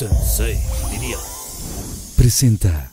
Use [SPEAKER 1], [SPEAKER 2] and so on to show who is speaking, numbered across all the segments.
[SPEAKER 1] Sensei, diría. Presenta.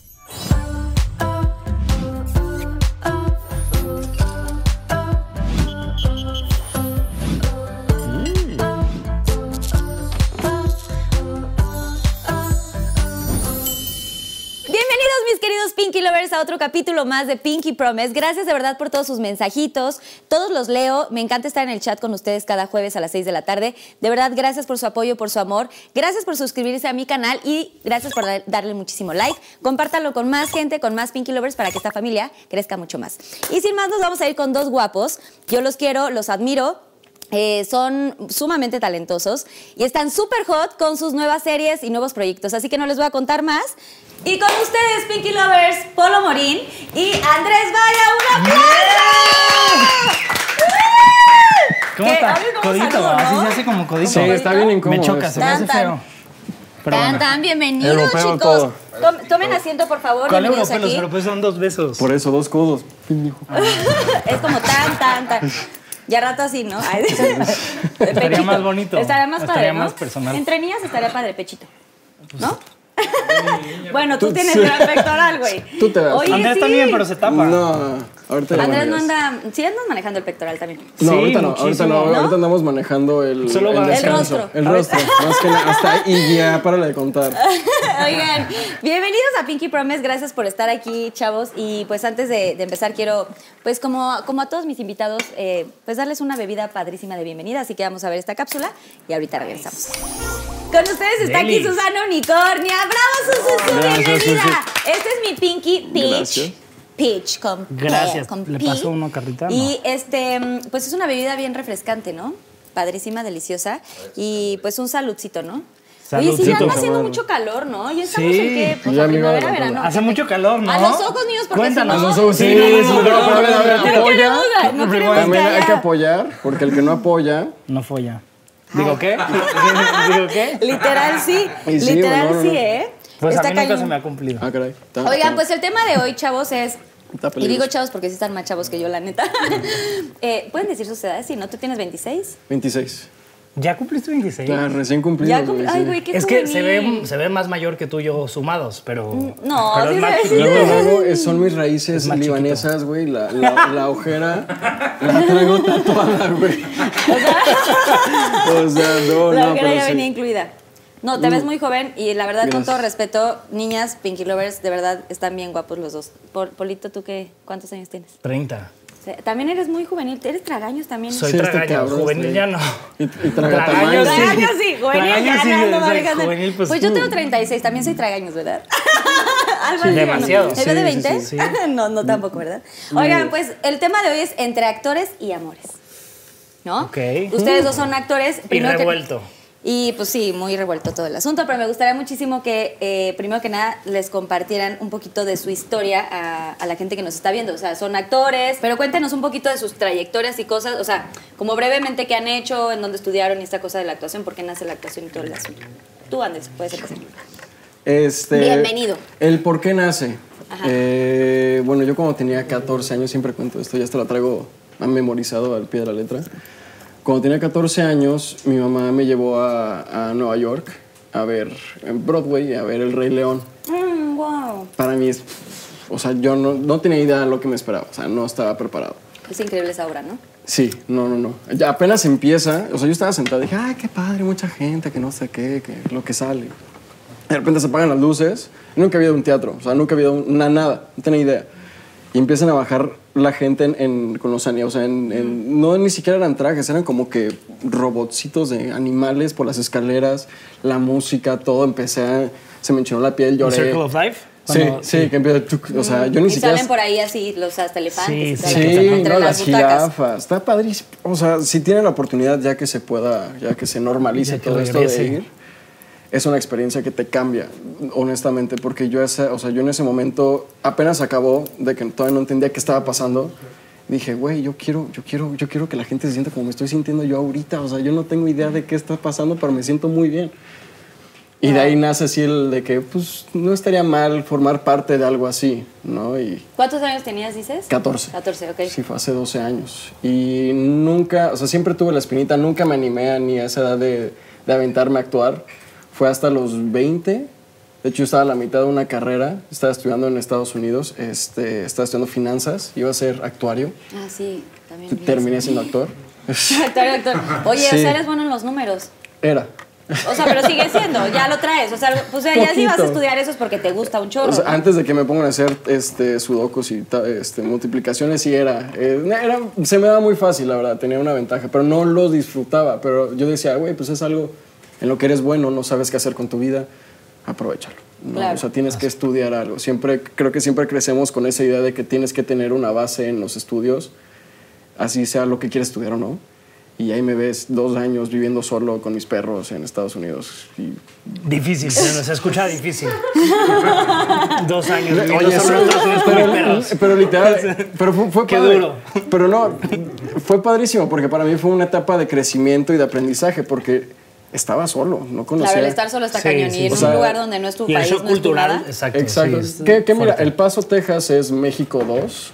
[SPEAKER 2] Bienvenidos mis queridos Pinky Lovers a otro capítulo más de Pinky Promise. Gracias de verdad por todos sus mensajitos. Todos los leo. Me encanta estar en el chat con ustedes cada jueves a las 6 de la tarde. De verdad, gracias por su apoyo, por su amor. Gracias por suscribirse a mi canal y gracias por dar- darle muchísimo like. Compártanlo con más gente, con más Pinky Lovers para que esta familia crezca mucho más. Y sin más, nos vamos a ir con dos guapos. Yo los quiero, los admiro. Eh, son sumamente talentosos y están súper hot con sus nuevas series y nuevos proyectos. Así que no les voy a contar más. Y con ustedes, Pinky Lovers, Polo Morín y Andrés Vaya. ¡Un aplauso!
[SPEAKER 3] ¿Cómo
[SPEAKER 2] Que
[SPEAKER 3] está?
[SPEAKER 2] hablen como
[SPEAKER 3] Codito,
[SPEAKER 2] saludo, ¿no?
[SPEAKER 3] así se hace como codito.
[SPEAKER 4] Sí, está bien incómodo.
[SPEAKER 3] Me choca, se
[SPEAKER 4] eso.
[SPEAKER 3] me hace
[SPEAKER 2] Tan,
[SPEAKER 3] feo. Pero
[SPEAKER 2] Tan,
[SPEAKER 3] bueno.
[SPEAKER 2] tan, bienvenidos,
[SPEAKER 4] Europeo
[SPEAKER 2] chicos.
[SPEAKER 4] todo.
[SPEAKER 2] Tom- Tomen asiento, por favor.
[SPEAKER 3] ¿Cuál
[SPEAKER 2] bienvenidos
[SPEAKER 3] europeo? Los
[SPEAKER 2] aquí.
[SPEAKER 3] europeos son dos besos.
[SPEAKER 4] Por eso, dos codos. pendejo.
[SPEAKER 2] Es como tan, tan, tan. Ya rato así, ¿no? Ay, pechito.
[SPEAKER 3] más bonito.
[SPEAKER 2] Estaría más
[SPEAKER 3] Estaría
[SPEAKER 2] padre, ¿no?
[SPEAKER 3] más personal.
[SPEAKER 2] Entre niñas estaría padre, pechito. ¿No? bueno, tú tienes gran pectoral, güey.
[SPEAKER 4] Tú te das.
[SPEAKER 2] Oye,
[SPEAKER 3] Andrés
[SPEAKER 2] sí.
[SPEAKER 3] también, pero se tapa.
[SPEAKER 4] No, ahorita lo
[SPEAKER 2] Andrés no
[SPEAKER 4] manejas.
[SPEAKER 2] anda... Sí andas manejando el pectoral también.
[SPEAKER 4] No,
[SPEAKER 3] Sí,
[SPEAKER 4] ahorita no, ahorita
[SPEAKER 3] muchísimo.
[SPEAKER 4] no,
[SPEAKER 2] ¿No?
[SPEAKER 4] ahorita andamos manejando el,
[SPEAKER 3] Solo va- El
[SPEAKER 4] descanso.
[SPEAKER 2] rostro. Pues
[SPEAKER 4] El rostro, más que nada, hasta ahí y ya, párale de contar.
[SPEAKER 2] Oigan, bienvenidos a Pinky Promise, gracias por estar aquí, chavos. Y pues antes de, de empezar quiero, pues como, como a todos mis invitados, eh, pues darles una bebida padrísima de bienvenida. Así que vamos a ver esta cápsula y ahorita regresamos. Con ustedes está aquí
[SPEAKER 3] Deli.
[SPEAKER 2] Susana Unicornia. ¡Bravo, Susu! Su
[SPEAKER 4] Gracias,
[SPEAKER 2] bienvenida! Este es mi Pinky Peach.
[SPEAKER 4] Gracias.
[SPEAKER 2] Peach con P,
[SPEAKER 3] Gracias.
[SPEAKER 2] con
[SPEAKER 3] ¿Le
[SPEAKER 2] P.
[SPEAKER 3] pasó uno a Carlita? No.
[SPEAKER 2] Y este, mm, pues es una bebida bien refrescante, ¿no? Padrísima, deliciosa. Y pues un saludcito, ¿no? Oye, sí, ya
[SPEAKER 3] Saludcito,
[SPEAKER 2] anda haciendo
[SPEAKER 4] cabrón.
[SPEAKER 2] mucho calor, ¿no? Ya estamos
[SPEAKER 3] Sí,
[SPEAKER 2] en qué? Pues
[SPEAKER 4] ya
[SPEAKER 2] la
[SPEAKER 4] me iba a
[SPEAKER 2] primavera,
[SPEAKER 4] dar
[SPEAKER 2] verano.
[SPEAKER 3] Hace mucho calor, ¿no?
[SPEAKER 2] A los ojos míos, porque
[SPEAKER 3] Cuéntanos.
[SPEAKER 2] si no-
[SPEAKER 4] Los ojos, sí,
[SPEAKER 3] Sí, no,
[SPEAKER 4] sí,
[SPEAKER 3] no,
[SPEAKER 4] no,
[SPEAKER 3] no,
[SPEAKER 4] pero a ver, a ver,
[SPEAKER 2] no,
[SPEAKER 4] ¿quién
[SPEAKER 2] no,
[SPEAKER 4] apoya?
[SPEAKER 2] no, no, no, no, no, no,
[SPEAKER 4] También hay
[SPEAKER 2] no.
[SPEAKER 4] que apoyar, porque el que no apoya,
[SPEAKER 3] No
[SPEAKER 4] Ah.
[SPEAKER 3] folla. ¿Digo qué? ¿Digo qué?
[SPEAKER 2] Literal sí,
[SPEAKER 4] Y sí,
[SPEAKER 2] literal
[SPEAKER 4] no, no,
[SPEAKER 2] sí,
[SPEAKER 4] no.
[SPEAKER 2] ¿eh?
[SPEAKER 3] Pues
[SPEAKER 2] Está
[SPEAKER 3] a mí nunca
[SPEAKER 2] cañón.
[SPEAKER 3] se me ha cumplido.
[SPEAKER 4] ah, caray. está-
[SPEAKER 2] Oigan, pues el tema de hoy, chavos, es...
[SPEAKER 4] Está
[SPEAKER 2] Y digo
[SPEAKER 4] peligroso.
[SPEAKER 2] chavos porque sí están más chavos que yo, la neta. Eh, ¿Pueden decir sus edades? Si no, tú tienes 26.
[SPEAKER 4] 26.
[SPEAKER 3] ¿Ya cumpliste 26?
[SPEAKER 4] Ya, recién cumplido.
[SPEAKER 2] Ya cum- Ay,
[SPEAKER 4] sí.
[SPEAKER 2] güey, qué
[SPEAKER 3] es que se
[SPEAKER 2] juvenil.
[SPEAKER 3] ve, se ve más mayor que tú y yo sumados, pero.
[SPEAKER 2] Mm, no,
[SPEAKER 3] pero
[SPEAKER 2] sí
[SPEAKER 3] es
[SPEAKER 2] se
[SPEAKER 3] más
[SPEAKER 2] ve.
[SPEAKER 3] chiquito.
[SPEAKER 4] Luego, luego, eh, son mis
[SPEAKER 3] Es
[SPEAKER 4] raíces
[SPEAKER 3] más chiquito.
[SPEAKER 4] libanesas, güey. La, la, la ojera la traigo tatuada, güey. O sea, no,
[SPEAKER 2] la
[SPEAKER 4] no,
[SPEAKER 2] hoguera
[SPEAKER 4] pero
[SPEAKER 2] ya venía
[SPEAKER 4] sí.
[SPEAKER 2] incluida. No, te ves muy joven y la verdad, con
[SPEAKER 4] Gracias.
[SPEAKER 2] todo respeto, niñas, Pinky Lovers, de verdad están bien guapos los dos. Por, Polito, ¿tú qué? ¿Cuántos años tienes?
[SPEAKER 3] 30.
[SPEAKER 2] Se- También eres muy juvenil, eres tragaños también.
[SPEAKER 3] Soy
[SPEAKER 4] Sí, este
[SPEAKER 3] tragaño.
[SPEAKER 4] cabrón,
[SPEAKER 3] juvenil
[SPEAKER 4] sí.
[SPEAKER 3] ya no.
[SPEAKER 4] Y, y traga
[SPEAKER 3] Tragaños,
[SPEAKER 4] tamaños.
[SPEAKER 2] Tragaños sí, juvenil.
[SPEAKER 3] Tragaños
[SPEAKER 2] ya
[SPEAKER 3] sí,
[SPEAKER 2] no, no
[SPEAKER 3] o sea,
[SPEAKER 2] manejas-
[SPEAKER 3] juvenil, pues,
[SPEAKER 2] yo
[SPEAKER 3] tú.
[SPEAKER 2] tengo 36, también soy tragaños, ¿verdad? Algo así,
[SPEAKER 3] demasiado.
[SPEAKER 2] ¿no? ¿Me veo de
[SPEAKER 4] Sí, sí,
[SPEAKER 2] 20?
[SPEAKER 3] sí, Mm.
[SPEAKER 2] no, no tampoco, ¿verdad? Oigan, pues el tema de hoy es entre actores y amores. ¿No?
[SPEAKER 3] Ok. Mm.
[SPEAKER 2] Ustedes dos son actores.
[SPEAKER 3] Y
[SPEAKER 2] primero que-
[SPEAKER 3] revuelto.
[SPEAKER 2] Y pues sí, muy revuelto todo el asunto, pero me gustaría muchísimo que, eh, primero que nada, les compartieran un poquito de su historia a, a la gente que nos está viendo. O sea, son actores, pero cuéntenos un poquito de sus trayectorias y cosas, o sea, como brevemente qué han hecho, en dónde estudiaron y esta cosa de la actuación, por qué nace la actuación y todo el asunto. Tú, Andrés, puedes empezar.
[SPEAKER 4] Este,
[SPEAKER 2] Bienvenido.
[SPEAKER 4] El por qué nace.
[SPEAKER 2] Ajá.
[SPEAKER 4] Eh, bueno, yo cuando tenía 14 años, siempre cuento esto, ya hasta la traigo memorizado al pie de la letra. Cuando tenía 14 años, mi mamá me llevó a, a Nueva York a ver en Broadway, a ver El Rey León.
[SPEAKER 2] Mm, wow.
[SPEAKER 4] Para mí es... O sea, yo no, no tenía idea de lo que me esperaba, o sea, no estaba preparado.
[SPEAKER 2] Es increíble esa obra, ¿no?
[SPEAKER 4] Sí, no, no, no. Ya apenas empieza, o sea, yo estaba sentado y dije, ay, qué padre, mucha gente, que no sé qué, que lo que sale. De repente se apagan las luces. Nunca había ido a un teatro, o sea, nunca había ido a una nada, no tenía idea. Y empiezan a bajar la gente en, en- con los ani- o sea, en- en- no ni siquiera eran trajes, eran como que robotcitos de animales por las escaleras, la música, todo. Empecé a, se me enchinó la piel,
[SPEAKER 3] ¿Un
[SPEAKER 4] lloré.
[SPEAKER 3] Circle of Life?
[SPEAKER 4] Sí,
[SPEAKER 3] Cuando-
[SPEAKER 4] sí, que empieza, tuc, o sea, yo ni
[SPEAKER 2] y
[SPEAKER 4] siquiera...
[SPEAKER 2] salen por ahí así los hasta elefantes.
[SPEAKER 3] Sí,
[SPEAKER 2] y
[SPEAKER 3] sí,
[SPEAKER 2] tal,
[SPEAKER 3] que
[SPEAKER 4] Sí,
[SPEAKER 2] entre las
[SPEAKER 4] no, las
[SPEAKER 2] butacas.
[SPEAKER 4] jirafas. Está padrísimo. O sea, si tienen la oportunidad, ya que se pueda, ya que se normalice
[SPEAKER 3] Ya que
[SPEAKER 4] todo esto
[SPEAKER 3] regrese.
[SPEAKER 4] de ir, es una experiencia que te cambia, honestamente, porque yo, esa, o sea, yo en ese momento apenas acabó de que todavía no entendía qué estaba pasando. Dije, güey, yo quiero, yo quiero, yo quiero que la gente se sienta como me estoy sintiendo yo ahorita. O sea, yo no tengo idea de qué está pasando, pero me siento muy bien. Y de ahí nace así el de que, pues, no estaría mal formar parte de algo así, ¿no? Y
[SPEAKER 2] ¿Cuántos años tenías, dices?
[SPEAKER 4] 14.
[SPEAKER 2] 14, ok.
[SPEAKER 4] Sí, fue hace 12 años. Y nunca, o sea, siempre tuve la espinita, nunca me animé a ni a esa edad de, de aventarme a actuar. fue hasta los 20. De hecho, yo estaba a la mitad de una carrera, estaba estudiando en Estados Unidos, este, estaba estudiando finanzas, iba a ser actuario.
[SPEAKER 2] Ah, sí, también.
[SPEAKER 4] Terminé siendo actor.
[SPEAKER 2] Actor, actor. Oye, o
[SPEAKER 4] Sí.
[SPEAKER 2] sea, eres bueno en los números.
[SPEAKER 4] Era.
[SPEAKER 2] O sea, pero sigue siendo, ya lo traes. O sea, pues, o sea, ya si vas a
[SPEAKER 4] Poquito.
[SPEAKER 2] estudiar eso es porque te gusta un chorro.
[SPEAKER 4] O sea,
[SPEAKER 2] ¿no?
[SPEAKER 4] antes de que me pongan a hacer este, sudokus y ta- este, multiplicaciones, sí era, eh, era- Se me daba muy fácil, la verdad, tenía una ventaja, pero no lo disfrutaba. Pero yo decía, güey, pues es algo en lo que eres bueno, no sabes qué hacer con tu vida, aprovechalo. ¿no?
[SPEAKER 2] Claro.
[SPEAKER 4] O sea, tienes que estudiar algo. Siempre, creo que siempre crecemos con esa idea de que tienes que tener una base en los estudios, así sea lo que quieres estudiar o no. Y ahí me ves dos años viviendo solo con mis perros en Estados Unidos. Y
[SPEAKER 3] Difícil, se nos escucha difícil. Dos años. viviendo
[SPEAKER 4] Oye,
[SPEAKER 3] solo
[SPEAKER 4] sí.
[SPEAKER 3] nosotros con mis
[SPEAKER 4] pero,
[SPEAKER 3] perros.
[SPEAKER 4] pero literal, pero fue, fue
[SPEAKER 3] Qué
[SPEAKER 4] padre.
[SPEAKER 3] duro.
[SPEAKER 4] Pero no, fue padrísimo porque para mí fue una etapa de crecimiento y de aprendizaje porque estaba solo, no conocía.
[SPEAKER 2] Claro, el estar solo está
[SPEAKER 3] Sí,
[SPEAKER 2] cañón
[SPEAKER 3] sí,
[SPEAKER 2] y en
[SPEAKER 3] sí.
[SPEAKER 2] un
[SPEAKER 4] O sea,
[SPEAKER 2] lugar donde no es tu
[SPEAKER 3] Y el
[SPEAKER 2] país,
[SPEAKER 3] shock
[SPEAKER 2] no es tu
[SPEAKER 3] cultural,
[SPEAKER 2] nada.
[SPEAKER 3] exacto.
[SPEAKER 4] Exacto.
[SPEAKER 3] sí, es
[SPEAKER 4] que que mira,
[SPEAKER 3] fuerte.
[SPEAKER 4] El Paso, Texas es México 2,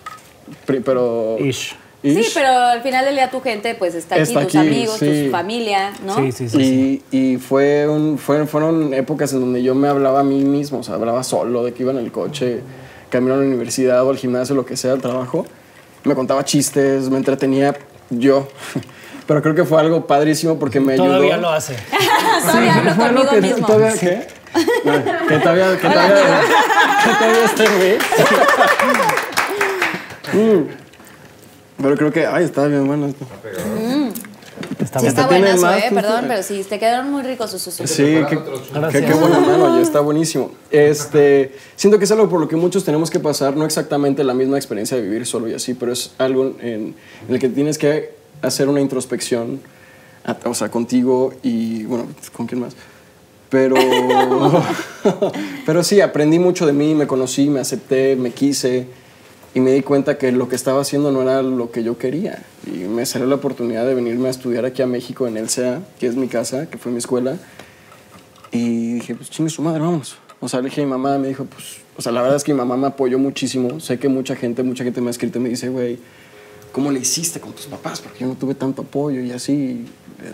[SPEAKER 4] pri- pero...
[SPEAKER 3] Ish.
[SPEAKER 2] Sí,
[SPEAKER 4] ish.
[SPEAKER 2] pero al final del día tu gente pues está aquí,
[SPEAKER 4] Está
[SPEAKER 2] tus
[SPEAKER 4] aquí,
[SPEAKER 2] amigos,
[SPEAKER 4] sí.
[SPEAKER 2] tu familia, ¿no?
[SPEAKER 3] Sí, sí, sí. sí.
[SPEAKER 4] Y, y fue un, fue- fueron épocas en donde yo me hablaba a mí mismo, o sea, hablaba solo, de que iba en el coche, camino a la universidad o al gimnasio, lo que sea, al trabajo. Me contaba chistes, me entretenía yo. Pero creo que fue algo padrísimo porque me ayudó.
[SPEAKER 3] Todavía lo hace.
[SPEAKER 2] Todavía hablo
[SPEAKER 4] Bueno,
[SPEAKER 2] conmigo
[SPEAKER 4] que
[SPEAKER 2] mismo.
[SPEAKER 4] todavía- ¿qué? Bueno, que todavía, que
[SPEAKER 2] Hola,
[SPEAKER 4] todavía, que todavía este esté en mí. Mm. Pero creo que, ay, está bien bueno esto.
[SPEAKER 3] Está
[SPEAKER 2] Sí,
[SPEAKER 3] bueno.
[SPEAKER 2] está
[SPEAKER 4] Tiene
[SPEAKER 2] buenazo,
[SPEAKER 4] más,
[SPEAKER 2] eh,
[SPEAKER 4] tú-
[SPEAKER 2] perdón, pero sí, te quedaron muy ricos sus susurros.
[SPEAKER 4] Sí, qué,
[SPEAKER 3] Gracias.
[SPEAKER 4] qué, qué bueno, mano, ya está buenísimo. Este, siento que es algo por lo que muchos tenemos que pasar, no exactamente la misma experiencia de vivir solo y así, pero es algo en, en el que tienes que hacer una introspección, a- o sea, contigo y, bueno, ¿con quién más? Pero, pero sí, aprendí mucho de mí, me conocí, me acepté, me quise y me di cuenta que lo que estaba haciendo no era lo que yo quería. Y me salió la oportunidad de venirme a estudiar aquí a México en el CEA, que es mi casa, que fue mi escuela. Y dije, pues chingue su madre, vámonos. O sea, le dije a mi mamá, me dijo, pues, o sea, la verdad es que mi mamá me apoyó muchísimo. Sé que mucha gente, mucha gente me ha escrito y me dice, güey, ¿cómo le hiciste con tus papás? Porque yo no tuve tanto apoyo y así.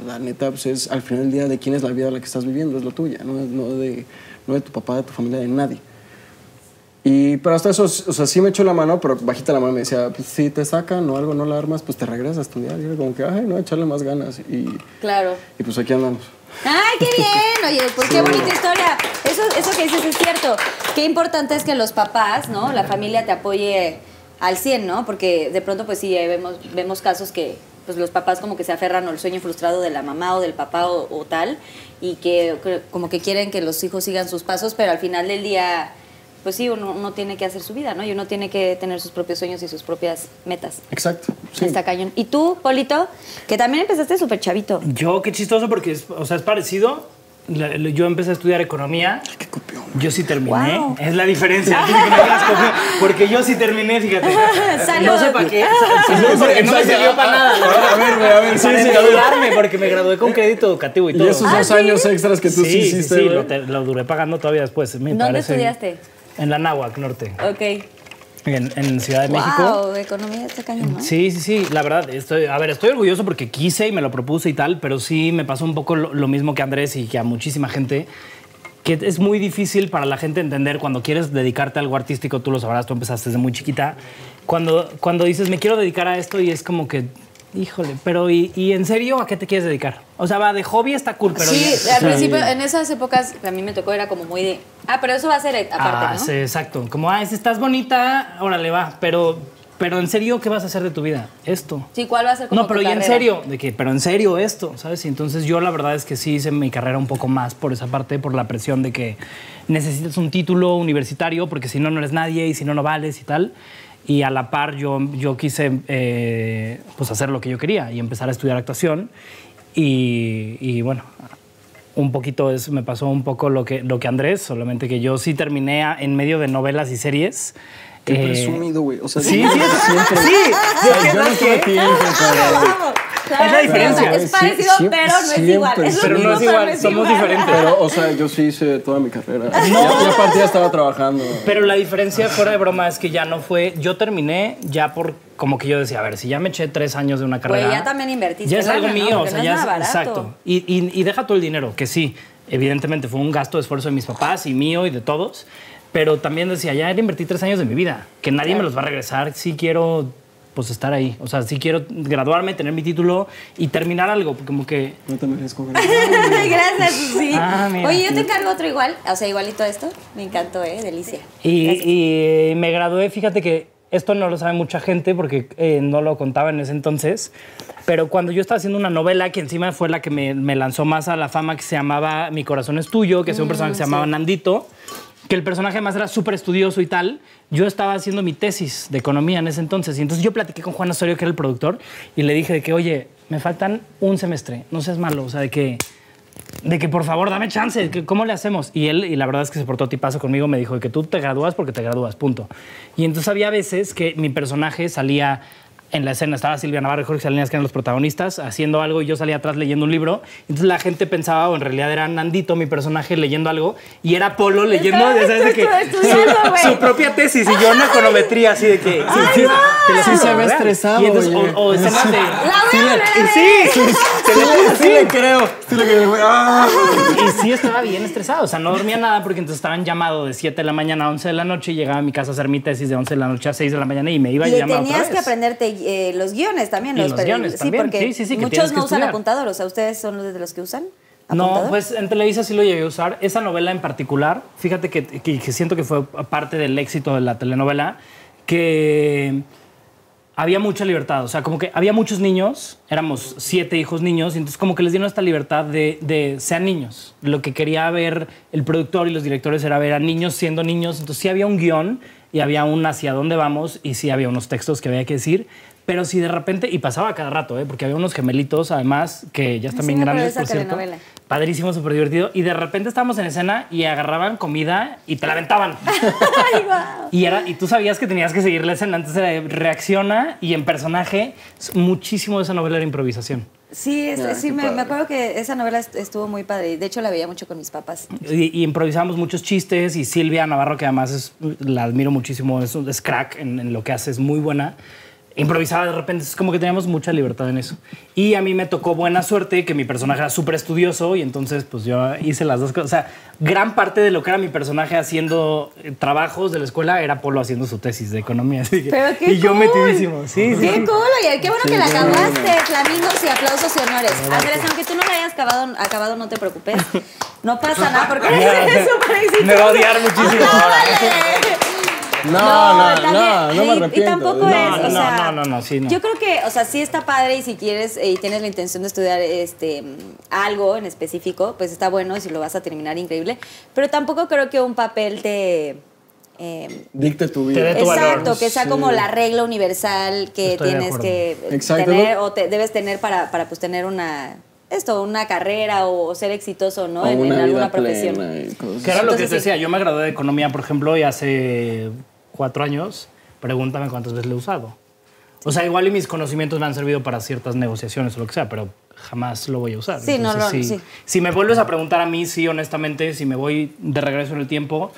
[SPEAKER 4] La neta, pues es al final del día de quién es la vida la que estás viviendo, es la tuya, no, no, de, no de tu papá, de tu familia, de nadie. Y pero hasta eso, o sea, sí me echó la mano, pero bajita la mano me decía, pues si te sacan o algo, no la armas, pues te regresas a estudiar. Y era como que, ay, no, echarle más ganas. Y,
[SPEAKER 2] Claro.
[SPEAKER 4] y pues aquí andamos.
[SPEAKER 2] ¡Ay, qué bien! Oye, pues qué bonita historia. Eso, eso que dices es cierto. Qué importante es que los papás, ¿no? La familia te apoye al 100, ¿no? Porque de pronto, pues sí, eh, vemos, vemos casos que pues los papás como que se aferran al sueño frustrado de la mamá o del papá o, o tal, y que cre- como que quieren que los hijos sigan sus pasos, pero al final del día, pues sí, uno, uno tiene que hacer su vida, ¿no? Y uno tiene que tener sus propios sueños y sus propias metas.
[SPEAKER 4] Exacto. Sí.
[SPEAKER 2] Está cañón. Y tú, Polito, que también empezaste súper chavito.
[SPEAKER 3] Yo, qué chistoso, porque es, o sea, es parecido. La- la- yo empecé a estudiar economía.
[SPEAKER 4] Qué copión.
[SPEAKER 3] Yo sí terminé.
[SPEAKER 2] Wow.
[SPEAKER 3] Es la diferencia. Así que no digas copión, Porque yo sí terminé, fíjate.
[SPEAKER 2] Salud.
[SPEAKER 3] No sé para qué. Salud, porque no me sirvió para nada. la verdad.
[SPEAKER 4] A ver, güey, a ver, Ah, sí,
[SPEAKER 3] Para
[SPEAKER 4] sí, a ver.
[SPEAKER 3] endeudarme, porque me gradué con crédito educativo y
[SPEAKER 4] Y
[SPEAKER 3] todo.
[SPEAKER 4] esos dos años extras que tú Ah, sí,
[SPEAKER 3] sí, sí,
[SPEAKER 4] hiciste,
[SPEAKER 3] sí,
[SPEAKER 4] güey.
[SPEAKER 3] lo, te- lo duré pagando todavía después. Me
[SPEAKER 2] ¿Dónde
[SPEAKER 3] parece.
[SPEAKER 2] estudiaste?
[SPEAKER 3] En la Náhuac Norte,
[SPEAKER 2] Ok.
[SPEAKER 3] en, en Ciudad de México.
[SPEAKER 2] Wow, economía está cañón, ¿no?
[SPEAKER 3] Sí, sí, sí, la verdad, estoy, a ver, estoy orgulloso porque quise y me lo propuse y tal, pero sí me pasó un poco lo, lo mismo que a Andrés y que a muchísima gente, que es muy difícil para la gente entender cuando quieres dedicarte a algo artístico, tú lo sabrás, tú empezaste desde muy chiquita, cuando, cuando dices, me quiero dedicar a esto y es como que, híjole, pero ¿y, y en serio a qué te quieres dedicar? O sea, va, de hobby está cool, pero...
[SPEAKER 2] Sí,
[SPEAKER 3] ya-
[SPEAKER 2] al principio, en esas épocas a mí me tocó, era como muy de. Ah, pero eso va a ser aparte,
[SPEAKER 3] Ah,
[SPEAKER 2] ¿no?
[SPEAKER 3] sí, exacto. Como, ah, si estás bonita, órale, va, pero, pero en serio, ¿qué vas a hacer de tu vida? Esto.
[SPEAKER 2] Sí, ¿cuál va a ser como
[SPEAKER 3] No, pero
[SPEAKER 2] tu
[SPEAKER 3] y en
[SPEAKER 2] carrera?
[SPEAKER 3] serio, de que, pero en serio esto, ¿sabes? Y entonces yo la verdad es que sí hice mi carrera un poco más por esa parte, por la presión de que necesitas un título universitario porque si no, no eres nadie y si no, no vales y tal. Y a la par yo, yo quise eh, pues hacer lo que yo quería y empezar a estudiar actuación. Y, y bueno, un poquito es, me pasó un poco lo que, lo que Andrés, solamente que yo sí terminé a- en medio de novelas y series.
[SPEAKER 4] Qué
[SPEAKER 3] Eh,
[SPEAKER 4] presumido, güey. O sea,
[SPEAKER 3] Sí,
[SPEAKER 4] yo-
[SPEAKER 3] sí,
[SPEAKER 4] siempre.
[SPEAKER 3] sí.
[SPEAKER 4] O sea, yo no tuve tiempo, cabrón.
[SPEAKER 2] Ah, Claro,
[SPEAKER 3] Es la
[SPEAKER 2] sí, o sea,
[SPEAKER 3] diferencia.
[SPEAKER 2] es parecido,
[SPEAKER 4] Sí, sí,
[SPEAKER 2] pero no es
[SPEAKER 4] siempre,
[SPEAKER 2] igual. Es lo
[SPEAKER 4] pero no
[SPEAKER 2] mismo,
[SPEAKER 4] es
[SPEAKER 3] igual, somos diferentes.
[SPEAKER 4] Pero, o sea, yo sí hice toda mi carrera. Ya, ya aparte ya estaba trabajando.
[SPEAKER 3] Pero la diferencia fuera de broma es que ya no fue. Yo terminé ya por como que yo decía, a ver, si ya me eché tres años de una carrera.
[SPEAKER 2] ya también invertiste
[SPEAKER 3] Ya es algo
[SPEAKER 2] lana, ¿no?
[SPEAKER 3] mío,
[SPEAKER 2] Porque
[SPEAKER 3] o sea,
[SPEAKER 2] no es
[SPEAKER 3] ya
[SPEAKER 2] nada
[SPEAKER 3] es-
[SPEAKER 2] barato.
[SPEAKER 3] exacto. Y, y- y deja todo el dinero, que sí. Evidentemente fue un gasto de esfuerzo de mis papás y mío y de todos, pero también decía, ya le invertí tres años de mi vida, que nadie me los va a regresar, sí quiero pues estar ahí, o sea, sí quiero graduarme, tener mi título y terminar algo, porque como que...
[SPEAKER 4] No te merezco.
[SPEAKER 2] Gracias, sí.
[SPEAKER 3] Ah, mira.
[SPEAKER 2] Oye, yo te encargo otro igual, o sea, igualito a esto. Me encantó, ¿eh? Delicia. Gracias.
[SPEAKER 3] Y, y me gradué, fíjate que esto no lo sabe mucha gente porque eh, no lo contaba en ese entonces, pero cuando yo estaba haciendo una novela que encima fue la que me, me lanzó más a la fama que se llamaba Mi corazón es tuyo, que es un personaje que se llamaba Nandito, que el personaje además era súper estudioso y tal, yo estaba haciendo mi tesis de economía en ese entonces y entonces yo platiqué con Juan Osorio, que era el productor, y le dije de que, oye, me faltan un semestre, no seas malo, o sea, de que de que por favor dame chance, de que, ¿cómo le hacemos? Y él, y la verdad es que se portó tipazo conmigo, me dijo de que tú te gradúas porque te gradúas, punto. Y entonces había veces que mi personaje salía en la escena, estaba Silvia Navarro y Jorge Salinas, que eran los protagonistas, haciendo algo y yo salía atrás leyendo un libro. Entonces la gente pensaba, o en realidad era Nandito, mi personaje, leyendo algo, y era Polo leyendo
[SPEAKER 2] Estaba
[SPEAKER 3] ya sabes, de que,
[SPEAKER 2] estu- estudiando, güey.
[SPEAKER 3] su, su propia tesis, y yo en econometría, así de que... sí,
[SPEAKER 4] no! Sí se ve
[SPEAKER 3] vean.
[SPEAKER 4] estresado,
[SPEAKER 3] Y entonces,
[SPEAKER 4] oye.
[SPEAKER 3] o, o escenas de...
[SPEAKER 2] La voy a volver a ver.
[SPEAKER 3] Sí, sí, se le puso-
[SPEAKER 4] Sí le creo. Sí le creo. ¡Ah!
[SPEAKER 3] y sí estaba bien estresado, o sea, no dormía nada porque entonces estaba en llamado de 7 de la mañana a 11 de la noche y llegaba a mi casa a hacer mi tesis de 11 de la noche a 6 de la mañana y me iba a
[SPEAKER 2] Y le
[SPEAKER 3] llamar otra
[SPEAKER 2] tenías
[SPEAKER 3] vez.
[SPEAKER 2] que aprenderte eh, los guiones también.
[SPEAKER 3] Y
[SPEAKER 2] los
[SPEAKER 3] los
[SPEAKER 2] perdi-
[SPEAKER 3] guiones también.
[SPEAKER 2] Sí, porque
[SPEAKER 3] Sí, sí, sí, que
[SPEAKER 2] muchos
[SPEAKER 3] tienes que
[SPEAKER 2] no usan
[SPEAKER 3] estudiar.
[SPEAKER 2] apuntador, o sea, ustedes son los de los que usan apuntador.
[SPEAKER 3] No, pues en Televisa sí lo llegué a usar. Esa novela en particular, fíjate que, que- que siento que fue parte del éxito de la telenovela, que había mucha libertad. O sea, como que había muchos niños, éramos siete hijos niños, y entonces como que les dieron esta libertad de, de sean niños. Lo que quería ver el productor y los directores era ver a niños siendo niños. Entonces sí había un guión y había un hacia dónde vamos y sí había unos textos que había que decir. Pero si de repente, y pasaba cada rato, ¿eh? porque había unos gemelitos además que ya están
[SPEAKER 2] Sí,
[SPEAKER 3] bien
[SPEAKER 2] me acuerdo de
[SPEAKER 3] grandes,
[SPEAKER 2] esa
[SPEAKER 3] por cierto
[SPEAKER 2] telenovela.
[SPEAKER 3] padrísimo, súper divertido. Y de repente estábamos en escena y agarraban comida y te la aventaban. y, era, y tú sabías que tenías que seguir la escena. Antes era de reacciona y en personaje, s- muchísimo de esa novela era improvisación.
[SPEAKER 2] Sí, es-
[SPEAKER 4] Ay,
[SPEAKER 2] sí,
[SPEAKER 4] qué
[SPEAKER 2] me, me
[SPEAKER 4] padre.
[SPEAKER 2] acuerdo que esa novela est- estuvo muy padre. y De hecho, la veía mucho con mis papás.
[SPEAKER 3] Y, y improvisamos muchos chistes y Silvia Navarro, que además es- la admiro muchísimo, es, un- es crack en, en lo que hace, es muy buena. Improvisaba de repente, es como que teníamos mucha libertad en eso. Y a mí me tocó buena suerte que mi personaje era súper estudioso y entonces pues yo hice las dos cosas. O sea, gran parte de lo que era mi personaje haciendo eh, trabajos de la escuela era Polo haciendo su tesis de economía. así que-
[SPEAKER 2] Pero qué
[SPEAKER 3] y yo
[SPEAKER 2] cool.
[SPEAKER 3] metidísimo. Sí, sí.
[SPEAKER 2] Qué cool, oye, qué bueno que la
[SPEAKER 4] qué
[SPEAKER 2] acabaste.
[SPEAKER 4] bueno.
[SPEAKER 2] Flamingos y aplausos y honores. Andrés, aunque tú no la hayas acabado, acabado no te preocupes. No pasa nada porque eres súper exitoso.
[SPEAKER 3] me va a odiar muchísimo
[SPEAKER 2] Ah,
[SPEAKER 3] ahora.
[SPEAKER 2] ¡Acábale!
[SPEAKER 4] No, no, no, no,
[SPEAKER 2] también,
[SPEAKER 4] me
[SPEAKER 2] y-
[SPEAKER 4] arrepiento.
[SPEAKER 2] Y tampoco
[SPEAKER 4] No,
[SPEAKER 2] es,
[SPEAKER 3] no,
[SPEAKER 2] o
[SPEAKER 3] no,
[SPEAKER 2] sea,
[SPEAKER 3] no, no, no, sí, no.
[SPEAKER 2] Yo creo que, o sea, sí está padre y si quieres eh, y tienes la intención de estudiar este mm, algo en específico, pues está bueno y si lo vas a terminar increíble, pero tampoco creo que un papel te eh,
[SPEAKER 4] Dicte tu
[SPEAKER 3] Te
[SPEAKER 4] vida.
[SPEAKER 3] dé tu valor.
[SPEAKER 2] Exacto, que sea
[SPEAKER 4] Sí.
[SPEAKER 2] como la regla universal que
[SPEAKER 3] Estoy de
[SPEAKER 2] tienes
[SPEAKER 3] acuerdo.
[SPEAKER 2] que
[SPEAKER 4] Exacto.
[SPEAKER 2] tener o te- debes tener para, para pues tener una esto, una carrera o, ser exitoso, ¿no?
[SPEAKER 4] O
[SPEAKER 2] en, en
[SPEAKER 4] una
[SPEAKER 2] alguna
[SPEAKER 4] vida
[SPEAKER 2] profesión.
[SPEAKER 4] plena y cosas
[SPEAKER 3] Que era lo que
[SPEAKER 2] Entonces,
[SPEAKER 3] te
[SPEAKER 2] sí.
[SPEAKER 3] decía, yo me gradué de economía, por ejemplo, y hace cuatro años, pregúntame cuántas veces lo he usado. O sea, igual y mis conocimientos me han servido para ciertas negociaciones o lo que sea, pero jamás lo voy a usar.
[SPEAKER 2] Sí, no, no,
[SPEAKER 3] si,
[SPEAKER 2] sí.
[SPEAKER 3] si me vuelves a preguntar a mí, sí, honestamente, si me voy de regreso en el tiempo,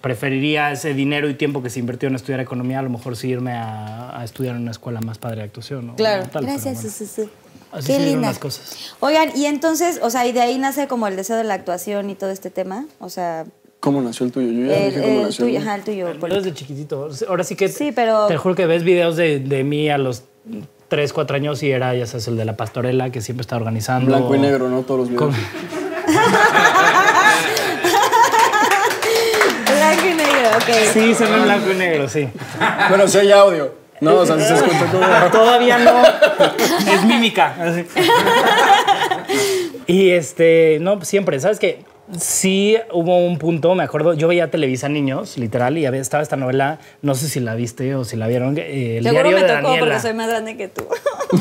[SPEAKER 3] preferiría ese dinero y tiempo que se invirtió en estudiar economía, a lo mejor sí irme a, a estudiar en una escuela más padre de actuación. ¿no?
[SPEAKER 2] Claro.
[SPEAKER 3] O tal, pero
[SPEAKER 2] Gracias,
[SPEAKER 3] bueno.
[SPEAKER 2] sí, sí, sí.
[SPEAKER 3] Así
[SPEAKER 2] Qué
[SPEAKER 3] se dieron
[SPEAKER 2] linda.
[SPEAKER 3] las cosas.
[SPEAKER 2] Oigan, y entonces, o sea, y de ahí nace como el deseo de la actuación y todo este tema. O sea,
[SPEAKER 4] ¿Cómo nació el tuyo? Yo ya
[SPEAKER 2] el,
[SPEAKER 4] dije cómo
[SPEAKER 2] el
[SPEAKER 4] nació.
[SPEAKER 2] Eh, tuyo,
[SPEAKER 4] el mío.
[SPEAKER 2] ajá, el tuyo.
[SPEAKER 3] Yo desde chiquitito. Ahora sí que.
[SPEAKER 2] Sí, pero-
[SPEAKER 3] Te juro que ves videos de, de mí a los 3, 4 años y era, ya sabes, el de la pastorela que siempre está organizando.
[SPEAKER 4] Blanco y negro, ¿no? Todos los videos.
[SPEAKER 3] Con-
[SPEAKER 2] Blanco y negro, ok.
[SPEAKER 3] Sí, se ve en blanco y negro, sí.
[SPEAKER 4] Bueno, si hay audio. No, o sea, si se escucha todo.
[SPEAKER 3] Todavía no. Es mímica. así. Y este, no, siempre, ¿sabes qué? Sí hubo un punto, me acuerdo, yo veía Televisa Niños, literal, y había- estaba esta novela, no sé si la viste o si la vieron, eh, El
[SPEAKER 2] Seguro
[SPEAKER 3] diario
[SPEAKER 2] me
[SPEAKER 3] de
[SPEAKER 2] tocó porque
[SPEAKER 3] Daniela.
[SPEAKER 2] soy más grande que tú.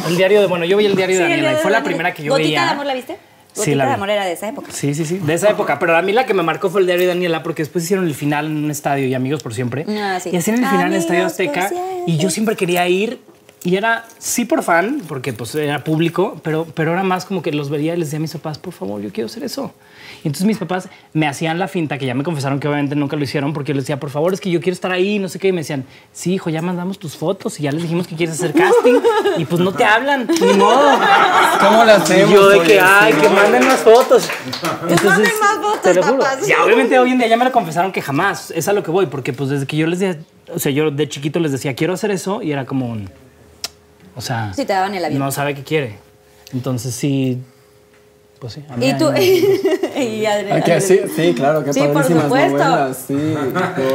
[SPEAKER 3] El diario de, bueno, yo vi el diario
[SPEAKER 2] Sí,
[SPEAKER 3] de
[SPEAKER 2] el
[SPEAKER 3] Daniela
[SPEAKER 2] día
[SPEAKER 3] y
[SPEAKER 2] de
[SPEAKER 3] fue la
[SPEAKER 2] Daniela.
[SPEAKER 3] primera que yo
[SPEAKER 2] ¿Gotita
[SPEAKER 3] veía.
[SPEAKER 2] de amor la viste?
[SPEAKER 3] Sí,
[SPEAKER 2] Gotita
[SPEAKER 3] la
[SPEAKER 2] de
[SPEAKER 3] vi.
[SPEAKER 2] amor era de esa época.
[SPEAKER 3] Sí, sí, sí, de esa época. Pero a mí la que me marcó fue el diario de Daniela, porque después hicieron el final en un estadio y Amigos por Siempre.
[SPEAKER 2] Ah, sí.
[SPEAKER 3] Y hacían el final en el Estadio
[SPEAKER 2] Amigos por
[SPEAKER 3] Azteca.
[SPEAKER 2] siempre.
[SPEAKER 3] Y yo siempre quería ir Y era sí por fan, porque pues era público, pero, pero era más como que los veía y les decía a mis papás, por favor, yo quiero hacer eso. Y entonces mis papás me hacían la finta, que ya me confesaron que obviamente nunca lo hicieron, porque yo les decía, por favor, es que yo quiero estar ahí, no sé qué. Y me decían, sí, hijo, ya mandamos tus fotos y ya les dijimos que quieres hacer casting. Y pues no te hablan, ni modo.
[SPEAKER 4] ¿Cómo las
[SPEAKER 3] Y
[SPEAKER 4] hacemos?
[SPEAKER 3] yo de
[SPEAKER 4] oye?
[SPEAKER 3] que, ay, que manden más fotos.
[SPEAKER 5] manden más fotos,
[SPEAKER 3] te lo juro.
[SPEAKER 5] papás.
[SPEAKER 3] Ya, obviamente hoy en día ya me lo confesaron que jamás. Es a lo que voy, porque pues desde que yo les decía, o sea, yo de chiquito les decía, quiero hacer eso, y era como un... O sea...
[SPEAKER 2] Sí, te daban el avión.
[SPEAKER 3] No sabe qué quiere. Entonces sí... Pues sí. a mí
[SPEAKER 2] Y tú.
[SPEAKER 3] ahí
[SPEAKER 2] y Adrián.
[SPEAKER 4] Ah, que sí, sí, claro, que
[SPEAKER 2] Sí, por
[SPEAKER 4] padrísimas
[SPEAKER 2] supuesto.
[SPEAKER 4] novelas, sí.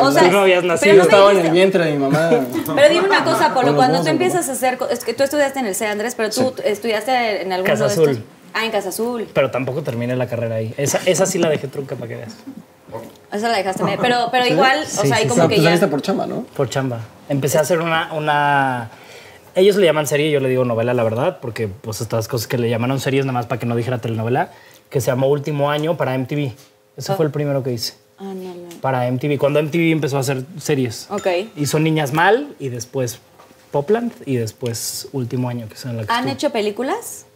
[SPEAKER 2] O sea,
[SPEAKER 3] Tú no habías
[SPEAKER 2] pero
[SPEAKER 3] nacido.
[SPEAKER 4] yo
[SPEAKER 2] me
[SPEAKER 4] estaba en el
[SPEAKER 2] dijiste-
[SPEAKER 4] vientre de mi mamá.
[SPEAKER 2] Pero dime una cosa, Polo,
[SPEAKER 4] Bueno,
[SPEAKER 2] cuando
[SPEAKER 4] vamos
[SPEAKER 2] tú
[SPEAKER 4] a-
[SPEAKER 2] empiezas a hacer... co- Es que tú estudiaste en el C. Andrés, pero tú estudiaste en algún
[SPEAKER 3] Casa
[SPEAKER 2] de
[SPEAKER 3] Azul.
[SPEAKER 2] estos- Ah, en Casa Azul.
[SPEAKER 3] no- Pero tampoco terminé la carrera ahí. Esa, esa sí la dejé trunca para que veas.
[SPEAKER 2] Esa la dejaste. medio. Pero, pero igual, o
[SPEAKER 3] Sí,
[SPEAKER 2] sea,
[SPEAKER 3] sí,
[SPEAKER 2] hay
[SPEAKER 3] sí. Pues
[SPEAKER 2] como
[SPEAKER 4] Pero
[SPEAKER 2] que
[SPEAKER 4] tú
[SPEAKER 2] ya...
[SPEAKER 4] saliste pues, por chamba, ¿no?
[SPEAKER 3] Por chamba. Empecé a hacer una, una... Ellos le llaman serie, yo le digo novela, la verdad, porque pues estas cosas que le llamaron series nada más para que no dijera telenovela, que se llamó Último Año para MTV. Ese fue el primero que hice.
[SPEAKER 2] Ah, no, no.
[SPEAKER 3] Para MTV, cuando MTV empezó a hacer series.
[SPEAKER 2] Ok.
[SPEAKER 3] Hizo Niñas Mal y después Popland y después Último Año, que es en la que
[SPEAKER 2] ¿Han
[SPEAKER 3] estuve.
[SPEAKER 2] hecho películas?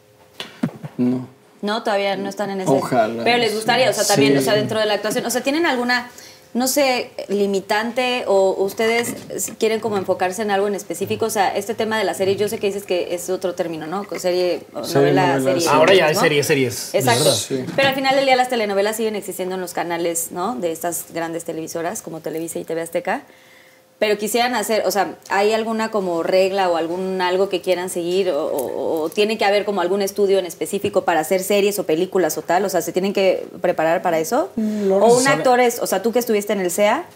[SPEAKER 4] No.
[SPEAKER 2] No, todavía no están en ese...
[SPEAKER 4] Ojalá.
[SPEAKER 2] Pero les gustaría, o sea, también,
[SPEAKER 4] Sí.
[SPEAKER 2] o sea, dentro de la actuación. O sea, ¿tienen alguna, no sé, limitante o ustedes si quieren como enfocarse en algo en específico? O sea, este tema de la serie, yo sé que dices que es otro término, ¿no? Con Serie, o
[SPEAKER 4] Sí,
[SPEAKER 2] novela,
[SPEAKER 4] novela,
[SPEAKER 2] serie.
[SPEAKER 4] sí.
[SPEAKER 3] Ahora ya hay
[SPEAKER 2] ¿no?
[SPEAKER 3] series, series.
[SPEAKER 2] Exacto.
[SPEAKER 4] ¿Verdad? Sí.
[SPEAKER 2] Pero al final del día las telenovelas siguen existiendo en los canales, ¿no? De estas grandes televisoras como Televisa y TV Azteca. Pero quisieran hacer, o sea, ¿hay alguna como regla o algún algo que quieran seguir o, o- o tiene que haber como algún estudio en específico para hacer series o películas o tal? O sea, ¿se tienen que preparar para eso? o
[SPEAKER 4] No
[SPEAKER 2] un
[SPEAKER 4] necesariamente.
[SPEAKER 2] actor es, o sea, tú que estuviste en el SEA,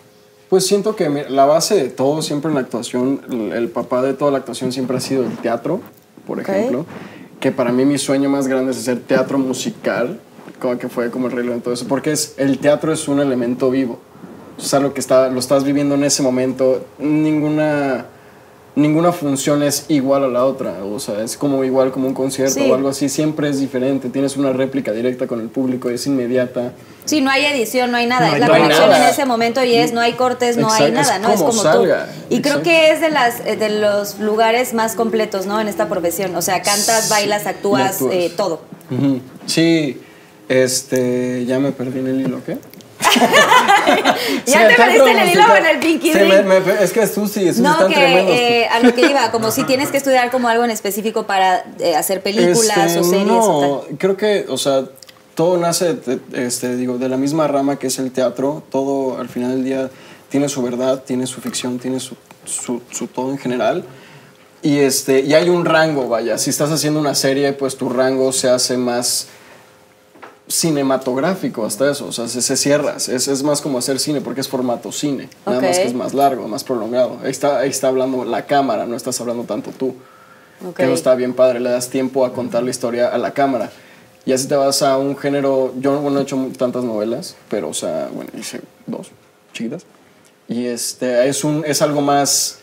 [SPEAKER 4] Pues siento que mira, la base de todo siempre en la actuación, el, el papá de toda la actuación siempre ha sido el teatro, por
[SPEAKER 2] Ok.
[SPEAKER 4] ejemplo. Que para mí mi sueño más grande es hacer teatro musical, como que fue como el reloj de todo eso, porque es, el teatro es un elemento vivo. O sea, lo que está, lo estás viviendo en ese momento, ninguna, ninguna función es igual a la otra. O sea, es como igual como un concierto
[SPEAKER 2] Sí.
[SPEAKER 4] o algo así, siempre es diferente. Tienes una réplica directa con el público, es inmediata.
[SPEAKER 2] sí, no hay edición, no hay nada,
[SPEAKER 3] No,
[SPEAKER 2] es la
[SPEAKER 3] no hay
[SPEAKER 2] conexión
[SPEAKER 4] nada.
[SPEAKER 2] en ese momento y es, no hay cortes, no hay
[SPEAKER 4] Exacto, es
[SPEAKER 2] nada, ¿no? Es
[SPEAKER 4] como
[SPEAKER 2] como
[SPEAKER 4] salga,
[SPEAKER 2] tú. Y creo
[SPEAKER 4] exacto.
[SPEAKER 2] que es de las eh, de los lugares más completos, ¿no? En esta profesión, o sea, cantas, bailas, actúas,
[SPEAKER 4] actúas.
[SPEAKER 2] eh, todo.
[SPEAKER 4] Ujú. Sí, este, ya me perdí en el hilo, ¿qué?
[SPEAKER 2] Ya te perdiste en el hilo o en el Pinky
[SPEAKER 4] Sí,
[SPEAKER 2] Ring.
[SPEAKER 4] me- me- es que Susi, Susi
[SPEAKER 2] No,
[SPEAKER 4] están
[SPEAKER 2] que
[SPEAKER 4] tremendos. pues.
[SPEAKER 2] eh, a lo que iba, como si tienes que estudiar como algo en específico para eh, hacer películas
[SPEAKER 4] Este,
[SPEAKER 2] o series o
[SPEAKER 4] No,
[SPEAKER 2] tal.
[SPEAKER 4] creo que, o sea, todo nace, de, este, digo, de la misma rama que es el teatro. Todo al final del día tiene su verdad, tiene su ficción, tiene su, su, su todo en general. Y, este, y hay un rango, vaya. Si estás haciendo una serie, pues tu rango se hace más cinematográfico hasta eso, o sea, se, se cierra, es, es más como hacer cine porque es formato cine, nada más
[SPEAKER 2] Ok.
[SPEAKER 4] que es más largo, más prolongado, ahí está, ahí está hablando la cámara, no estás hablando tanto tú.
[SPEAKER 2] Ok.
[SPEAKER 4] Que eso está bien padre, le das tiempo a contar la historia a la cámara. Y así te vas a un género, yo no bueno, he hecho mu- tantas novelas, pero o sea, bueno, hice dos chiquitas. Y este es un es algo más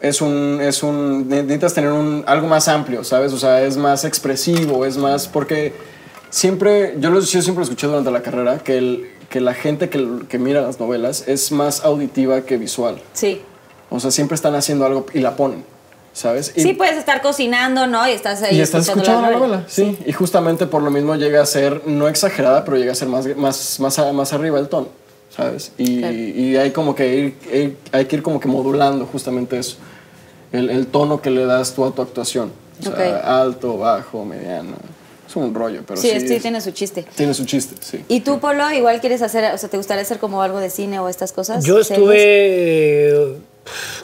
[SPEAKER 4] es un es un ne- necesitas tener un algo más amplio, ¿sabes? O sea, es más expresivo, es más porque siempre yo lo yo siempre lo escuché durante la carrera que el que la gente que, que mira las novelas es más auditiva que visual.
[SPEAKER 2] Sí.
[SPEAKER 4] O sea, siempre están haciendo algo y la ponen, ¿sabes? Y-
[SPEAKER 2] Sí, puedes estar cocinando, ¿no? Y estás ahí
[SPEAKER 4] y estás escuchando la novela,
[SPEAKER 2] novela.
[SPEAKER 4] sí. Y justamente por lo mismo llega a ser, no exagerada, pero llega a ser más, más, más, a- más arriba el tono, ¿sabes? Y,
[SPEAKER 2] Claro.
[SPEAKER 4] y hay como que ir, ir- hay que ir como que modulando justamente eso. El, el tono que le das tú a tu actuación. O sea,
[SPEAKER 2] Ok.
[SPEAKER 4] alto, bajo, mediano. Es un rollo, pero
[SPEAKER 2] Sí,
[SPEAKER 4] sí.
[SPEAKER 2] sí,
[SPEAKER 4] es-
[SPEAKER 2] tiene su chiste.
[SPEAKER 4] tiene su chiste, sí.
[SPEAKER 2] ¿Y tú, Polo, igual quieres hacer, o sea, te gustaría hacer como algo de cine o estas cosas?
[SPEAKER 3] Yo estuve,
[SPEAKER 2] ¿Series?
[SPEAKER 3] eh,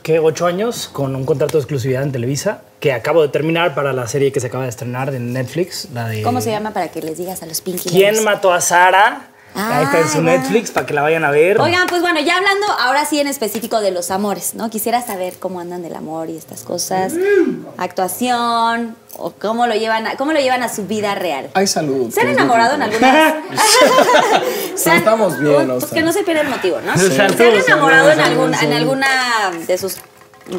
[SPEAKER 3] ¿qué? Ocho años con un contrato de exclusividad en Televisa que acabo de terminar para la serie que se acaba de estrenar en Netflix. La de
[SPEAKER 2] ¿Cómo se llama para que les digas a los Pinky
[SPEAKER 3] Eh, ¿Quién
[SPEAKER 2] Lovers?
[SPEAKER 3] mató a Sara?
[SPEAKER 2] Ah,
[SPEAKER 3] Ahí está en su
[SPEAKER 2] ya.
[SPEAKER 3] Netflix para que la vayan a ver.
[SPEAKER 2] Oigan, pues bueno, ya hablando ahora sí en específico de los amores, ¿no? Quisiera saber cómo andan del amor y estas cosas, actuación, o cómo lo llevan a, cómo lo llevan a su vida real.
[SPEAKER 4] Hay salud.
[SPEAKER 2] ¿Se han
[SPEAKER 4] pues,
[SPEAKER 2] enamorado en
[SPEAKER 4] yo creo
[SPEAKER 2] alguna vez? O sea,
[SPEAKER 4] estamos bien, o
[SPEAKER 2] Pues
[SPEAKER 4] sea.
[SPEAKER 2] que no se pierda el motivo, ¿no?
[SPEAKER 3] Sí.
[SPEAKER 2] ¿Se han
[SPEAKER 3] Sí, sí,
[SPEAKER 2] enamorado
[SPEAKER 4] sí,
[SPEAKER 2] en,
[SPEAKER 4] sí,
[SPEAKER 2] algún-
[SPEAKER 4] sí.
[SPEAKER 2] en alguna de sus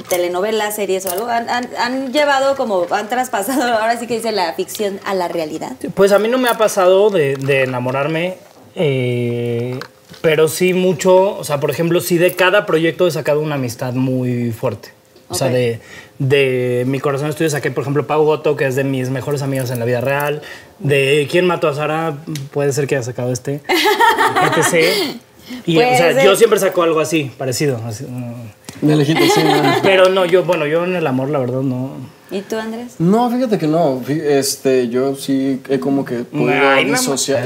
[SPEAKER 2] telenovelas, series o algo? ¿Han, han- han llevado como, han traspasado, ahora sí que dice la ficción a la realidad?
[SPEAKER 3] Pues a mí no me ha pasado de, de enamorarme, eh, pero sí mucho, o sea, por ejemplo, sí de cada proyecto he sacado una amistad muy fuerte. O sea, de, de Mi Corazón Estudio saqué, por ejemplo, Pau Goto, que es de mis mejores amigos en la vida real. De ¿Quién mató a Sara? Puede ser que haya sacado este. etc. Y, o
[SPEAKER 2] Puede
[SPEAKER 3] sea,
[SPEAKER 2] ser.
[SPEAKER 3] yo siempre saco algo así, parecido. así, mm.
[SPEAKER 4] De lejitos, sí, no.
[SPEAKER 3] Pero no, yo, bueno, yo en el amor, la verdad, no.
[SPEAKER 2] ¿Y tú, Andrés?
[SPEAKER 4] No, fíjate que no. Fí- Este, yo sí he como que podido
[SPEAKER 3] Ay, no
[SPEAKER 4] disociar.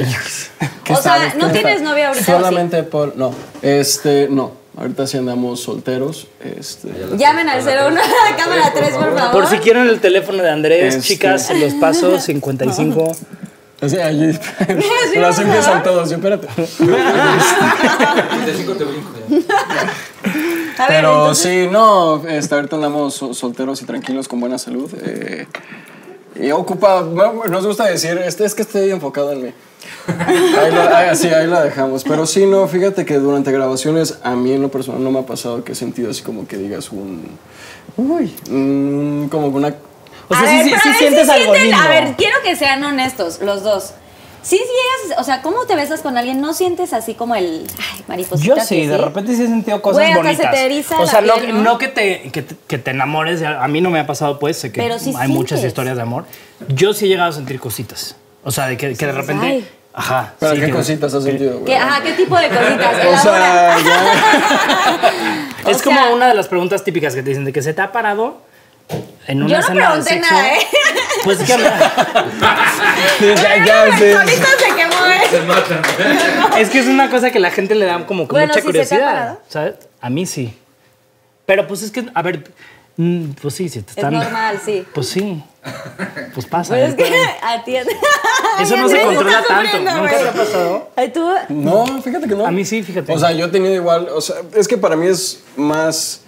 [SPEAKER 4] ¿Qué
[SPEAKER 2] O sea,
[SPEAKER 4] sabes?
[SPEAKER 2] ¿no
[SPEAKER 4] ¿Qué
[SPEAKER 2] tienes
[SPEAKER 4] tal?
[SPEAKER 2] novia ahorita, o sí?
[SPEAKER 4] Solamente por. No. Este, no. Ahorita sí andamos solteros. Este.
[SPEAKER 2] Llamen al 01 a la cámara 3, por favor.
[SPEAKER 3] Por si quieren el teléfono de Andrés,
[SPEAKER 4] Este.
[SPEAKER 3] chicas, se los paso 55.
[SPEAKER 4] O sea, allí. pero así empiezan todos. Yo, espérate.
[SPEAKER 2] a ver,
[SPEAKER 4] Pero
[SPEAKER 2] entonces,
[SPEAKER 4] sí, no, este, ahorita andamos sol- solteros y tranquilos con buena salud. eh, y ocupa, no- nos gusta decir, este, es que estoy enfocado en mí. Ahí la, ahí- sí, ahí la dejamos. Pero sí, no, fíjate que durante grabaciones a mí en lo personal no me ha pasado que he sentido así como que digas un... Uy, mm, como que una...
[SPEAKER 3] O
[SPEAKER 2] a
[SPEAKER 3] sea,
[SPEAKER 2] ver,
[SPEAKER 3] sí, sí,
[SPEAKER 2] pero a
[SPEAKER 3] sí
[SPEAKER 2] ver si
[SPEAKER 3] sientes algo
[SPEAKER 2] sienten-
[SPEAKER 3] lindo.
[SPEAKER 2] A ver, quiero que sean honestos, los dos. Sí, sí, es- o sea, ¿cómo te besas con alguien? ¿No sientes así como el, ay, mariposita?
[SPEAKER 3] Yo sí, de repente sí he sentido cosas
[SPEAKER 2] Güey, hasta
[SPEAKER 3] bonitas.
[SPEAKER 2] se te eriza
[SPEAKER 3] o sea,
[SPEAKER 2] la
[SPEAKER 3] no,
[SPEAKER 2] piel, ¿no?
[SPEAKER 3] no que, te, que, te, que te enamores, a a mí no me ha pasado pues, sé que
[SPEAKER 2] Pero
[SPEAKER 3] hay
[SPEAKER 2] sí
[SPEAKER 3] muchas
[SPEAKER 2] sientes.
[SPEAKER 3] historias de amor. Yo sí he llegado a sentir cositas. O sea, de que, que de repente...
[SPEAKER 2] ay.
[SPEAKER 3] Ajá.
[SPEAKER 4] Pero
[SPEAKER 3] sí,
[SPEAKER 4] qué
[SPEAKER 3] que-
[SPEAKER 4] cositas has sentido,
[SPEAKER 2] ¿Qué,
[SPEAKER 4] güey.
[SPEAKER 2] ajá, ¿qué tipo de cositas?
[SPEAKER 4] O
[SPEAKER 2] Elabora.
[SPEAKER 4] sea, ya-
[SPEAKER 2] O
[SPEAKER 3] Es
[SPEAKER 2] sea,
[SPEAKER 3] como una de las preguntas típicas que te dicen, de que se te ha parado en una
[SPEAKER 2] Yo no
[SPEAKER 3] escena de
[SPEAKER 2] pregunté
[SPEAKER 3] sexo.
[SPEAKER 2] nada, ¿eh?
[SPEAKER 3] Pues que
[SPEAKER 4] ya, ya, sí.
[SPEAKER 2] Solito se quemó, ¿eh?
[SPEAKER 3] es que es una cosa que la gente le da como que
[SPEAKER 2] Bueno,
[SPEAKER 3] mucha
[SPEAKER 2] si se te ha
[SPEAKER 3] curiosidad.
[SPEAKER 2] parado.
[SPEAKER 3] ¿Sabes? A mí sí. Pero pues es que, a ver, mm, pues sí, si te
[SPEAKER 2] Es
[SPEAKER 3] están.
[SPEAKER 2] normal, sí.
[SPEAKER 3] Pues sí. Pues pasa.
[SPEAKER 2] Pero es
[SPEAKER 3] ¿eh?
[SPEAKER 2] que atiende.
[SPEAKER 3] Eso no se controla tanto. Nunca te ha
[SPEAKER 2] pasado? Ay, tú.
[SPEAKER 4] No, fíjate que no.
[SPEAKER 3] A mí sí, fíjate.
[SPEAKER 4] O sea, yo he tenido igual, o sea, es que para mí es más...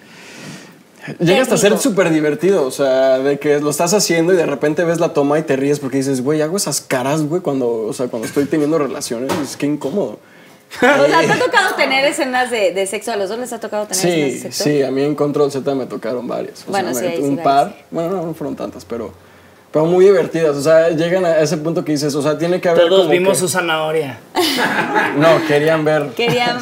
[SPEAKER 4] Llega hasta a ser
[SPEAKER 2] Técnico.
[SPEAKER 4] súper divertido, o sea, de que lo estás haciendo y de repente ves la toma y te ríes porque dices, güey, hago esas caras, güey, cuando, o sea, cuando estoy teniendo relaciones, es que incómodo.
[SPEAKER 2] O sea, ¿te ha tocado tener escenas de, de sexo? ¿A los dos les ha tocado tener escenas de
[SPEAKER 4] Sí,
[SPEAKER 2] sexo?
[SPEAKER 4] sí, a mí en Control Z me tocaron varias. O
[SPEAKER 2] Bueno,
[SPEAKER 4] sea,
[SPEAKER 2] sí,
[SPEAKER 4] me-
[SPEAKER 2] ahí sí,
[SPEAKER 4] un
[SPEAKER 2] varias,
[SPEAKER 4] par.
[SPEAKER 2] sí.
[SPEAKER 4] Bueno, no, no fueron tantas, pero, pero muy divertidas. O sea, llegan a ese punto que dices, o sea, tiene que haber.
[SPEAKER 3] Todos
[SPEAKER 4] como
[SPEAKER 3] vimos
[SPEAKER 4] que-
[SPEAKER 3] su zanahoria.
[SPEAKER 4] No, querían ver.
[SPEAKER 2] Querían.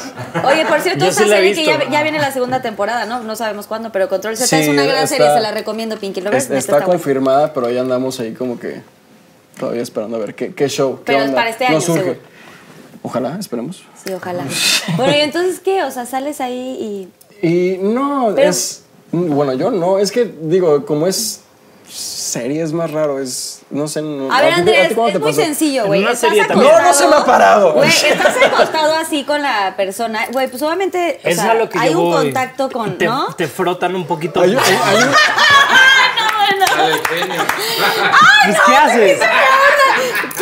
[SPEAKER 2] Oye, por cierto,
[SPEAKER 3] Yo
[SPEAKER 2] esta
[SPEAKER 3] sí la he
[SPEAKER 2] serie que
[SPEAKER 3] visto.
[SPEAKER 2] ya, ya viene la segunda temporada, ¿no? No sabemos cuándo, pero Control Z
[SPEAKER 4] Sí,
[SPEAKER 2] es una gran
[SPEAKER 4] está-
[SPEAKER 2] serie, se la recomiendo, Pinky Lovers.
[SPEAKER 4] Es-
[SPEAKER 2] neta,
[SPEAKER 4] está
[SPEAKER 2] buena.
[SPEAKER 4] confirmada, pero ya andamos ahí como que todavía esperando a ver qué, qué show. qué
[SPEAKER 2] Pero
[SPEAKER 4] onda.
[SPEAKER 2] para este
[SPEAKER 4] No
[SPEAKER 2] año,
[SPEAKER 4] surge.
[SPEAKER 2] seguro.
[SPEAKER 4] Ojalá, esperemos.
[SPEAKER 2] Sí, ojalá. Bueno, ¿y entonces qué? O sea, sales ahí y.
[SPEAKER 4] Y no,
[SPEAKER 2] Pero-
[SPEAKER 4] es. Bueno, yo no. Es que, digo, como es serie, es más raro. Es. No sé. No,
[SPEAKER 2] A ver,
[SPEAKER 4] ti- ti
[SPEAKER 2] Andrés,
[SPEAKER 4] cómo te
[SPEAKER 2] es muy
[SPEAKER 4] pasó?
[SPEAKER 2] sencillo,
[SPEAKER 3] En
[SPEAKER 2] güey.
[SPEAKER 3] una
[SPEAKER 2] Estás
[SPEAKER 3] serie también.
[SPEAKER 2] acostado-
[SPEAKER 4] No, no se me ha parado.
[SPEAKER 2] Güey, estás acostado así con la persona. Güey, pues obviamente. o
[SPEAKER 3] Es
[SPEAKER 2] sea,
[SPEAKER 3] a lo que yo
[SPEAKER 2] Hay un
[SPEAKER 3] voy.
[SPEAKER 2] contacto con.
[SPEAKER 3] Te,
[SPEAKER 2] ¿No?
[SPEAKER 3] te frotan un poquito.
[SPEAKER 4] Hay, un- hay un-
[SPEAKER 3] Pues, ¿Qué haces?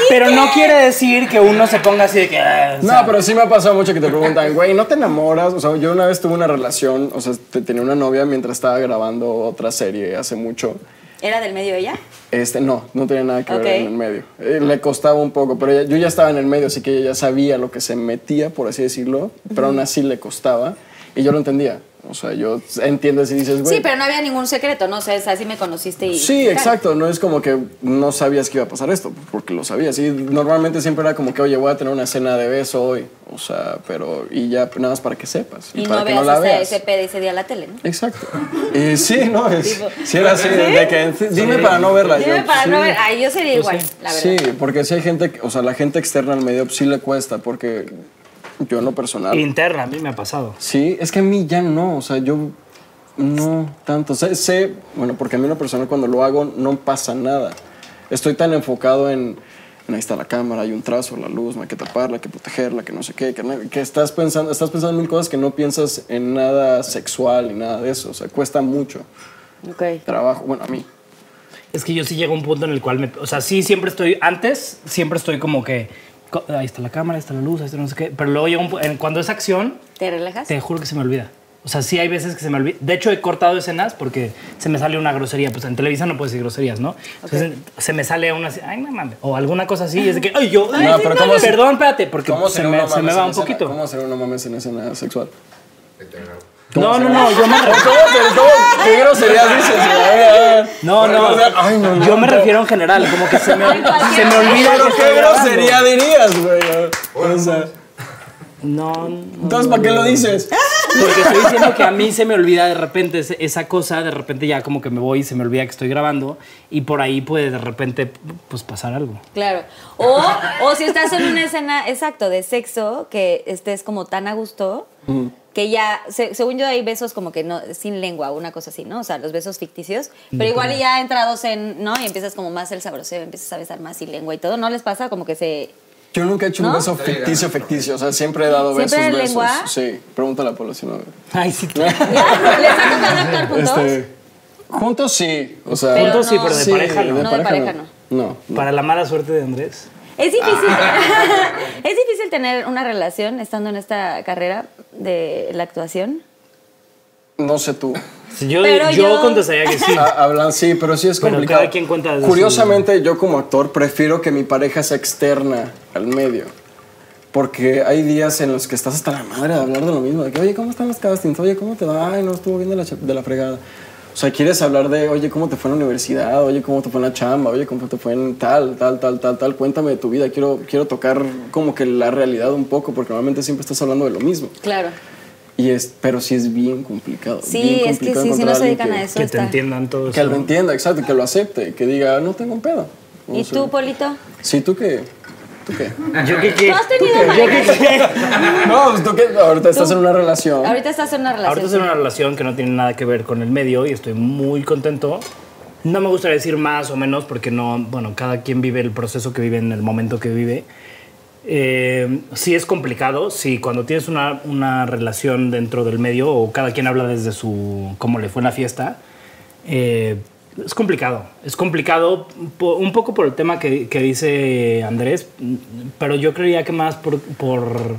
[SPEAKER 3] Pero no quiere decir que uno se ponga así de que. ah, o sea,
[SPEAKER 4] No, pero sí me ha pasado mucho que te preguntan, güey, ¿no te enamoras? O sea, yo una vez tuve una relación, o sea, te- tenía una novia mientras estaba grabando otra serie hace mucho.
[SPEAKER 2] ¿Era del medio ella?
[SPEAKER 4] Este, no, no tenía nada que
[SPEAKER 2] Ok.
[SPEAKER 4] ver en el medio. Eh, le costaba un poco, pero ella- yo ya estaba en el medio, así que ella ya sabía lo que se metía, por así decirlo, pero aún así le costaba y yo lo entendía. O sea, yo entiendo si dices, güey.
[SPEAKER 2] Sí, pero no había ningún secreto, ¿no? O sea, es así me conociste y.
[SPEAKER 4] Sí, exacto. No es como que no sabías que iba a pasar esto, porque lo sabías. Y normalmente siempre era como que, oye, voy a tener una cena de beso hoy. O sea, pero. Y ya nada más para que sepas. Y,
[SPEAKER 2] Y
[SPEAKER 4] para
[SPEAKER 2] no
[SPEAKER 4] que
[SPEAKER 2] veas
[SPEAKER 4] no la
[SPEAKER 2] ese,
[SPEAKER 4] veas.
[SPEAKER 2] ese pedo ese día la tele, ¿no?
[SPEAKER 4] Exacto. Y sí, no, es. sí era así, de que. Dime para no verla.
[SPEAKER 2] Dime
[SPEAKER 4] Yo,
[SPEAKER 2] para
[SPEAKER 4] sí.
[SPEAKER 2] no ver. Ay, yo sería igual, la verdad.
[SPEAKER 4] Sí, porque si hay gente, que- o sea, la gente externa al medio pues, sí le cuesta, porque yo en lo personal.
[SPEAKER 3] Interna, a mí me ha pasado.
[SPEAKER 4] Sí, es que a mí ya no, o sea, yo no tanto. Sé, sé- bueno, porque a mí en lo personal cuando lo hago no pasa nada. Estoy tan enfocado en, en ahí está la cámara, hay un trazo, la luz, no hay que taparla, hay que protegerla, que no sé qué, que, na- que estás pensando, estás pensando en mil cosas que no piensas en nada sexual ni nada de eso. O sea, cuesta mucho
[SPEAKER 2] Ok.
[SPEAKER 4] trabajo, bueno, a mí.
[SPEAKER 3] Es que yo sí llego a un punto en el cual me. O sea, sí, siempre estoy. Antes, siempre estoy como que. co- Ahí está la cámara, ahí está la luz, ahí está no sé qué. Pero luego llega un pu- en- Cuando es acción,
[SPEAKER 2] ¿Te relajas?
[SPEAKER 3] te juro que se me olvida. O sea, sí hay veces que se me olvida. De hecho, he cortado escenas porque se me sale una grosería. Pues en Televisa no puedes decir groserías, ¿no? Entonces se me sale una así, ay, no mames. O alguna cosa así. Y es de que, ay, yo, ay,
[SPEAKER 4] No, pero
[SPEAKER 3] sí,
[SPEAKER 4] ¿cómo
[SPEAKER 3] mames.
[SPEAKER 4] se-
[SPEAKER 3] perdón, espérate, porque
[SPEAKER 4] ¿Cómo
[SPEAKER 3] se
[SPEAKER 4] ser uno
[SPEAKER 3] me, se me
[SPEAKER 4] mames
[SPEAKER 3] va
[SPEAKER 4] en
[SPEAKER 3] un
[SPEAKER 4] escena?
[SPEAKER 3] poquito.
[SPEAKER 4] ¿Cómo ser uno mames en escena sexual?
[SPEAKER 3] No, no, no, yo me refiero.
[SPEAKER 4] ¿Cómo, se- cómo, ¿Qué groserías dices? güey? A ver, a ver.
[SPEAKER 3] No, no,
[SPEAKER 4] Ay, no, no,
[SPEAKER 3] yo me
[SPEAKER 4] no.
[SPEAKER 3] refiero en general, como que se me,
[SPEAKER 2] cualquier-
[SPEAKER 3] se me olvida.
[SPEAKER 4] Pero
[SPEAKER 3] que
[SPEAKER 4] qué
[SPEAKER 3] estoy grabando.
[SPEAKER 4] grosería dirías, güey. O sea,
[SPEAKER 3] No, no.
[SPEAKER 4] entonces, ¿para qué lo dices?
[SPEAKER 3] Porque estoy diciendo que a mí se me olvida de repente es- esa cosa, de repente ya como que me voy y se me olvida que estoy grabando y por ahí puede de repente pues pasar algo.
[SPEAKER 2] Claro. O, o si estás en una escena, exacto, de sexo, que estés como tan a gusto, que ya, se- según yo hay besos como que no, sin lengua, una cosa así, ¿no? O sea, los besos ficticios. Pero igual y ya entrados en, ¿no? Y empiezas como más el sabroseo, empiezas a besar más sin lengua y todo. ¿No les pasa como que se...
[SPEAKER 4] Yo nunca he hecho un
[SPEAKER 2] ¿No?
[SPEAKER 4] beso ficticio, ficticio. O sea, siempre he dado
[SPEAKER 2] ¿Siempre de
[SPEAKER 4] besos, besos.
[SPEAKER 2] lengua?
[SPEAKER 4] Sí, pregúntale a la población. a ver.
[SPEAKER 3] Ay, sí.
[SPEAKER 2] ¿Les ha tocado actuar juntos?
[SPEAKER 4] Este, juntos sí. O sea,
[SPEAKER 2] Pero
[SPEAKER 3] Juntos sí, pero de
[SPEAKER 4] sí,
[SPEAKER 3] pareja no.
[SPEAKER 2] No, de pareja
[SPEAKER 4] No.
[SPEAKER 3] Para la mala suerte de Andrés.
[SPEAKER 2] Es difícil, es difícil tener una relación estando en esta carrera de la actuación.
[SPEAKER 4] No sé tú.
[SPEAKER 3] Si yo,
[SPEAKER 2] Pero
[SPEAKER 3] yo,
[SPEAKER 2] yo-
[SPEAKER 3] contestaría que sí.
[SPEAKER 4] Ha- Hablan, sí, pero sí es
[SPEAKER 3] Pero
[SPEAKER 4] complicado.
[SPEAKER 3] cada quien cuenta desde
[SPEAKER 4] Curiosamente, yo como actor prefiero que mi pareja sea externa al medio. Porque hay días en los que estás hasta la madre de hablar de lo mismo. De que, oye, ¿cómo están los castings? Oye, ¿cómo te va? Ay, no, estuvo bien de la, ch- de la fregada. O sea, quieres hablar de, oye, ¿cómo te fue en la universidad? Oye, ¿cómo te fue en la chamba? Oye, ¿cómo te fue en tal, tal, tal, tal, tal? Cuéntame de tu vida. Quiero, quiero tocar como que la realidad un poco, porque normalmente siempre estás hablando de lo mismo.
[SPEAKER 2] Claro.
[SPEAKER 4] Y es, pero sí es bien complicado.
[SPEAKER 2] Sí,
[SPEAKER 4] bien
[SPEAKER 2] es que
[SPEAKER 4] complicado
[SPEAKER 2] sí, si
[SPEAKER 4] encontrar
[SPEAKER 2] no se
[SPEAKER 4] alguien
[SPEAKER 2] dedican
[SPEAKER 4] que-
[SPEAKER 2] a eso
[SPEAKER 3] Que te
[SPEAKER 2] está.
[SPEAKER 3] entiendan todos.
[SPEAKER 4] que lo entienda, exacto, que lo acepte, que diga, no tengo un pedo. O
[SPEAKER 2] ¿Y
[SPEAKER 4] sea,
[SPEAKER 2] tú, Polito?
[SPEAKER 4] Sí, tú qué. ¿Tú qué?
[SPEAKER 3] Yo que qué.
[SPEAKER 2] ¿Tú has tenido
[SPEAKER 3] Yo que qué.
[SPEAKER 4] no, pues, tú qué. Ahorita estás en una relación.
[SPEAKER 2] Ahorita estás en una relación.
[SPEAKER 3] Ahorita estoy en una relación que no tiene nada que ver con el medio y estoy muy contento. No me gustaría decir más o menos porque no, bueno, cada quien vive el proceso que vive en el momento que vive. Eh, sí es complicado, sí, cuando tienes una, una relación dentro del medio o cada quien habla desde su, cómo le fue en la fiesta, eh, es complicado, es complicado po- un poco por el tema que, que dice Andrés, pero yo creía que más por- por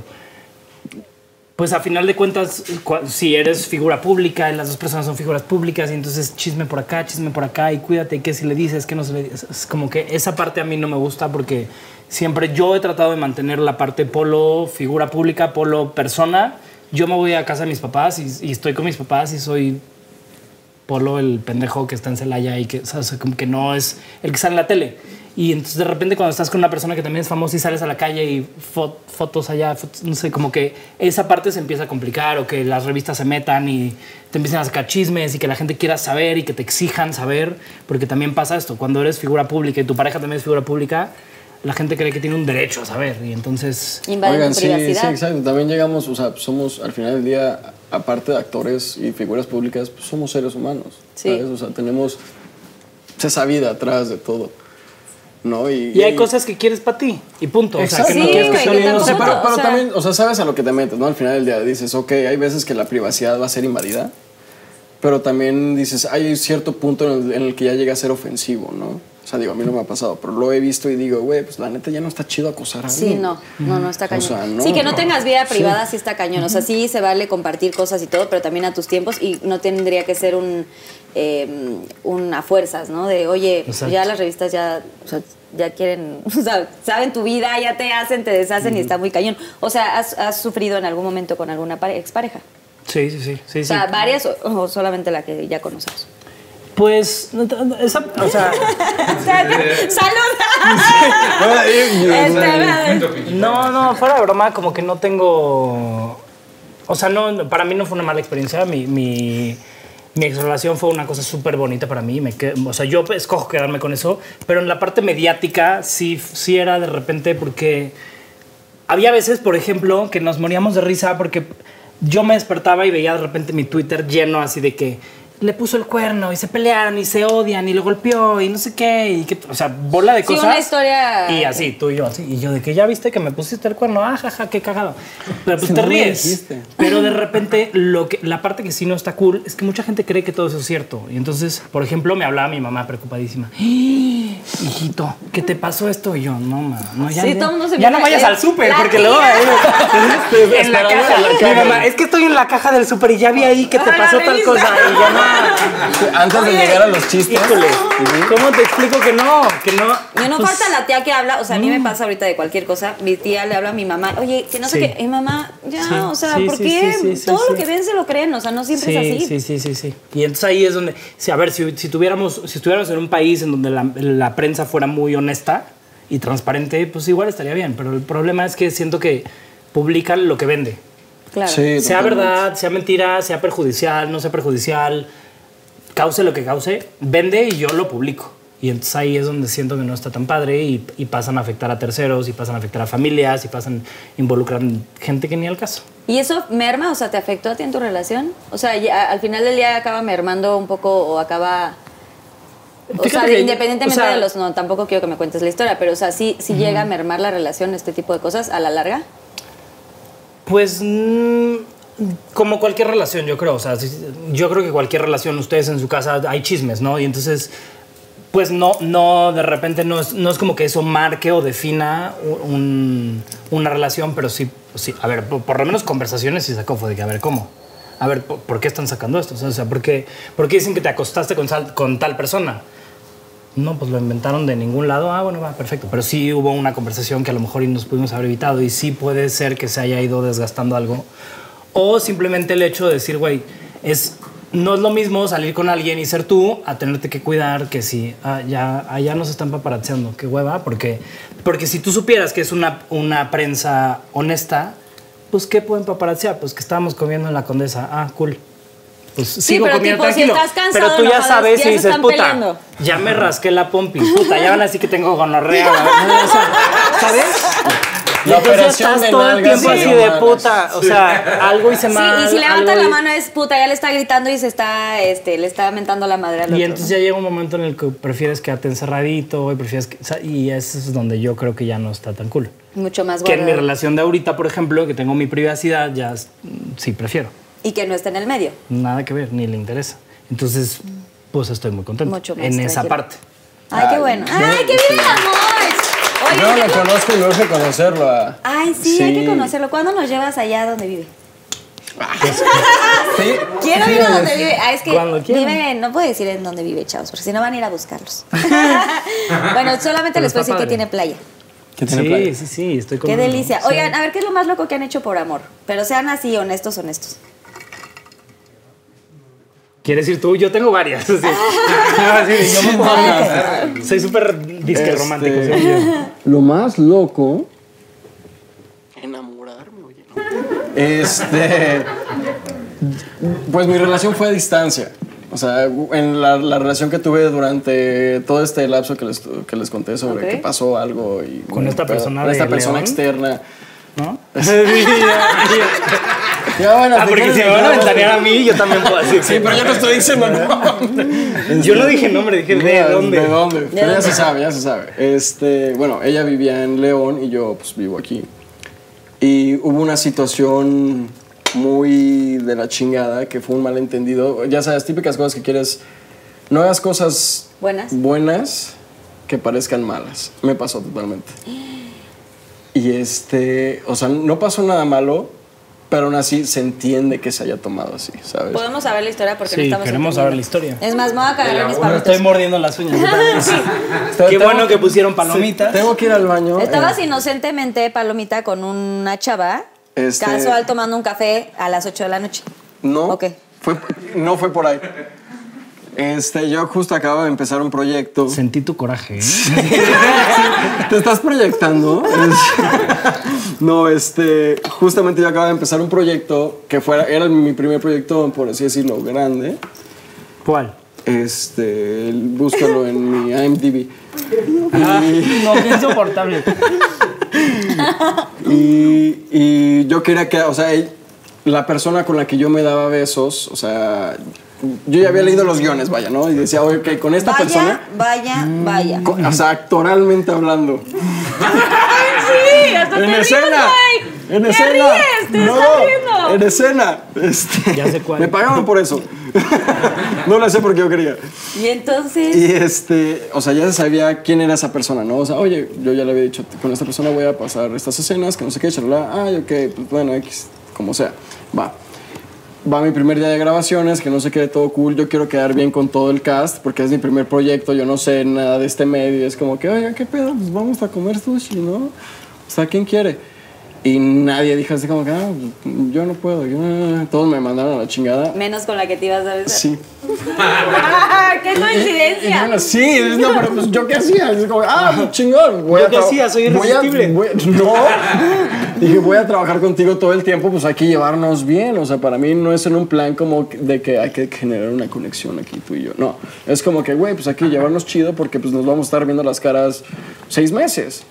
[SPEAKER 3] pues a final de cuentas, cua- si eres figura pública, y las dos personas son figuras públicas, y entonces chisme por acá, chisme por acá, y cuídate, que si le dices, que no se le dices. Es como que esa parte a mí no me gusta porque siempre yo he tratado de mantener la parte polo figura pública, polo persona. Yo me voy a casa de mis papás y, y estoy con mis papás y soy Polo, el pendejo que está en Celaya y que, o sea, soy como que no es el que sale en la tele. Y entonces de repente cuando estás con una persona que también es famosa y sales a la calle y fo- fotos allá, fotos- no sé, como que esa parte se empieza a complicar o que las revistas se metan y te empiezan a sacar chismes y que la gente quiera saber y que te exijan saber, porque también pasa esto, cuando eres figura pública y tu pareja también es figura pública, la gente cree que tiene un derecho a saber y entonces...
[SPEAKER 2] Invaden tu
[SPEAKER 4] sí, sí,
[SPEAKER 2] privacidad.
[SPEAKER 4] exacto. También llegamos, o sea, pues, somos al final del día, aparte de actores y figuras públicas, pues somos seres humanos.
[SPEAKER 2] Sí.
[SPEAKER 4] ¿sabes? O sea, tenemos pues, esa vida atrás de todo. ¿No? Y,
[SPEAKER 3] Y hay cosas que quieres para ti y punto. O sea, que no
[SPEAKER 2] Sí,
[SPEAKER 3] quieres que
[SPEAKER 2] güey,
[SPEAKER 4] son
[SPEAKER 2] que
[SPEAKER 4] inocentes.
[SPEAKER 2] tampoco-
[SPEAKER 4] pero, pero
[SPEAKER 2] o sea-
[SPEAKER 4] también, o sea, sabes a lo que te metes, ¿no? Al final del día dices, ok, hay veces que la privacidad va a ser invadida, pero también dices, hay cierto punto en el, en el que ya llega a ser ofensivo, ¿no? O sea, digo, a mí no me ha pasado, pero lo he visto y digo, güey, pues la neta ya no está chido acosar a alguien.
[SPEAKER 2] Sí, no, no, no está cañón.
[SPEAKER 4] sea, no,
[SPEAKER 2] sí, que no
[SPEAKER 4] no.
[SPEAKER 2] tengas vida
[SPEAKER 4] Sí.
[SPEAKER 2] privada sí. está cañón. O sea, sí se vale compartir cosas y todo, pero también a tus tiempos y no tendría que ser un, eh, un a fuerzas, ¿no? De, oye, pues
[SPEAKER 3] Exacto.
[SPEAKER 2] ya las revistas ya, o sea, ya quieren, o sea, saben tu vida, ya te hacen, te deshacen y está muy cañón. O sea, ¿has, has sufrido en algún momento con alguna pare- expareja?
[SPEAKER 3] Sí, sí, sí. sí,
[SPEAKER 2] O sea,
[SPEAKER 3] sí.
[SPEAKER 2] ¿varias o, o solamente la que ya conocemos?
[SPEAKER 3] Pues, no, no, esa, o sea,
[SPEAKER 2] ¡Salud!
[SPEAKER 4] Ay, yo-
[SPEAKER 2] Este,
[SPEAKER 3] no, no, fuera de broma, como que no tengo, o sea, no, no, para mí no fue una mala experiencia, mi, mi, mi ex relación fue una cosa súper bonita para mí, me que- o sea, yo escojo quedarme con eso, pero en la parte mediática sí, sí era de repente porque había veces, por ejemplo, que nos moríamos de risa porque yo me despertaba y veía de repente mi Twitter lleno así de que le puso el cuerno y se pelearon y se odian y lo golpeó y no sé qué y que, o sea, bola de
[SPEAKER 2] Sí,
[SPEAKER 3] cosas.
[SPEAKER 2] una historia-
[SPEAKER 3] Y así, tú y yo así. Y yo de que ya viste que me pusiste el cuerno, ajaja, qué cagado. Pero pues
[SPEAKER 4] Si
[SPEAKER 3] te
[SPEAKER 4] no me
[SPEAKER 3] ríes.
[SPEAKER 4] dijiste.
[SPEAKER 3] Pero de repente lo que, la parte que sí no está cool es que mucha gente cree que todo eso es cierto. Y entonces, por ejemplo, me hablaba mi mamá preocupadísima. Hijito, ¿qué te pasó esto? Y yo, no, ma, no, ya,
[SPEAKER 2] Sí,
[SPEAKER 3] ya,
[SPEAKER 2] todo el mundo se
[SPEAKER 3] ya no
[SPEAKER 2] empieza-
[SPEAKER 3] vayas
[SPEAKER 2] eh,
[SPEAKER 3] al súper
[SPEAKER 2] la
[SPEAKER 3] porque luego va a ir- en la
[SPEAKER 4] esperando
[SPEAKER 3] caja.
[SPEAKER 4] en la
[SPEAKER 3] Mi
[SPEAKER 4] caja.
[SPEAKER 3] mamá, es que estoy en la caja del súper y ya vi ahí que te
[SPEAKER 2] Ah, la
[SPEAKER 3] pasó tal
[SPEAKER 2] revista.
[SPEAKER 3] cosa. Y yo, no,
[SPEAKER 4] Antes de llegar a los chistes.
[SPEAKER 3] híjole, ¿cómo te explico que no? Que no.
[SPEAKER 2] Y no
[SPEAKER 3] Pues,
[SPEAKER 2] falta la tía que habla, o sea, a mí me pasa ahorita de cualquier cosa, mi tía le habla a mi mamá, oye, que no sé
[SPEAKER 3] Sí.
[SPEAKER 2] qué, y mamá, ya,
[SPEAKER 3] Sí,
[SPEAKER 2] o sea,
[SPEAKER 3] sí,
[SPEAKER 2] ¿por
[SPEAKER 3] sí,
[SPEAKER 2] qué
[SPEAKER 3] sí, sí, sí,
[SPEAKER 2] todo
[SPEAKER 3] sí.
[SPEAKER 2] lo que ven se lo creen? O sea, no siempre es
[SPEAKER 3] Sí,
[SPEAKER 2] así.
[SPEAKER 3] sí, sí, sí, sí. Y entonces ahí es donde, sí, a ver, si, si tuviéramos, si estuviéramos en un país en donde la, la prensa fuera muy honesta y transparente, pues igual estaría bien. Pero el problema es que siento que publican lo que vende.
[SPEAKER 2] Claro.
[SPEAKER 4] Sí,
[SPEAKER 3] Sea
[SPEAKER 4] totalmente.
[SPEAKER 3] verdad, sea mentira, sea perjudicial, no sea perjudicial, cause lo que cause, vende y yo lo publico. Y entonces ahí es donde siento que no está tan padre y, y pasan a afectar a terceros, y pasan a afectar a familias, y pasan involucran gente que ni al caso.
[SPEAKER 2] ¿Y eso merma? O sea, ¿te afectó a ti en tu relación? O sea, ya- al final del día acaba mermando un poco o acaba... O
[SPEAKER 3] Fíjate
[SPEAKER 2] sea,
[SPEAKER 3] que-
[SPEAKER 2] independientemente
[SPEAKER 3] o sea-
[SPEAKER 2] de los... No, tampoco quiero que me cuentes la historia, pero o sea, sí, sí llega a mermar la relación este tipo de cosas a la larga.
[SPEAKER 3] Pues mm, como cualquier relación, yo creo. O sea, si- yo creo que cualquier relación, ustedes en su casa hay chismes, ¿no? Y entonces, pues no, no, de repente no es, no es como que eso marque o defina u- un- una relación, pero sí, pues, sí, a ver, por, por lo menos conversaciones sí sacó, fue de que, a ver, ¿cómo? A ver, ¿por, por qué están sacando esto? O sea, ¿por qué, por qué dicen que te acostaste con, sal- con tal persona? No, pues lo inventaron de ningún lado. Ah, bueno, va, perfecto. Pero sí hubo una conversación que a lo mejor y nos pudimos haber evitado y sí puede ser que se haya ido desgastando algo. O simplemente el hecho de decir, güey, es, no es lo mismo salir con alguien y ser tú a tenerte que cuidar que si ah, ya, allá nos están paparazziando. Qué hueva, porque, porque si tú supieras que es una, una prensa honesta, pues ¿qué pueden paparazziar? Pues que estábamos comiendo en la condesa. Ah, cool. Pues sigo
[SPEAKER 2] pero
[SPEAKER 3] comiendo
[SPEAKER 2] tipo, si
[SPEAKER 3] tranquilo.
[SPEAKER 2] estás cansado,
[SPEAKER 3] pero tú ya
[SPEAKER 2] enojado, ya
[SPEAKER 3] sabes y
[SPEAKER 2] se
[SPEAKER 3] dices,
[SPEAKER 2] están
[SPEAKER 3] puta,
[SPEAKER 2] peleando".
[SPEAKER 3] ya me rasqué la pompi, puta, ya van así que tengo gonorrea, ¿no? O sea, ¿sabes?
[SPEAKER 4] La
[SPEAKER 3] Y entonces
[SPEAKER 4] operación
[SPEAKER 3] estás
[SPEAKER 4] de
[SPEAKER 3] todo el
[SPEAKER 4] nalgas
[SPEAKER 3] tiempo
[SPEAKER 4] valió
[SPEAKER 3] así de
[SPEAKER 4] madres.
[SPEAKER 3] puta, o sea, algo hice
[SPEAKER 2] Sí,
[SPEAKER 3] mal.
[SPEAKER 2] y si levanta
[SPEAKER 3] algo
[SPEAKER 2] la
[SPEAKER 3] hi-
[SPEAKER 2] mano es puta, ya le está gritando y se está, este, le está mentando la madre al otro.
[SPEAKER 3] Y entonces ya llega un momento en el que prefieres quedarte encerradito y prefieres que- o sea, y eso es donde yo creo que ya no está tan cool.
[SPEAKER 2] ¿no? Mucho más
[SPEAKER 3] Que en mi
[SPEAKER 2] guardado.
[SPEAKER 3] relación de ahorita, por ejemplo, que tengo mi privacidad, ya es- mm, sí prefiero.
[SPEAKER 2] Y que no está en el medio.
[SPEAKER 3] Nada que ver, ni le interesa. Entonces, pues estoy muy contento
[SPEAKER 2] Mucho más
[SPEAKER 3] en esa
[SPEAKER 2] tranquilo.
[SPEAKER 3] parte.
[SPEAKER 2] Ay, qué bueno. Ay, qué bien el amor. Oye,
[SPEAKER 4] Yo
[SPEAKER 2] ¿qué
[SPEAKER 4] lo
[SPEAKER 2] con-
[SPEAKER 4] conozco y me urge conocerlo. a-
[SPEAKER 2] Ay, sí, hay que conocerlo. ¿Cuándo nos llevas allá donde vive?
[SPEAKER 4] Sí,
[SPEAKER 2] Quiero
[SPEAKER 4] sí,
[SPEAKER 2] ir a
[SPEAKER 4] es-
[SPEAKER 2] donde vive. Ah, es que
[SPEAKER 3] Cuando quieran.
[SPEAKER 2] vive, no puedo decir en dónde vive, chavos, porque si no van a ir a buscarlos. bueno, solamente
[SPEAKER 3] Pero
[SPEAKER 2] les puedo
[SPEAKER 3] está
[SPEAKER 2] decir que
[SPEAKER 3] padre.
[SPEAKER 2] tiene playa.
[SPEAKER 4] que tiene
[SPEAKER 3] Sí,
[SPEAKER 4] playa.
[SPEAKER 3] sí, sí, estoy con
[SPEAKER 2] Qué delicia. Oigan, a ver, ¿qué es lo más loco que han hecho por amor? Pero sean así, honestos, honestos.
[SPEAKER 3] ¿Quieres ir tú? Yo tengo varias. sí. Sí, yo me pongo a hablar. Soy súper disque
[SPEAKER 4] Este,
[SPEAKER 3] romántico. soy yo.
[SPEAKER 4] Lo más loco. Enamorarme, oye. Este. Pues mi relación fue a distancia. O sea, en la, la relación que tuve durante todo este lapso que les, que les conté sobre
[SPEAKER 2] Ok.
[SPEAKER 4] que pasó algo y.
[SPEAKER 3] Con esta persona
[SPEAKER 4] Con esta
[SPEAKER 3] de
[SPEAKER 4] persona
[SPEAKER 3] León.
[SPEAKER 4] externa.
[SPEAKER 3] ¿No? Sí, ya, ya.
[SPEAKER 4] Ya, bueno,
[SPEAKER 3] Ah, porque
[SPEAKER 4] quieres
[SPEAKER 3] si me van a
[SPEAKER 4] digamos,
[SPEAKER 3] ventanear a mí, yo también puedo decir.
[SPEAKER 4] Sí, pero yo no estoy diciendo no.
[SPEAKER 3] Yo no dije nombre, dije de dónde.
[SPEAKER 4] ¿De dónde? Pero ya se sabe, ya se sabe. Este, bueno, ella vivía en León y yo pues vivo aquí. Y hubo una situación muy de la chingada que fue un malentendido. Ya sabes, típicas cosas que quieres. No hagas cosas
[SPEAKER 2] Buenas.
[SPEAKER 4] buenas que parezcan malas. Me pasó totalmente. Y este, o sea, no pasó nada malo, pero aún así se entiende que se haya tomado así, ¿sabes?
[SPEAKER 2] Podemos saber la historia porque
[SPEAKER 3] Sí,
[SPEAKER 2] no estamos entendiendo.
[SPEAKER 3] queremos saber la historia.
[SPEAKER 2] Es más, me voy a cagar mis
[SPEAKER 3] Bueno,
[SPEAKER 2] palomitas.
[SPEAKER 3] estoy mordiendo las uñas. yo también.
[SPEAKER 4] Te-
[SPEAKER 3] Qué
[SPEAKER 4] tengo
[SPEAKER 3] bueno que pusieron palomitas.
[SPEAKER 4] Tengo que ir al baño.
[SPEAKER 2] Estabas
[SPEAKER 4] eh,
[SPEAKER 2] inocentemente, palomita, con una chava
[SPEAKER 4] Este-
[SPEAKER 2] casual tomando un café a las 8 de la noche.
[SPEAKER 4] No.
[SPEAKER 2] Ok.
[SPEAKER 4] Fue, no fue por ahí. Este, yo justo acabo de empezar un proyecto.
[SPEAKER 3] Sentí tu coraje. ¿eh?
[SPEAKER 4] ¿Te estás proyectando? Es- no, este, justamente yo acabo de empezar un proyecto que fuera, era mi primer proyecto, por así decirlo, grande.
[SPEAKER 3] ¿Cuál?
[SPEAKER 4] Este, búscalo en mi IMDb.
[SPEAKER 3] Ah, no, qué insoportable.
[SPEAKER 4] Y, y yo quería que, o sea, él- la persona con la que yo me daba besos, o sea, yo ya había leído los guiones, vaya, ¿no? Y decía, oye, ok, con esta
[SPEAKER 2] Vaya,
[SPEAKER 4] persona, Mm.
[SPEAKER 2] vaya, vaya.
[SPEAKER 4] co- o sea, actoralmente hablando.
[SPEAKER 2] Sí, hasta
[SPEAKER 4] en escena, en escena, no, en escena, este,
[SPEAKER 3] Ya sé cuál.
[SPEAKER 4] me pagaban por eso. no lo sé porque yo quería.
[SPEAKER 2] Y entonces,
[SPEAKER 4] Y este, o sea, ya se sabía quién era esa persona, ¿no? O sea, oye, yo ya le había dicho, con esta persona voy a pasar estas escenas, que no sé qué, charla, ay, ok, pues bueno, X, como sea, va. Va mi primer día de grabaciones, que no sé qué, todo cool. Yo quiero quedar bien con todo el cast, porque es mi primer proyecto, yo no sé nada de este medio. Es como que, oiga, ¿qué pedo? Pues vamos a comer sushi, ¿no? O sea, ¿quién quiere? Y nadie dijo así como que, ah, yo no puedo. yo no- Todos me mandaron a la chingada.
[SPEAKER 2] menos con la que te ibas a besar.
[SPEAKER 4] Sí.
[SPEAKER 2] ¡Ah, ¡Qué
[SPEAKER 4] Y yo,
[SPEAKER 2] coincidencia!
[SPEAKER 4] bueno, sí, es- no, pero pues yo qué hacía. Es como, ah, pues, chingón. voy
[SPEAKER 3] ¿Yo
[SPEAKER 4] a
[SPEAKER 3] qué
[SPEAKER 4] tra-
[SPEAKER 3] hacía? Soy
[SPEAKER 4] voy a-
[SPEAKER 3] irresistible.
[SPEAKER 4] voy- no. dije, voy a trabajar contigo todo el tiempo, pues hay que llevarnos bien. O sea, para mí no es en un plan como de que hay que generar una conexión aquí tú y yo. No, es como que, güey, pues hay que llevarnos chido porque pues nos vamos a estar viendo las caras seis meses.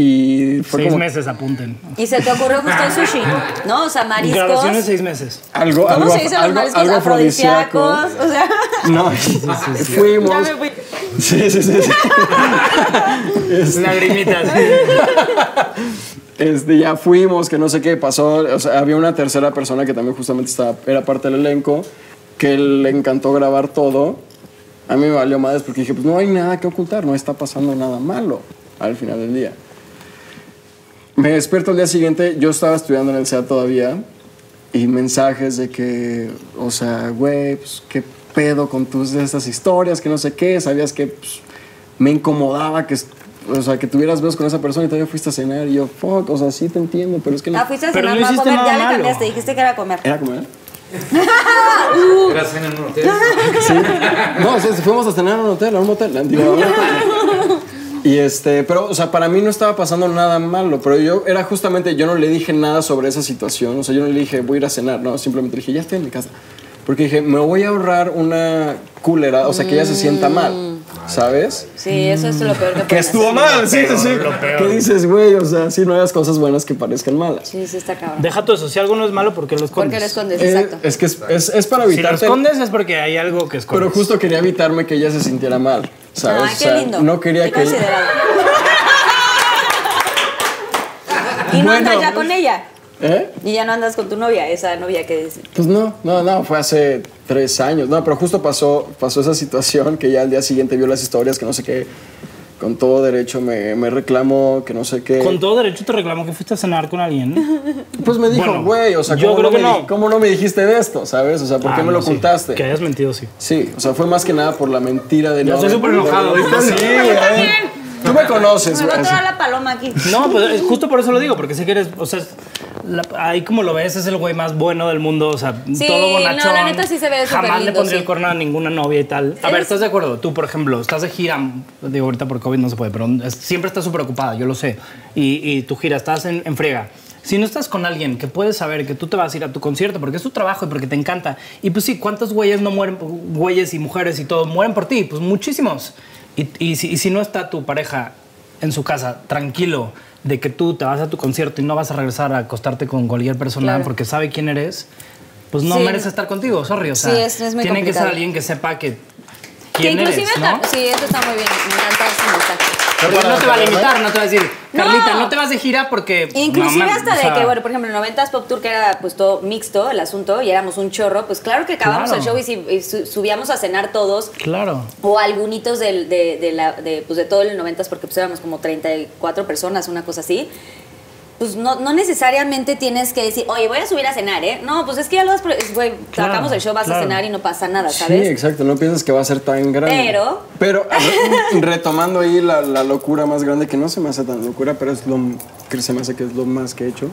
[SPEAKER 4] Y fue
[SPEAKER 3] seis
[SPEAKER 4] como-
[SPEAKER 3] meses apunten.
[SPEAKER 2] Y se te ocurrió justo el sushi, ¿no? O sea, mariscos.
[SPEAKER 3] Grabaciones seis meses.
[SPEAKER 4] Algo,
[SPEAKER 2] ¿Cómo
[SPEAKER 4] algo,
[SPEAKER 2] se dicen los
[SPEAKER 4] algo,
[SPEAKER 2] mariscos
[SPEAKER 4] algo
[SPEAKER 2] afrodisíacos?
[SPEAKER 4] afrodisíaco. Mm.
[SPEAKER 2] O sea,
[SPEAKER 4] No,
[SPEAKER 5] Ya
[SPEAKER 4] fuimos.
[SPEAKER 5] me fui.
[SPEAKER 4] Sí, sí, sí. sí.
[SPEAKER 3] Lagrimitas.
[SPEAKER 4] Este, ya fuimos, que no sé qué pasó. O sea, había una tercera persona que también justamente estaba, era parte del elenco, que le encantó grabar todo. A mí me valió madres porque dije, pues no hay nada que ocultar, no está pasando nada malo al final del día. Me despierto al día siguiente, yo estaba estudiando en el SEA todavía y mensajes de que, o sea, güey, pues qué pedo con tus de estas historias, que no sé qué, sabías que pues, me incomodaba que, est- o sea, que tuvieras besos con esa persona y todavía fuiste a cenar y yo, fuck, o sea, sí te entiendo, pero es que no.
[SPEAKER 2] ah, fuiste a
[SPEAKER 3] Pero
[SPEAKER 2] cenar,
[SPEAKER 3] no
[SPEAKER 2] no a
[SPEAKER 3] hiciste
[SPEAKER 2] comer,
[SPEAKER 3] nada
[SPEAKER 2] ya le
[SPEAKER 3] malo.
[SPEAKER 2] cambiaste, dijiste que era comer.
[SPEAKER 4] Era como, ¿eh?
[SPEAKER 6] Era cena en un hotel.
[SPEAKER 4] Sí. No, o sea, fuimos a cenar a un hotel, a un motel. Digo, a un hotel. Y este, pero, o sea, para mí no estaba pasando nada malo, pero yo era justamente, yo no le dije nada sobre esa situación, o sea, yo no le dije, voy a ir a cenar, no, simplemente le dije, ya estoy en mi casa. Porque dije, me voy a ahorrar una culera, o sea, que ella se sienta mal, ¿sabes?
[SPEAKER 2] Sí, eso es lo peor que
[SPEAKER 4] Que
[SPEAKER 2] puedes
[SPEAKER 4] estuvo
[SPEAKER 2] hacer.
[SPEAKER 4] mal, sí, sí, sí. ¿Qué dices, güey? O sea, sí, no hagas cosas buenas que parezcan malas.
[SPEAKER 2] Sí, sí, está cabrón.
[SPEAKER 3] Deja todo eso. Si algo no es malo, ¿por qué lo
[SPEAKER 2] Porque
[SPEAKER 3] escondes?
[SPEAKER 2] lo escondes,
[SPEAKER 4] Eh,
[SPEAKER 2] exacto.
[SPEAKER 4] es que es, es- es para
[SPEAKER 3] Si lo
[SPEAKER 4] evitarte.
[SPEAKER 3] escondes es porque hay algo que escondes.
[SPEAKER 4] Pero justo quería evitarme que ella se sintiera mal, ¿sabes?
[SPEAKER 2] Ay,
[SPEAKER 4] O
[SPEAKER 2] Ah, qué
[SPEAKER 4] sea,
[SPEAKER 2] lindo.
[SPEAKER 4] No quería
[SPEAKER 2] Qué
[SPEAKER 4] que...
[SPEAKER 2] considerado. Y no andas
[SPEAKER 4] Bueno.
[SPEAKER 2] ya con ella.
[SPEAKER 4] ¿Eh?
[SPEAKER 2] Y ya no andas con tu novia, esa novia que es.
[SPEAKER 4] Pues no, no, no, fue hace tres años. No, pero justo pasó, pasó esa situación que ya al día siguiente vio las historias, que no sé qué, con todo derecho me, me reclamó, que no sé qué.
[SPEAKER 3] Con todo derecho te reclamo que fuiste a cenar con alguien. ¿eh?
[SPEAKER 4] Pues me dijo,
[SPEAKER 3] Bueno,
[SPEAKER 4] güey, o sea,
[SPEAKER 3] yo
[SPEAKER 4] ¿cómo,
[SPEAKER 3] creo
[SPEAKER 4] no
[SPEAKER 3] que
[SPEAKER 4] me di-
[SPEAKER 3] no.
[SPEAKER 4] ¿cómo no me dijiste de esto? ¿Sabes? O sea, ¿por qué
[SPEAKER 3] Ah,
[SPEAKER 4] me lo
[SPEAKER 3] no, sí.
[SPEAKER 4] ocultaste?
[SPEAKER 3] Que hayas mentido, sí.
[SPEAKER 4] Sí, o sea, fue más que nada por la mentira de
[SPEAKER 3] Ya
[SPEAKER 4] no...
[SPEAKER 3] estoy
[SPEAKER 4] de-
[SPEAKER 3] súper
[SPEAKER 4] de-
[SPEAKER 3] enojado, ¿viste?
[SPEAKER 4] Sí, ¿eh? Tú me conoces,
[SPEAKER 2] "Pues Me
[SPEAKER 4] güey.
[SPEAKER 2] va a traer la paloma aquí.
[SPEAKER 3] No, pues es justo por eso lo digo, porque sé que eres, o sea, es- la- ahí como lo ves, es el güey más bueno del mundo, o sea,
[SPEAKER 2] Sí,
[SPEAKER 3] todo bonachón.
[SPEAKER 2] no, la neta sí se ve súper
[SPEAKER 3] Jamás le
[SPEAKER 2] lindo,
[SPEAKER 3] pondría
[SPEAKER 2] sí.
[SPEAKER 3] el cuerno a ninguna novia y tal. A ver,
[SPEAKER 2] Eres-
[SPEAKER 3] ¿estás de acuerdo? Tú, por ejemplo, estás de gira, digo, ahorita por COVID no se puede, pero es- siempre estás súper ocupada, yo lo sé, y, y tu gira, estás en, en friega. Si no estás con alguien que puedes saber que tú te vas a ir a tu concierto porque es tu trabajo y porque te encanta, y pues sí, ¿cuántos güeyes no mueren, güeyes y mujeres y todo, mueren por ti? Pues muchísimos. Y, y si, y si no está tu pareja en su casa, tranquilo, de que tú te vas a tu concierto y no vas a regresar a acostarte con cualquier persona
[SPEAKER 2] Claro.
[SPEAKER 3] porque sabe quién eres, pues no
[SPEAKER 2] Sí.
[SPEAKER 3] merece estar contigo, sorry. O sea,
[SPEAKER 2] Sí, es- es muy
[SPEAKER 3] tiene que
[SPEAKER 2] complicado.
[SPEAKER 3] ser alguien que sepa que
[SPEAKER 2] Que
[SPEAKER 3] quién
[SPEAKER 2] inclusive
[SPEAKER 3] eres,
[SPEAKER 2] ta-
[SPEAKER 3] ¿no?
[SPEAKER 2] Sí, eso está muy bien. Me encanta ese mensaje.
[SPEAKER 3] Porque no te va a limitar, no te va a decir,
[SPEAKER 2] No.
[SPEAKER 3] Carlita, no te vas de gira porque...
[SPEAKER 2] Inclusive
[SPEAKER 3] mamá",
[SPEAKER 2] hasta
[SPEAKER 3] o
[SPEAKER 2] de
[SPEAKER 3] sea,
[SPEAKER 2] que, bueno, por ejemplo, en 90s Pop Tour, que era pues todo mixto el asunto, y éramos un chorro, pues claro que acabamos
[SPEAKER 3] Claro.
[SPEAKER 2] el show y, si- y su- subíamos a cenar todos,
[SPEAKER 3] Claro.
[SPEAKER 2] o algunitos del- de, de la- de, pues, de todo el 90s, porque pues éramos como 34 personas, una cosa así. Pues no, no necesariamente tienes que decir, oye, voy a subir a cenar, ¿eh? No, pues es que ya lo vas, pro- güey,
[SPEAKER 3] Claro,
[SPEAKER 2] acabamos el show, vas
[SPEAKER 3] claro.
[SPEAKER 2] a cenar y no pasa nada,
[SPEAKER 4] Sí,
[SPEAKER 2] ¿sabes?
[SPEAKER 4] exacto, no piensas que va a ser tan grande.
[SPEAKER 2] Pero-
[SPEAKER 4] Pero re- retomando ahí la, la locura más grande, que no se me hace tan locura, pero es lo m- que se me hace que es lo más que he hecho.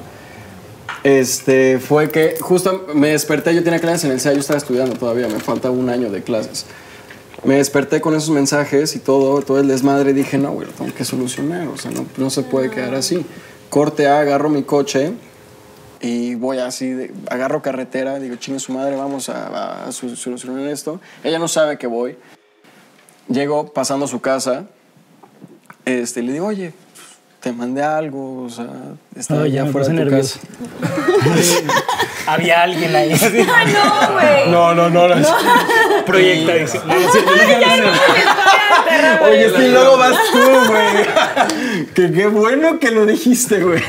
[SPEAKER 4] Este, fue que justo me desperté, yo tenía clases en el CEA, yo estaba estudiando todavía, me falta un año de clases. Me desperté con esos mensajes y todo, todo el desmadre, y dije, no, güey, lo tengo que solucionar, o sea, no, no se puede quedar así. Corte A, agarro mi coche, y voy así, de- agarro carretera, digo, chingue su madre, vamos a, a- a su- solucionar esto. Ella no sabe que voy. Llego pasando a su casa este, y le digo, oye, te mandé algo, o sea, estaba
[SPEAKER 3] Ay, Ah, ya
[SPEAKER 4] allá
[SPEAKER 3] me
[SPEAKER 4] fuera de
[SPEAKER 3] puse
[SPEAKER 4] tu
[SPEAKER 3] nervioso.
[SPEAKER 4] casa.
[SPEAKER 3] Había alguien ahí.
[SPEAKER 2] Ay, no, güey.
[SPEAKER 4] No, no, no. no.
[SPEAKER 3] Proyecta, dice.
[SPEAKER 4] Oye, es que luego vas tú, güey. que qué bueno que lo dijiste, güey.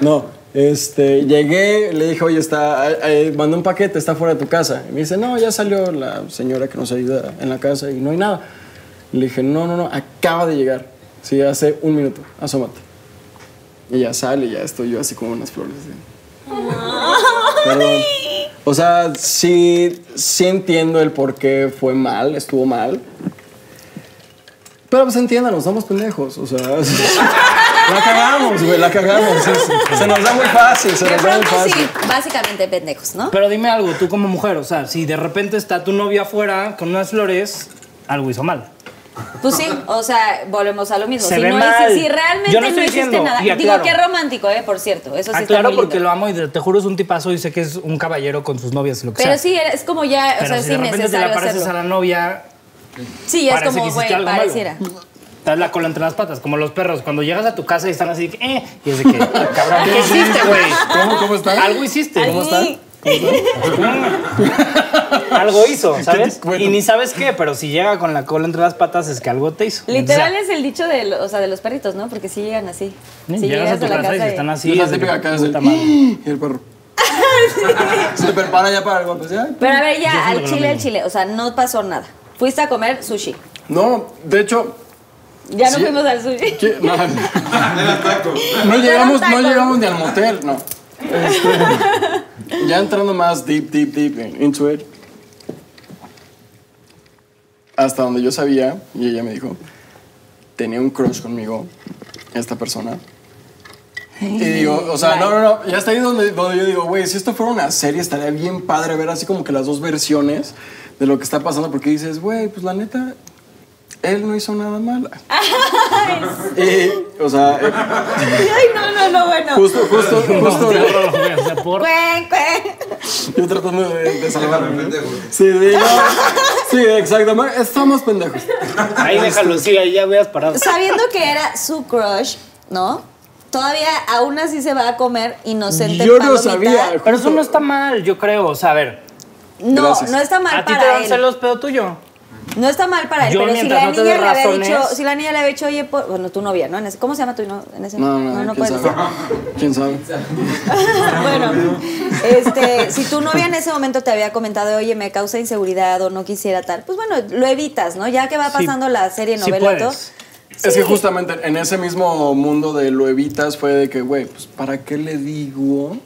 [SPEAKER 4] No, este, llegué, le dije, oye, está, eh, eh, mandé un paquete, está fuera de tu casa. Y me dice, no, ya salió la señora que nos ayuda en la casa y no hay nada. Le dije, no, no, no, acaba de llegar. Sí, hace un minuto, asómate. Y ya sale, ya estoy yo así como unas flores. de- Perdón. O sea, sí, sí entiendo el por qué fue mal, estuvo mal. Pero pues entiéndanos, somos pendejos. O sea, la cagamos, güey, la cagamos. Se, se nos da muy fácil, se
[SPEAKER 2] De
[SPEAKER 4] nos da muy
[SPEAKER 2] pronto
[SPEAKER 4] fácil.
[SPEAKER 2] sí, básicamente pendejos, ¿no?
[SPEAKER 3] Pero dime algo, tú como mujer, o sea, si de repente está tu novia afuera con unas flores, algo hizo mal.
[SPEAKER 2] Pues sí, o sea, volvemos a lo mismo.
[SPEAKER 3] Se
[SPEAKER 2] si,
[SPEAKER 3] ve
[SPEAKER 2] no
[SPEAKER 3] mal.
[SPEAKER 2] hici- si realmente no,
[SPEAKER 3] Yo no estoy
[SPEAKER 2] hiciste
[SPEAKER 3] diciendo,
[SPEAKER 2] nada.
[SPEAKER 3] y
[SPEAKER 2] Digo,
[SPEAKER 3] aclaro.
[SPEAKER 2] qué romántico, ¿eh? Por cierto, eso sí
[SPEAKER 3] Ah,
[SPEAKER 2] está
[SPEAKER 3] claro,
[SPEAKER 2] muy lindo.
[SPEAKER 3] porque lo amo y te, te juro es un tipazo y sé que es un caballero con sus novias y lo que
[SPEAKER 2] Pero
[SPEAKER 3] sea.
[SPEAKER 2] sí, es como ya, o
[SPEAKER 3] Pero
[SPEAKER 2] sea,
[SPEAKER 3] si
[SPEAKER 2] es
[SPEAKER 3] de repente te
[SPEAKER 2] innecesario
[SPEAKER 3] le apareces
[SPEAKER 2] hacerlo.
[SPEAKER 3] a la novia,
[SPEAKER 2] Sí, es
[SPEAKER 3] parece que
[SPEAKER 2] como,
[SPEAKER 3] hiciste
[SPEAKER 2] güey,
[SPEAKER 3] algo malo.
[SPEAKER 2] pareciera.
[SPEAKER 3] te das la cola entre las patas, como los perros. Cuando llegas a tu casa y están así, de que, eh, y es de que, cabrón, ¿qué hiciste, güey?
[SPEAKER 4] ¿Cómo, cómo está?
[SPEAKER 3] Algo hiciste.
[SPEAKER 2] Ahí.
[SPEAKER 3] Algo hizo, ¿sabes?
[SPEAKER 4] te cuento?
[SPEAKER 3] Y ni sabes qué, pero si llega con la cola entre las patas es que algo te hizo.
[SPEAKER 2] Literal
[SPEAKER 3] Entonces,
[SPEAKER 2] es el dicho de, lo- o sea, de los perritos, ¿no? Porque sí llegan así.
[SPEAKER 3] ya,
[SPEAKER 2] Sí
[SPEAKER 3] llegas a tu casa, y
[SPEAKER 2] y-
[SPEAKER 3] están así.
[SPEAKER 4] es la
[SPEAKER 3] es de que,
[SPEAKER 4] típica cara del
[SPEAKER 3] puta madre.
[SPEAKER 4] "¡Ih!", y el perro. Se prepara ya para el golpe. ¿sí?
[SPEAKER 2] Pero a ver, ya, al
[SPEAKER 3] siento que lo
[SPEAKER 2] chile, al
[SPEAKER 3] mismo.
[SPEAKER 2] chile. O sea, no pasó nada. Fuiste a comer sushi.
[SPEAKER 4] No, de hecho,
[SPEAKER 2] Ya no
[SPEAKER 4] Sí.
[SPEAKER 2] fuimos al sushi.
[SPEAKER 4] ¿qué? No,
[SPEAKER 6] Era taco.
[SPEAKER 4] no llegamos, no
[SPEAKER 2] tacos.
[SPEAKER 4] llegamos ni al motel, no. Este, ya entrando más deep, deep, deep into it. Hasta donde yo sabía, y ella me dijo, tenía un crush conmigo, esta persona. Y digo, o sea, no, no, no, ya está ahí donde, donde yo digo, güey, si esto fuera una serie estaría bien padre ver así como que las dos versiones de lo que está pasando, porque dices, güey, pues la neta, él no hizo nada malo. Y, o sea, eh,
[SPEAKER 2] Ay, no, no, no, bueno.
[SPEAKER 4] Justo, justo, justo.
[SPEAKER 3] O sea, por-
[SPEAKER 2] Cuen, cuen.
[SPEAKER 4] Yo tratando de, de salvarme.
[SPEAKER 6] Pendejo.
[SPEAKER 4] Sí, de- sí, exactamente. Estamos pendejos.
[SPEAKER 3] Ahí déjalo, sí, ahí ya veas parado.
[SPEAKER 2] Sabiendo que era su crush, ¿no? Todavía aún así se va a comer inocente
[SPEAKER 4] Yo no
[SPEAKER 2] palomita.
[SPEAKER 4] sabía.
[SPEAKER 3] Pero eso no está mal, yo creo. O sea, a ver,
[SPEAKER 2] No,
[SPEAKER 4] Gracias.
[SPEAKER 2] no está mal
[SPEAKER 3] a ti te
[SPEAKER 2] para
[SPEAKER 3] dan
[SPEAKER 2] él.
[SPEAKER 3] celos pedo tuyo.
[SPEAKER 2] No está mal para él,
[SPEAKER 3] Yo,
[SPEAKER 2] pero si
[SPEAKER 3] mientras
[SPEAKER 2] la
[SPEAKER 3] no te
[SPEAKER 2] niña
[SPEAKER 3] dé
[SPEAKER 2] le había
[SPEAKER 3] razones-
[SPEAKER 2] dicho, si la niña le había dicho, oye, por- bueno, tu novia, ¿no? En ese- ¿Cómo se llama tu no? En ese,
[SPEAKER 4] No, no, no, quién
[SPEAKER 2] puedes
[SPEAKER 4] sabe. ¿Quién sabe?
[SPEAKER 2] bueno, este, si tu novia en ese momento te había comentado, oye, me causa inseguridad o no quisiera tal, pues bueno, lo evitas, ¿no? Ya que va
[SPEAKER 3] Sí.
[SPEAKER 2] pasando la serie
[SPEAKER 3] Sí
[SPEAKER 2] novela y todo.
[SPEAKER 3] puedes.
[SPEAKER 4] Es que justamente en ese mismo mundo de lo evitas fue de que, güey, pues ¿para qué le digo?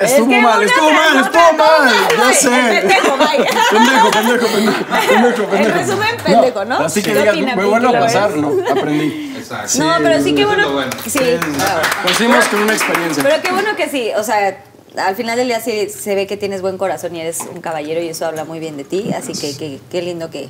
[SPEAKER 4] Estuvo
[SPEAKER 2] que
[SPEAKER 4] mal,
[SPEAKER 2] una
[SPEAKER 4] estuvo
[SPEAKER 2] tras
[SPEAKER 4] mal,
[SPEAKER 2] otra,
[SPEAKER 4] estuvo
[SPEAKER 2] todo
[SPEAKER 4] mal. Ya
[SPEAKER 2] güey.
[SPEAKER 4] sé.
[SPEAKER 2] Pendejo, vaya.
[SPEAKER 4] Pendejo, pendejo, pendejo, pendejo,
[SPEAKER 2] En
[SPEAKER 4] pendejo.
[SPEAKER 2] resumen, pendejo, ¿no?
[SPEAKER 4] Así
[SPEAKER 2] ¿Qué
[SPEAKER 4] que
[SPEAKER 2] Pues,
[SPEAKER 4] digas,
[SPEAKER 2] opina
[SPEAKER 4] me
[SPEAKER 2] Pinky
[SPEAKER 4] vuelvo a
[SPEAKER 2] Lovers?
[SPEAKER 4] pasar, ¿no? Aprendí.
[SPEAKER 6] Exacto.
[SPEAKER 2] No, pero sí que
[SPEAKER 6] Eso es
[SPEAKER 2] bueno.
[SPEAKER 6] lo bueno.
[SPEAKER 2] Sí, bravo.
[SPEAKER 4] Pusimos con una experiencia.
[SPEAKER 2] Pero qué bueno que sí, o sea, al final del día sí se ve que tienes buen corazón y eres un caballero y eso habla muy bien de ti, así que que- qué lindo que...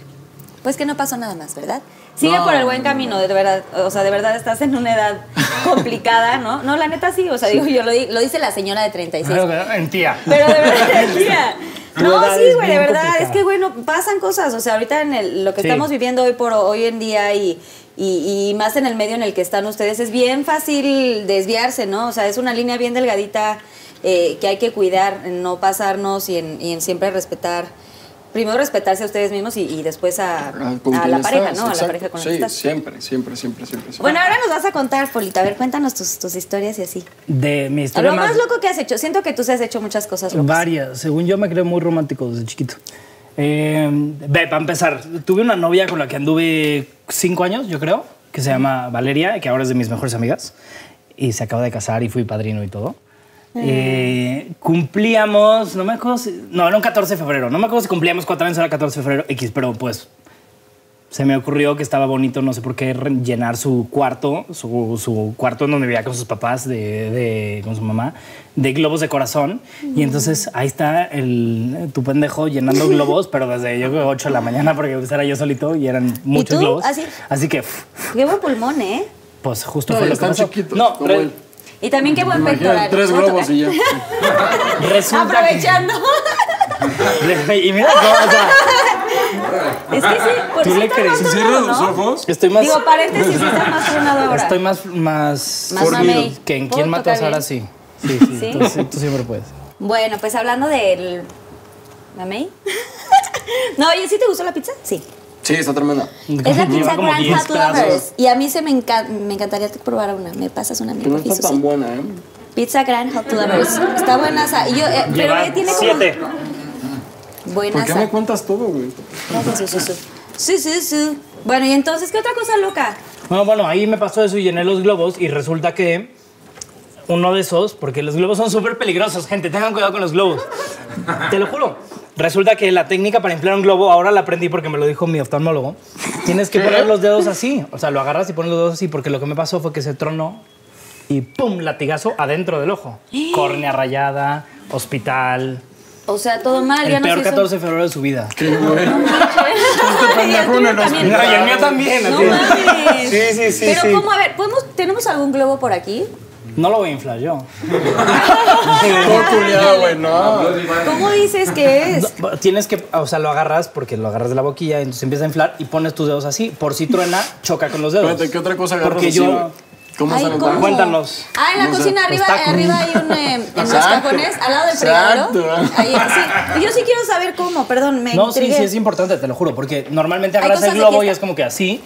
[SPEAKER 2] Pues que no pasó nada más, ¿verdad? Sigue por el buen camino, de verdad, o sea, de verdad estás en una edad complicada, ¿no? No, la neta sí, o sea, digo, yo lo, di- lo dice la señora de 36.
[SPEAKER 3] En tía.
[SPEAKER 2] Pero de verdad, tía. No,
[SPEAKER 3] Verdad,
[SPEAKER 2] sí,
[SPEAKER 3] es
[SPEAKER 2] güey, de
[SPEAKER 3] bien
[SPEAKER 2] verdad. Es
[SPEAKER 3] complicado.
[SPEAKER 2] que, bueno, pasan cosas. O sea, ahorita en el- lo que
[SPEAKER 3] Sí.
[SPEAKER 2] estamos viviendo hoy por hoy en día y, y- y más en el medio en el que están ustedes, es bien fácil desviarse, ¿no? O sea, es una línea bien delgadita eh, que hay que cuidar, en no pasarnos y en, y en siempre respetar. Primero respetarse a ustedes mismos y, y después a,
[SPEAKER 4] Ah, con
[SPEAKER 2] a
[SPEAKER 4] quien
[SPEAKER 2] la
[SPEAKER 4] estás,
[SPEAKER 2] pareja, ¿no? A la
[SPEAKER 4] exacto.
[SPEAKER 2] pareja con la
[SPEAKER 4] sí,
[SPEAKER 2] que estás.
[SPEAKER 4] siempre, siempre, siempre, siempre. siempre.
[SPEAKER 2] Bueno, ahora nos vas a contar, Polita. A ver, cuéntanos tus, tus historias y así.
[SPEAKER 3] De mi
[SPEAKER 2] Lo
[SPEAKER 3] historia
[SPEAKER 2] más
[SPEAKER 3] más,
[SPEAKER 2] loco que has hecho. Siento que tú sí has hecho muchas cosas locas.
[SPEAKER 3] varias. Según yo me creo muy romántico desde chiquito. Eh, ve, para empezar, tuve una novia con la que anduve cinco años, yo creo, que se llama Valeria, que ahora es de mis mejores amigas, y se acaba de casar y fui padrino y todo.
[SPEAKER 2] Mm.
[SPEAKER 3] Eh, cumplíamos, no me acuerdo si, no, era un 14 de febrero, no me acuerdo si cumplíamos cuatro años, era 14 de febrero X, pero pues se me ocurrió que estaba bonito, no sé por qué, re- llenar su cuarto, su, su cuarto en donde vivía con sus papás, de, de- con su mamá, de globos de corazón. Y entonces ahí está el, tu pendejo llenando globos, pero desde yo creo 8 de la mañana, porque pues, era yo solito y eran muchos
[SPEAKER 2] tú?
[SPEAKER 3] globos.
[SPEAKER 2] Así.
[SPEAKER 3] que, pf,
[SPEAKER 2] Qué buen pulmón, ¿eh?
[SPEAKER 3] pues justo
[SPEAKER 4] No,
[SPEAKER 3] fue lo
[SPEAKER 4] y
[SPEAKER 3] que
[SPEAKER 4] están
[SPEAKER 3] pasó.
[SPEAKER 4] chiquitos,
[SPEAKER 3] No,
[SPEAKER 4] como
[SPEAKER 3] re-
[SPEAKER 4] él.
[SPEAKER 2] Y también qué buen
[SPEAKER 4] Imagínate,
[SPEAKER 2] pectoral.
[SPEAKER 4] tres
[SPEAKER 2] ¿Puedo
[SPEAKER 4] globos
[SPEAKER 2] tocar?
[SPEAKER 4] y ya.
[SPEAKER 3] resulta que-
[SPEAKER 2] Aprovechando.
[SPEAKER 3] y mira, no, o sea,
[SPEAKER 2] es que sí, por
[SPEAKER 3] Tú
[SPEAKER 2] sí
[SPEAKER 3] le
[SPEAKER 2] está
[SPEAKER 3] crees.
[SPEAKER 2] más
[SPEAKER 3] ¿Se
[SPEAKER 2] tronado, ¿no?
[SPEAKER 3] estoy más...
[SPEAKER 2] Digo, paréntesis, sí está más tronado ahora.
[SPEAKER 3] Estoy más, más,
[SPEAKER 2] Más
[SPEAKER 3] fornido
[SPEAKER 2] mamey.
[SPEAKER 3] que en
[SPEAKER 2] ¿Puedo
[SPEAKER 3] quién matas
[SPEAKER 2] tocar
[SPEAKER 3] ahora
[SPEAKER 2] bien?
[SPEAKER 3] sí. Sí, sí,
[SPEAKER 2] ¿Sí?
[SPEAKER 3] Tú, sí, tú siempre puedes.
[SPEAKER 2] Bueno, pues hablando del... ¿Mamey? no, oye, ¿sí te gustó la pizza? Sí.
[SPEAKER 4] Sí, está tremenda.
[SPEAKER 2] Es la pizza pues,
[SPEAKER 3] Lleva como
[SPEAKER 2] Grand
[SPEAKER 3] 10
[SPEAKER 2] Fat Lovers. Y a mí se me, encan- me encantaría que probara una. Me pasas una, mi
[SPEAKER 4] Que no
[SPEAKER 2] porfis,
[SPEAKER 4] está tan
[SPEAKER 2] Susi.
[SPEAKER 4] buena, ¿eh?
[SPEAKER 2] Pizza Grand Hot Lovers. Está buena esa. Y yo, eh, pero
[SPEAKER 3] Lleva
[SPEAKER 2] eh, tiene como...
[SPEAKER 3] siete.
[SPEAKER 2] Buena
[SPEAKER 4] ¿Por qué
[SPEAKER 2] asa.
[SPEAKER 4] me cuentas todo, güey?
[SPEAKER 2] Gracias, Susu. Sí, sí, sí. Bueno, y entonces, ¿qué otra cosa loca?
[SPEAKER 3] No, bueno, ahí me pasó eso y llené los globos y resulta que uno de esos, porque los globos son súper peligrosos, gente, tengan cuidado con los globos. Te lo juro. Resulta que la técnica para inflar un globo, ahora la aprendí porque me lo dijo mi oftalmólogo, tienes que poner los dedos así, o sea, lo agarras y pones los dedos así, porque lo que me pasó fue que se tronó y ¡pum! latigazo adentro del ojo. Córnea rayada, hospital,
[SPEAKER 2] O sea, todo mal, ya
[SPEAKER 3] el
[SPEAKER 2] no
[SPEAKER 3] peor
[SPEAKER 2] se hizo-
[SPEAKER 3] 14 de febrero de su vida.
[SPEAKER 4] Qué güey. Este
[SPEAKER 2] y el tuyo también.
[SPEAKER 7] No, y el mío también.
[SPEAKER 2] No
[SPEAKER 7] así.
[SPEAKER 2] mames.
[SPEAKER 7] Sí, sí, sí,
[SPEAKER 2] Pero
[SPEAKER 7] sí.
[SPEAKER 2] cómo, a ver, ¿podemos, ¿tenemos algún globo por aquí?
[SPEAKER 3] No lo voy a inflar yo.
[SPEAKER 4] Todo culiado, güey, no.
[SPEAKER 2] ¿Cómo dices que es?
[SPEAKER 3] Tienes que, o sea, lo agarras porque lo agarras de la boquilla, entonces empieza a inflar y pones tus dedos así. Por si truena, choca con los dedos.
[SPEAKER 4] Espérate, ¿qué otra cosa agarras
[SPEAKER 3] Porque
[SPEAKER 4] así, güey?
[SPEAKER 3] yo.
[SPEAKER 4] ¿Cómo
[SPEAKER 2] Ay,
[SPEAKER 4] se nos
[SPEAKER 2] ¿cómo?
[SPEAKER 4] da?
[SPEAKER 3] Cuéntanos.
[SPEAKER 2] Ah, en la cocina arriba,
[SPEAKER 3] tacos.
[SPEAKER 2] arriba hay un, eh, en los
[SPEAKER 4] Exacto.
[SPEAKER 2] cajones, al lado del fregadero.
[SPEAKER 4] Exacto.
[SPEAKER 2] Ahí, sí. Yo sí quiero saber cómo, perdón, me
[SPEAKER 3] No, sí,
[SPEAKER 2] intrigué.
[SPEAKER 3] sí, es importante, te lo juro, porque normalmente
[SPEAKER 2] Hay
[SPEAKER 3] agarras
[SPEAKER 2] cosas
[SPEAKER 3] el
[SPEAKER 2] de
[SPEAKER 3] globo y
[SPEAKER 2] fiesta.
[SPEAKER 3] es como que así.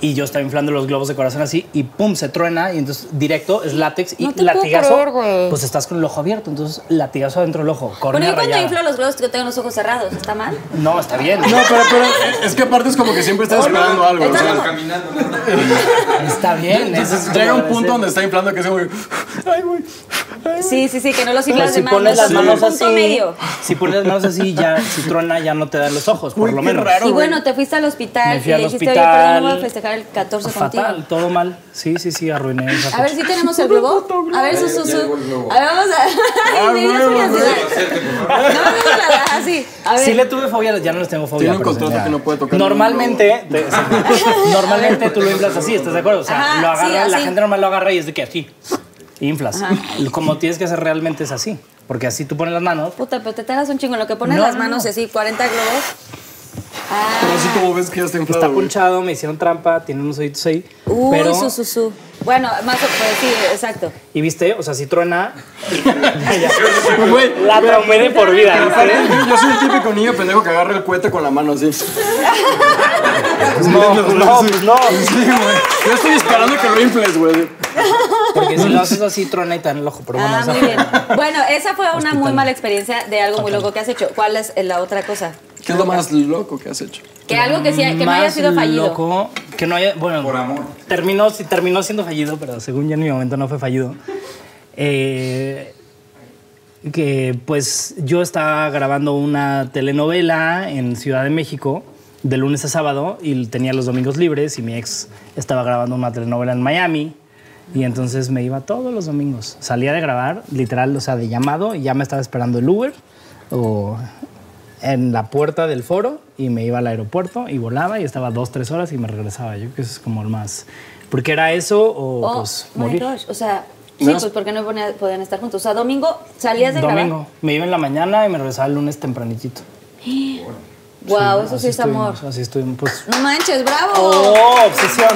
[SPEAKER 3] Y yo estaba inflando los globos de corazón así y pum, se truena y entonces directo es látex y
[SPEAKER 2] No te puedo
[SPEAKER 3] latigazo.
[SPEAKER 2] creer, güey.
[SPEAKER 3] pues estás con el ojo abierto, entonces latigazo adentro del ojo.
[SPEAKER 2] Bueno,
[SPEAKER 3] Corona
[SPEAKER 2] yo cuando
[SPEAKER 3] rayada.
[SPEAKER 2] inflo los globos yo tengo los ojos cerrados, ¿está mal?
[SPEAKER 3] No, está bien.
[SPEAKER 4] No, pero, pero es que aparte es como que siempre estás esperando algo. o
[SPEAKER 2] Está
[SPEAKER 4] sea,
[SPEAKER 2] como-
[SPEAKER 6] Caminando.
[SPEAKER 3] Está bien. eso es
[SPEAKER 4] Entonces
[SPEAKER 3] como
[SPEAKER 4] llega un
[SPEAKER 3] debe ser.
[SPEAKER 4] punto donde está inflando que es como. que, Ay, güey.
[SPEAKER 2] Sí, sí, sí, que no los
[SPEAKER 3] Pero
[SPEAKER 2] inflas
[SPEAKER 3] pues si
[SPEAKER 2] de más.
[SPEAKER 3] pones
[SPEAKER 2] no,
[SPEAKER 3] las
[SPEAKER 2] es
[SPEAKER 3] manos
[SPEAKER 2] un punto
[SPEAKER 3] así,
[SPEAKER 2] medio.
[SPEAKER 3] si pones las manos así, ya, si truena, ya no te dan los ojos, por
[SPEAKER 4] Uy,
[SPEAKER 3] lo
[SPEAKER 4] qué
[SPEAKER 3] menos.
[SPEAKER 4] raro.
[SPEAKER 2] Y
[SPEAKER 4] güey.
[SPEAKER 2] bueno, te fuiste al hospital
[SPEAKER 3] Me
[SPEAKER 2] y
[SPEAKER 3] fui
[SPEAKER 2] le
[SPEAKER 3] al
[SPEAKER 2] dijiste, oye, perdón, no voy a
[SPEAKER 3] hospital.
[SPEAKER 2] festejar el 14
[SPEAKER 3] Fatal,
[SPEAKER 2] contigo.
[SPEAKER 3] todo mal. Sí, sí, sí, arruiné esa
[SPEAKER 2] A ver,
[SPEAKER 3] fecha.
[SPEAKER 2] ¿sí tenemos el globo? A ver,
[SPEAKER 6] Ya,
[SPEAKER 2] Susu.
[SPEAKER 6] ya llegó el globo.
[SPEAKER 2] A ver, vamos a... Ay, me dio
[SPEAKER 4] huevo,
[SPEAKER 2] curiosidad.
[SPEAKER 4] güey.
[SPEAKER 6] Acércate, por favor.
[SPEAKER 2] No me gusta la así. A ver.
[SPEAKER 3] Sí le tuve fobia, ya no les tengo fobia.
[SPEAKER 4] Tiene un
[SPEAKER 3] pero
[SPEAKER 4] contrato
[SPEAKER 3] sí, ya.
[SPEAKER 4] que no puede tocar
[SPEAKER 3] Normalmente, te- sí. normalmente tú lo inflas así, ¿estás de acuerdo? O sea,
[SPEAKER 2] Ajá,
[SPEAKER 3] lo agarra,
[SPEAKER 2] sí,
[SPEAKER 3] la
[SPEAKER 2] así.
[SPEAKER 3] gente normal lo agarra y es de que así, inflas. Como tienes que hacer realmente es así, porque así tú pones las manos.
[SPEAKER 2] Puta, pero te tardas un chingo en lo que pones
[SPEAKER 3] No,
[SPEAKER 2] las
[SPEAKER 3] no,
[SPEAKER 2] manos
[SPEAKER 3] no.
[SPEAKER 2] así, 40 globos. Ah.
[SPEAKER 4] Pero así como ves que ya está inflado.
[SPEAKER 3] Está
[SPEAKER 4] güey.
[SPEAKER 3] punchado, me hicieron trampa, tiene unos oídos ahí.
[SPEAKER 2] Uy,
[SPEAKER 3] pero,
[SPEAKER 2] Uh, su, su, su. Bueno, más o pues sí, exacto.
[SPEAKER 3] Y viste, o sea, si truena,
[SPEAKER 4] Güey,
[SPEAKER 3] la traumé de por vida. ¿viste?
[SPEAKER 4] yo soy el típico niño pendejo que agarra el cohete con la mano así.
[SPEAKER 3] No, pues no, pues no.
[SPEAKER 4] Sí, güey. Yo estoy esperando que lo infles, güey.
[SPEAKER 3] Porque si lo haces así, truena y te dan el ojo, pero bueno.
[SPEAKER 2] Ah,
[SPEAKER 3] o sea,
[SPEAKER 2] muy bien. Bueno, esa fue una muy mala experiencia de algo muy loco que has hecho. ¿Cuál es eh, la otra cosa?
[SPEAKER 4] ¿Qué es lo más loco que has hecho?
[SPEAKER 2] Que algo que, sí, que no haya
[SPEAKER 3] más
[SPEAKER 2] sido fallido.
[SPEAKER 3] loco, que no haya, bueno,
[SPEAKER 6] Por amor.
[SPEAKER 3] Terminó, sí, terminó siendo fallido, pero según yo en mi momento no fue fallido. Eh, que pues yo estaba grabando una telenovela en Ciudad de México de lunes a sábado y tenía los domingos libres y mi ex estaba grabando una telenovela en Miami y entonces me iba todos los domingos. Salía de grabar, literal, o sea, de llamado y ya me estaba esperando el Uber o en la puerta del foro y me iba al aeropuerto y volaba y estaba dos, tres horas y me regresaba. Yo creo que eso es como el más... Porque era eso o
[SPEAKER 2] Oh,
[SPEAKER 3] pues
[SPEAKER 2] my
[SPEAKER 3] morir.
[SPEAKER 2] gosh. O sea, sí,
[SPEAKER 4] No.
[SPEAKER 2] pues porque no ponía- podían estar juntos. O sea, domingo salías de
[SPEAKER 3] Domingo. Me iba en la mañana y me regresaba el lunes tempranitito.
[SPEAKER 2] grabar. Wow, eso
[SPEAKER 3] Así
[SPEAKER 2] sí es amor.
[SPEAKER 3] estuvimos, Así estuvimos, pues...
[SPEAKER 2] No manches, bravo.
[SPEAKER 3] ¡Oh, obsesión!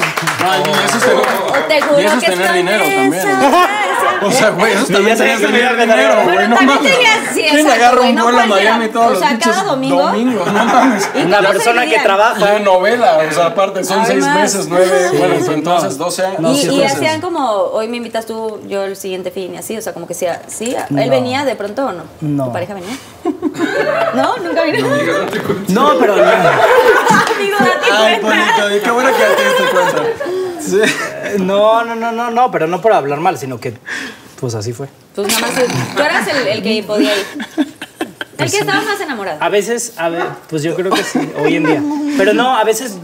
[SPEAKER 4] Ay, y eso es tener,
[SPEAKER 2] O te juro
[SPEAKER 4] y eso es
[SPEAKER 2] que
[SPEAKER 4] tener
[SPEAKER 2] estoy
[SPEAKER 4] dinero
[SPEAKER 2] de
[SPEAKER 4] también.
[SPEAKER 2] esa gracia.
[SPEAKER 4] O sea, güey, eso es también
[SPEAKER 3] sabía
[SPEAKER 4] tener
[SPEAKER 3] que me iba a
[SPEAKER 4] dinero,
[SPEAKER 3] ganar.
[SPEAKER 4] güey.
[SPEAKER 2] Pero
[SPEAKER 4] No
[SPEAKER 2] también
[SPEAKER 4] mames.
[SPEAKER 2] tenías- sí,
[SPEAKER 4] ¿Quién
[SPEAKER 2] exacto,
[SPEAKER 4] agarra
[SPEAKER 2] güey,
[SPEAKER 4] un
[SPEAKER 2] no
[SPEAKER 4] vuelo a
[SPEAKER 2] cualquiera.
[SPEAKER 4] Miami todos
[SPEAKER 2] O
[SPEAKER 4] los
[SPEAKER 2] sea, cada
[SPEAKER 4] pinches
[SPEAKER 2] domingo.
[SPEAKER 4] domingos? No mames.
[SPEAKER 2] ¿Y
[SPEAKER 3] Una
[SPEAKER 2] cómo se
[SPEAKER 3] persona que
[SPEAKER 2] dividían?
[SPEAKER 4] Y
[SPEAKER 3] trabaja...
[SPEAKER 4] de novela, o sea, aparte son
[SPEAKER 2] Ay,
[SPEAKER 4] seis
[SPEAKER 2] más.
[SPEAKER 4] meses, nueve, bueno, pues entonces 12 años.
[SPEAKER 2] y, y
[SPEAKER 4] siete meses.
[SPEAKER 2] hacían como, hoy me invitas tú, yo el siguiente fin, y así, o sea, como que sí, sí. ¿Él
[SPEAKER 3] No.
[SPEAKER 2] venía de pronto o no?
[SPEAKER 3] No.
[SPEAKER 2] ¿Tu pareja venía? ¿No? ¿Nunca vino? Amigo,
[SPEAKER 3] No, pero...
[SPEAKER 2] date
[SPEAKER 4] Ay,
[SPEAKER 2] cuenta.
[SPEAKER 4] Polito, y qué bueno que te diste cuenta. Sí.
[SPEAKER 3] No, no, no, no, no, pero no por hablar mal, sino que... Pues así fue.
[SPEAKER 2] Pues nada más, tú eras el, el que podía ir.
[SPEAKER 4] Pues
[SPEAKER 2] El que estaba más enamorado.
[SPEAKER 4] Ah,
[SPEAKER 3] A veces, a ve- pues yo creo que sí, hoy en día. Pero no, a veces,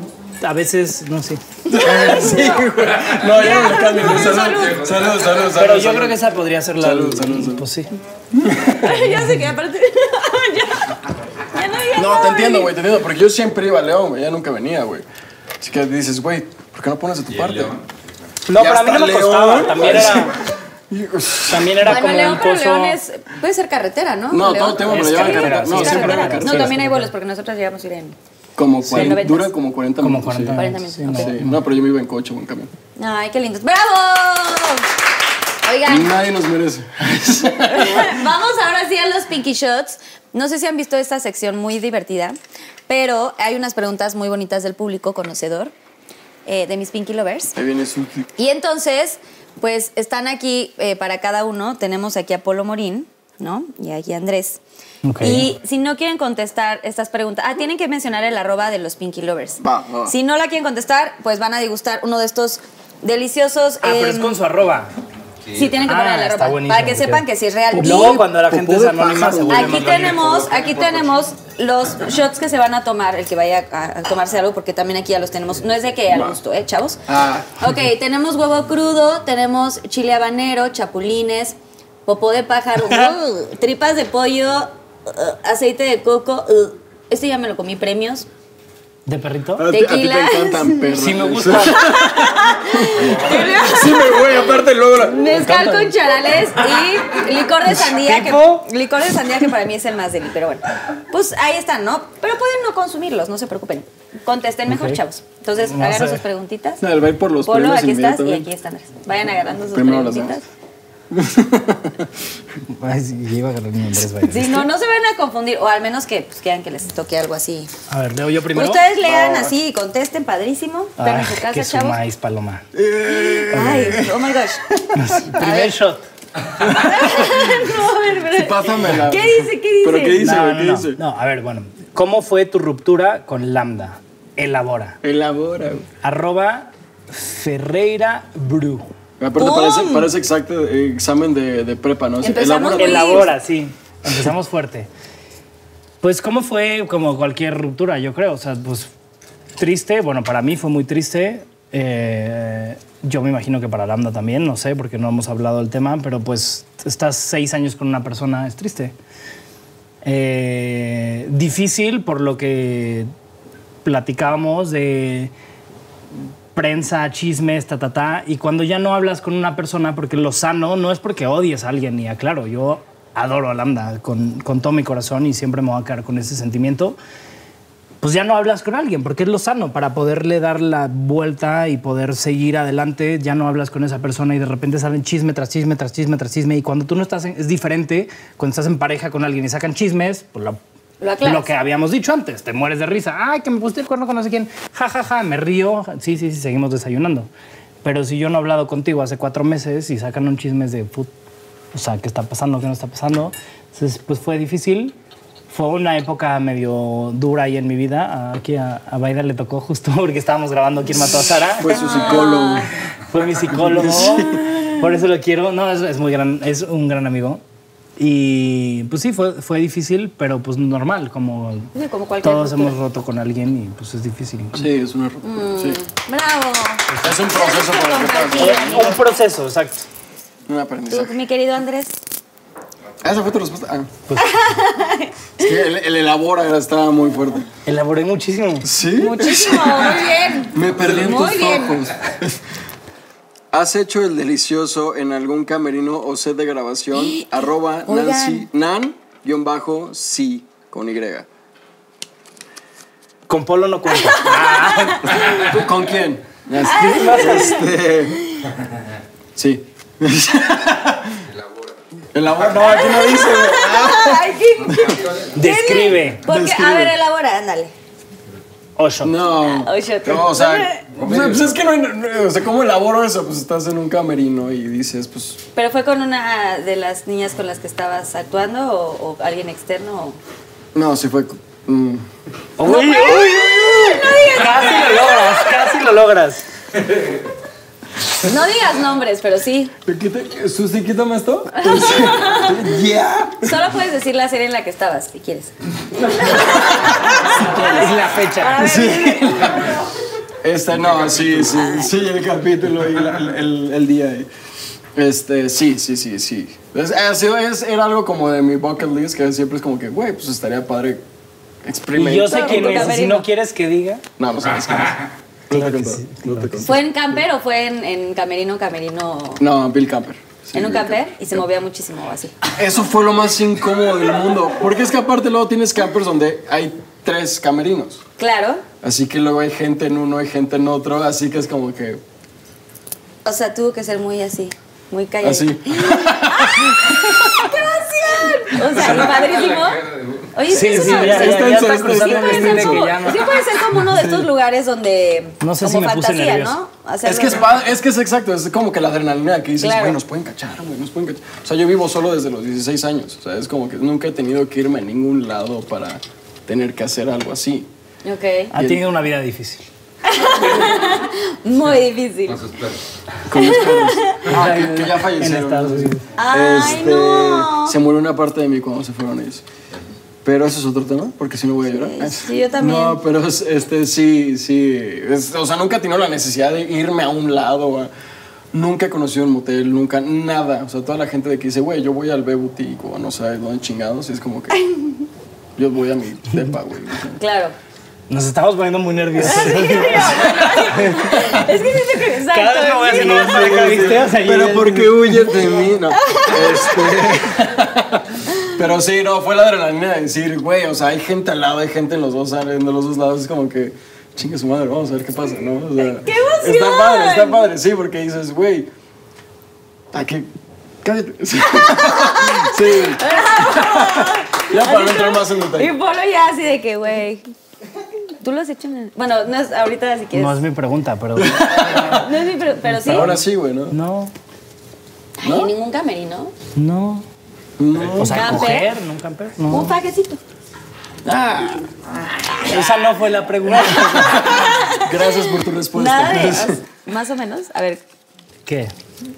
[SPEAKER 3] a veces, no sé.
[SPEAKER 4] Sí, güey. No, ya no le cambies. Salud, salud, salud. salud,
[SPEAKER 3] Pero yo
[SPEAKER 4] salud.
[SPEAKER 3] creo que esa podría ser la.
[SPEAKER 4] Salud, salud, salud.
[SPEAKER 3] Pues sí.
[SPEAKER 2] ya sé que aparte. ya, ya no había
[SPEAKER 4] No, te entiendo, güey, te entiendo. Porque yo siempre iba a León, güey. Ya nunca venía, güey. Así que dices, güey, ¿por qué no pones de tu parte?
[SPEAKER 3] No,
[SPEAKER 4] Y
[SPEAKER 3] pero a mí
[SPEAKER 4] hasta
[SPEAKER 3] no me costaba.
[SPEAKER 4] León.
[SPEAKER 3] También era, también era
[SPEAKER 2] Bueno,
[SPEAKER 3] como
[SPEAKER 2] León,
[SPEAKER 3] un
[SPEAKER 2] pero
[SPEAKER 3] coso.
[SPEAKER 2] León es. Puede ser carretera, ¿no?
[SPEAKER 4] No,
[SPEAKER 2] León.
[SPEAKER 4] todo tengo que
[SPEAKER 3] Es
[SPEAKER 4] lo llevan en
[SPEAKER 3] carretera,
[SPEAKER 4] carretera. No,
[SPEAKER 3] sí, es
[SPEAKER 4] siempre
[SPEAKER 3] carretera.
[SPEAKER 4] en
[SPEAKER 2] No,
[SPEAKER 4] carretera.
[SPEAKER 2] también hay vuelos porque nosotros llegamos a ir en.
[SPEAKER 4] Como cuarenta-
[SPEAKER 2] noventas.
[SPEAKER 4] Dura como 40
[SPEAKER 3] Como
[SPEAKER 4] minutos.
[SPEAKER 3] 40
[SPEAKER 4] sí.
[SPEAKER 2] 40 minutos.
[SPEAKER 3] Sí,
[SPEAKER 2] ok.
[SPEAKER 4] Sí, no, pero yo me iba en coche o en camión.
[SPEAKER 2] Ay, qué lindos. ¡Bravo! Oigan,
[SPEAKER 4] Nadie nos merece.
[SPEAKER 2] Vamos ahora sí a los Pinky Shots. No sé si han visto esta sección muy divertida, pero hay unas preguntas muy bonitas del público conocedor eh, de mis Pinky Lovers.
[SPEAKER 4] Ahí viene su.
[SPEAKER 2] Y entonces, pues están aquí eh, para cada uno. Tenemos aquí a Polo Morín, ¿no? Y aquí a Andrés.
[SPEAKER 3] Ok.
[SPEAKER 2] Y si no quieren contestar estas preguntas, ah, tienen que mencionar el arroba de los Pinky Lovers.
[SPEAKER 4] Va, va, va.
[SPEAKER 2] Si no la quieren contestar, pues van a degustar uno de estos deliciosos.
[SPEAKER 3] Ah, pero es
[SPEAKER 2] em,
[SPEAKER 3] con su arroba.
[SPEAKER 2] Sí, tienen que
[SPEAKER 3] Ah,
[SPEAKER 2] poner el
[SPEAKER 3] está
[SPEAKER 2] arroba.
[SPEAKER 3] buenísimo,
[SPEAKER 2] Para que
[SPEAKER 3] porque-
[SPEAKER 2] sepan que sí es real.
[SPEAKER 3] Luego,
[SPEAKER 2] Y-
[SPEAKER 3] cuando la gente es
[SPEAKER 4] de
[SPEAKER 3] anónima,
[SPEAKER 4] pájaro,
[SPEAKER 3] se vuelve
[SPEAKER 2] Aquí
[SPEAKER 3] más
[SPEAKER 2] tenemos, aquí tenemos los shots que se van a tomar, el que vaya a, a tomarse algo, porque también aquí ya los tenemos. No es de que al gusto, ¿eh, chavos?
[SPEAKER 4] Ah.
[SPEAKER 2] Ok, tenemos huevo crudo, tenemos chile habanero, chapulines, popó de pájaro, uh, tripas de pollo, uh, aceite de coco. uh. Este ya me lo comí, premios.
[SPEAKER 3] ¿De perrito?
[SPEAKER 4] A ti, a ti te
[SPEAKER 2] Tequilas.
[SPEAKER 4] encantan perros.
[SPEAKER 3] Sí, me gusta.
[SPEAKER 4] Sí, me güey, aparte luego. la-
[SPEAKER 2] Mezcal con charales y licor de sandía. Que,
[SPEAKER 3] ¿Tipo?
[SPEAKER 2] licor de sandía que para mí es el más deli, pero bueno. Pues ahí están, ¿no? Pero pueden no consumirlos, no se preocupen. Contesten mejor,
[SPEAKER 3] Ok.
[SPEAKER 2] chavos. Entonces,
[SPEAKER 3] No
[SPEAKER 2] agarren
[SPEAKER 3] sé.
[SPEAKER 2] sus preguntitas.
[SPEAKER 4] No, él va a ir por los
[SPEAKER 2] Polo,
[SPEAKER 4] premios
[SPEAKER 2] aquí estás y
[SPEAKER 4] inmediatamente.
[SPEAKER 2] aquí está Andrés. Vayan agarrando sus
[SPEAKER 4] Primero las
[SPEAKER 2] preguntitas.
[SPEAKER 7] Ay, sí, ya iba a agarrar mi nombre, es vaya.
[SPEAKER 2] Sí, no, no se van a confundir, o al menos que pues, quieran que les toque algo así.
[SPEAKER 3] A ver, leo yo primero.
[SPEAKER 2] Ustedes lean así y contesten, padrísimo. Pero en
[SPEAKER 3] Ay,
[SPEAKER 2] su
[SPEAKER 3] qué
[SPEAKER 2] casa, chavos.
[SPEAKER 3] sumáis, paloma.
[SPEAKER 2] Ay, oh my gosh.
[SPEAKER 3] Primer shot.
[SPEAKER 2] no, a ver, pero-
[SPEAKER 4] Pásamela.
[SPEAKER 2] ¿Qué dice? ¿Qué dice?
[SPEAKER 4] ¿Pero qué dice?
[SPEAKER 3] No,
[SPEAKER 4] güey?
[SPEAKER 3] no,
[SPEAKER 4] ¿Qué
[SPEAKER 3] no.
[SPEAKER 4] dice?
[SPEAKER 3] No, a ver, bueno. ¿Cómo fue tu ruptura con Lambda? Elabora.
[SPEAKER 4] Elabora, güey.
[SPEAKER 3] Arroba Ferreira Bru.
[SPEAKER 4] Aparte, parece, parece exacto eh, examen de, de prepa, ¿no? Sí,
[SPEAKER 2] Empezamos
[SPEAKER 4] elabora-
[SPEAKER 2] muy-
[SPEAKER 3] Elabora, sí. Empezamos fuerte. Pues cómo fue como cualquier ruptura, yo creo. O sea, pues triste. Bueno, para mí fue muy triste. Eh, yo me imagino que para Lambda también, no sé, porque no hemos hablado del tema, pero pues estás seis años con una persona, es triste. Eh, difícil por lo que platicábamos de prensa, chismes, ta, ta, ta. Y cuando ya no hablas con una persona, porque lo sano no es porque odies a alguien, y aclaro, yo adoro a Lambda con, con todo mi corazón y siempre me voy a quedar con ese sentimiento, pues ya no hablas con alguien, porque es lo sano, para poderle dar la vuelta y poder seguir adelante, ya no hablas con esa persona y de repente salen chisme tras chisme, tras chisme, tras chisme, y cuando tú no estás, en- es diferente, cuando estás en pareja con alguien y sacan chismes, pues lo,
[SPEAKER 2] Lo aclaras.
[SPEAKER 3] que habíamos dicho antes, te mueres de risa, ay, que me pusiste el cuerno con no sé quién, ja, ja, ja, me río, sí, sí, sí, seguimos desayunando. Pero si yo no he hablado contigo hace cuatro meses y sacan un chisme de, "Put- o sea, ¿qué está pasando? ¿Qué no está pasando? Entonces, pues fue difícil. Fue una época medio dura ahí en mi vida. Aquí a, a Baida le tocó justo porque estábamos grabando ¿Quién mató a Sara?
[SPEAKER 4] Fue su psicólogo.
[SPEAKER 2] Ah.
[SPEAKER 3] Fue mi psicólogo. Por eso lo quiero. No, es, es muy gran, es un gran amigo. Y pues sí, fue, fue difícil, pero pues normal, como,
[SPEAKER 2] Sí, como cualquier
[SPEAKER 3] todos
[SPEAKER 2] ruptura.
[SPEAKER 3] hemos roto con alguien y pues es difícil.
[SPEAKER 4] Sí, es una ropa.
[SPEAKER 2] Mm.
[SPEAKER 4] Sí.
[SPEAKER 2] Bravo.
[SPEAKER 4] Es un
[SPEAKER 2] Gracias
[SPEAKER 4] proceso
[SPEAKER 2] por
[SPEAKER 4] para que
[SPEAKER 2] compartir,
[SPEAKER 4] pase.
[SPEAKER 2] amigo.
[SPEAKER 3] Un proceso, exacto.
[SPEAKER 4] Un
[SPEAKER 2] Tú,
[SPEAKER 4] aprendizaje.
[SPEAKER 2] mi querido Andrés.
[SPEAKER 4] Ah, esa fue tu respuesta. Ah. Es que el, el elabora era- estaba muy fuerte.
[SPEAKER 3] Elaboré muchísimo.
[SPEAKER 4] ¿Sí?
[SPEAKER 2] Muchísimo, muy bien.
[SPEAKER 4] Me perdí en
[SPEAKER 2] Muy
[SPEAKER 4] tus
[SPEAKER 2] bien.
[SPEAKER 4] ojos. ¿Has hecho el delicioso en algún camerino o set de grabación? Arroba
[SPEAKER 2] Oigan.
[SPEAKER 4] Nancy Nan, guión bajo, sí, con Y.
[SPEAKER 3] Con Polo no cuento.
[SPEAKER 4] ¿Tú con quién?
[SPEAKER 2] Ah.
[SPEAKER 4] Este, sí. Elabora. Elabora. No, aquí no dice. güey.
[SPEAKER 2] Ah, Ay, qué- qué-
[SPEAKER 3] Describe.
[SPEAKER 2] Porque,
[SPEAKER 4] Describe.
[SPEAKER 2] a ver, elabora, ándale.
[SPEAKER 3] Ocho.
[SPEAKER 4] No.
[SPEAKER 2] Ay, shit.
[SPEAKER 4] No, o sea, pues, pues es que no, hay- no- o sea, ¿cómo elaboro eso? Pues estás en un camerino y dices, pues,
[SPEAKER 2] ¿Pero fue con una de las niñas con las que estabas actuando o, o alguien externo? o-
[SPEAKER 4] no, si fue. mm.
[SPEAKER 3] Uy, uy, uy, uy.
[SPEAKER 2] Ah,
[SPEAKER 3] Casi lo logras, casi lo logras.
[SPEAKER 2] No digas nombres, pero sí.
[SPEAKER 4] Quita- Susi, quítame esto. Ya.
[SPEAKER 2] Solo puedes decir la serie en la que estabas, si quieres.
[SPEAKER 3] Es la fecha.
[SPEAKER 4] Este, no, sí, sí, sí, el capítulo y la- el, el día. y- Este, sí, sí, sí, sí. Es- ha sido- es- era algo como de mi bucket list que siempre es como que, güey, pues estaría padre experimentar.
[SPEAKER 3] Y yo sé quién
[SPEAKER 2] tu
[SPEAKER 3] es. Si
[SPEAKER 2] camerino.
[SPEAKER 3] no quieres que diga.
[SPEAKER 4] No, no sabes quién es. No te conté, no te conté.
[SPEAKER 2] ¿Fue en camper o fue en, en camerino, camerino?
[SPEAKER 4] No, Bill Camper. Sí,
[SPEAKER 2] en un
[SPEAKER 4] Bill
[SPEAKER 2] camper y se movía muchísimo así.
[SPEAKER 4] Eso fue lo más incómodo del mundo. Porque es que aparte luego tienes campers donde hay tres camerinos.
[SPEAKER 2] Claro.
[SPEAKER 4] Así que luego hay gente en uno, hay gente en otro. Así que es como que.
[SPEAKER 2] O sea, tuvo que ser muy así, muy callado.
[SPEAKER 4] Así.
[SPEAKER 2] ¡Qué emoción! O sea, y padrísimo. Oye, sí,
[SPEAKER 3] Sí,
[SPEAKER 2] es
[SPEAKER 3] sí,
[SPEAKER 2] una-
[SPEAKER 3] ya, ya,
[SPEAKER 4] Es
[SPEAKER 3] ya
[SPEAKER 4] tenso,
[SPEAKER 3] está
[SPEAKER 4] es
[SPEAKER 3] cruzando
[SPEAKER 4] tenso,
[SPEAKER 3] el
[SPEAKER 4] es
[SPEAKER 2] puede
[SPEAKER 3] límite
[SPEAKER 2] ser
[SPEAKER 4] tenso.
[SPEAKER 2] como,
[SPEAKER 3] que ya no.
[SPEAKER 2] este sí puede ser como uno de estos lugares donde
[SPEAKER 3] No sé si
[SPEAKER 2] como
[SPEAKER 3] me puse
[SPEAKER 2] fantasía,
[SPEAKER 3] nervioso.
[SPEAKER 2] ¿no? Hacerlo-
[SPEAKER 4] Es que es, pa- es que es exacto, es como que la adrenalina que dices, güey,
[SPEAKER 2] Claro.
[SPEAKER 4] nos pueden cachar, güey, nos pueden cachar. O sea, yo vivo solo desde los 16 años, o sea, es como que nunca he tenido que irme a ningún lado para tener que hacer algo así.
[SPEAKER 2] Ok.
[SPEAKER 3] Ha tenido una vida difícil.
[SPEAKER 2] Muy difícil.
[SPEAKER 6] Con sus perros.
[SPEAKER 4] Con mis perros. Ah, que, que ya fallecieron.
[SPEAKER 3] En Estados Unidos.
[SPEAKER 2] Ay,
[SPEAKER 4] Este,
[SPEAKER 2] no.
[SPEAKER 4] Se murió una parte de mí cuando se fueron ellos. Pero eso es otro tema, porque si no voy a llorar.
[SPEAKER 2] sí, yo también.
[SPEAKER 4] No, pero es- este sí, sí. Es- o sea, nunca he tenido la necesidad de irme a un lado. a- nunca he conocido un motel, nunca, nada. O sea, toda la gente de que dice, güey, yo voy al B Boutique o no sé dónde chingados, y es como que. yo voy a mi depa, güey. o sea.
[SPEAKER 2] Claro.
[SPEAKER 3] Nos estamos poniendo muy nerviosos.
[SPEAKER 2] Es que siento que. Exacto.
[SPEAKER 8] Cada vez me voy haciendo más cerca, ¿viste? O sea, yo
[SPEAKER 4] Pero
[SPEAKER 8] ya-
[SPEAKER 4] ¿por qué huyes de mí? No. Este, Pero sí, no, fue la adrenalina de decir, güey, o sea, hay gente al lado, hay gente en los dos, en los dos lados, es como que, chingue su madre, vamos a ver qué pasa, ¿no? O sea,
[SPEAKER 2] ¡Qué emoción!
[SPEAKER 4] Está padre, está padre, sí, porque dices, güey, aquí, cállate. Sí. Sí. ya para no entrar más en
[SPEAKER 2] Y
[SPEAKER 4] detalle.
[SPEAKER 2] Polo ya así de que, güey. Tú lo has hecho. ¿no? Bueno, no es ahorita si quieres.
[SPEAKER 3] No es mi pregunta, pero.
[SPEAKER 2] No es mi pre- pero sí.
[SPEAKER 4] Ahora sí, güey, ¿no?
[SPEAKER 3] No,
[SPEAKER 2] Ay, ningún camerino.
[SPEAKER 3] no. O sea,
[SPEAKER 2] Camper.
[SPEAKER 3] coger, no camper. No.
[SPEAKER 2] Un fajecito.
[SPEAKER 3] Esa no fue la pregunta.
[SPEAKER 4] Gracias por tu respuesta.
[SPEAKER 2] Nada de. Más o menos. A ver.
[SPEAKER 3] ¿Qué?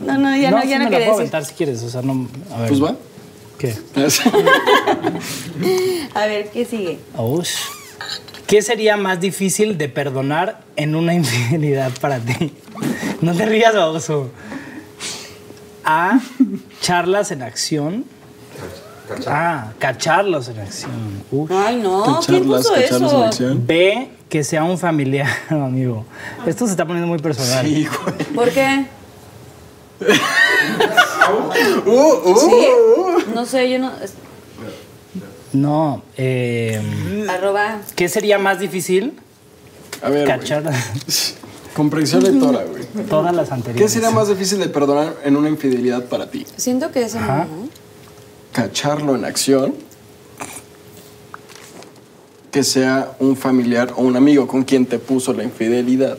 [SPEAKER 2] No, no, ya no, ya
[SPEAKER 3] sí
[SPEAKER 2] no
[SPEAKER 3] me la
[SPEAKER 2] quería
[SPEAKER 3] puedo
[SPEAKER 2] decir.
[SPEAKER 3] aventar si quieres. O sea, no. A ver.
[SPEAKER 4] Pues va.
[SPEAKER 3] ¿Qué?
[SPEAKER 2] A ver, ¿qué sigue?
[SPEAKER 3] Ah, Ush. ¿Qué sería más difícil de perdonar en una infidelidad para ti? No te rías, baboso. A. Charlas en acción. Ah, cacharlos en acción. Ush.
[SPEAKER 2] Ay, no. ¿Quién
[SPEAKER 4] Cacharlas,
[SPEAKER 2] puso
[SPEAKER 4] cacharlas en
[SPEAKER 2] eso?
[SPEAKER 4] acción.
[SPEAKER 3] B. Que sea un familiar, amigo. Esto se está poniendo muy personal.
[SPEAKER 4] Sí, güey.
[SPEAKER 2] ¿Por qué?
[SPEAKER 4] Uh, uh.
[SPEAKER 2] Sí. No sé, yo no. es-
[SPEAKER 3] No. eh,
[SPEAKER 2] Arroba.
[SPEAKER 3] ¿Qué sería más difícil?
[SPEAKER 4] A ver, güey.
[SPEAKER 3] Cachar
[SPEAKER 4] Comprensión lectora, güey.
[SPEAKER 3] todas las
[SPEAKER 4] ¿Qué
[SPEAKER 3] anteriores.
[SPEAKER 4] sería más difícil de perdonar en una infidelidad para ti?
[SPEAKER 2] Siento que eso no,
[SPEAKER 3] Ajá.
[SPEAKER 2] no.
[SPEAKER 4] ¿Cacharlo en acción? Que sea un familiar o un amigo con quien te puso la infidelidad.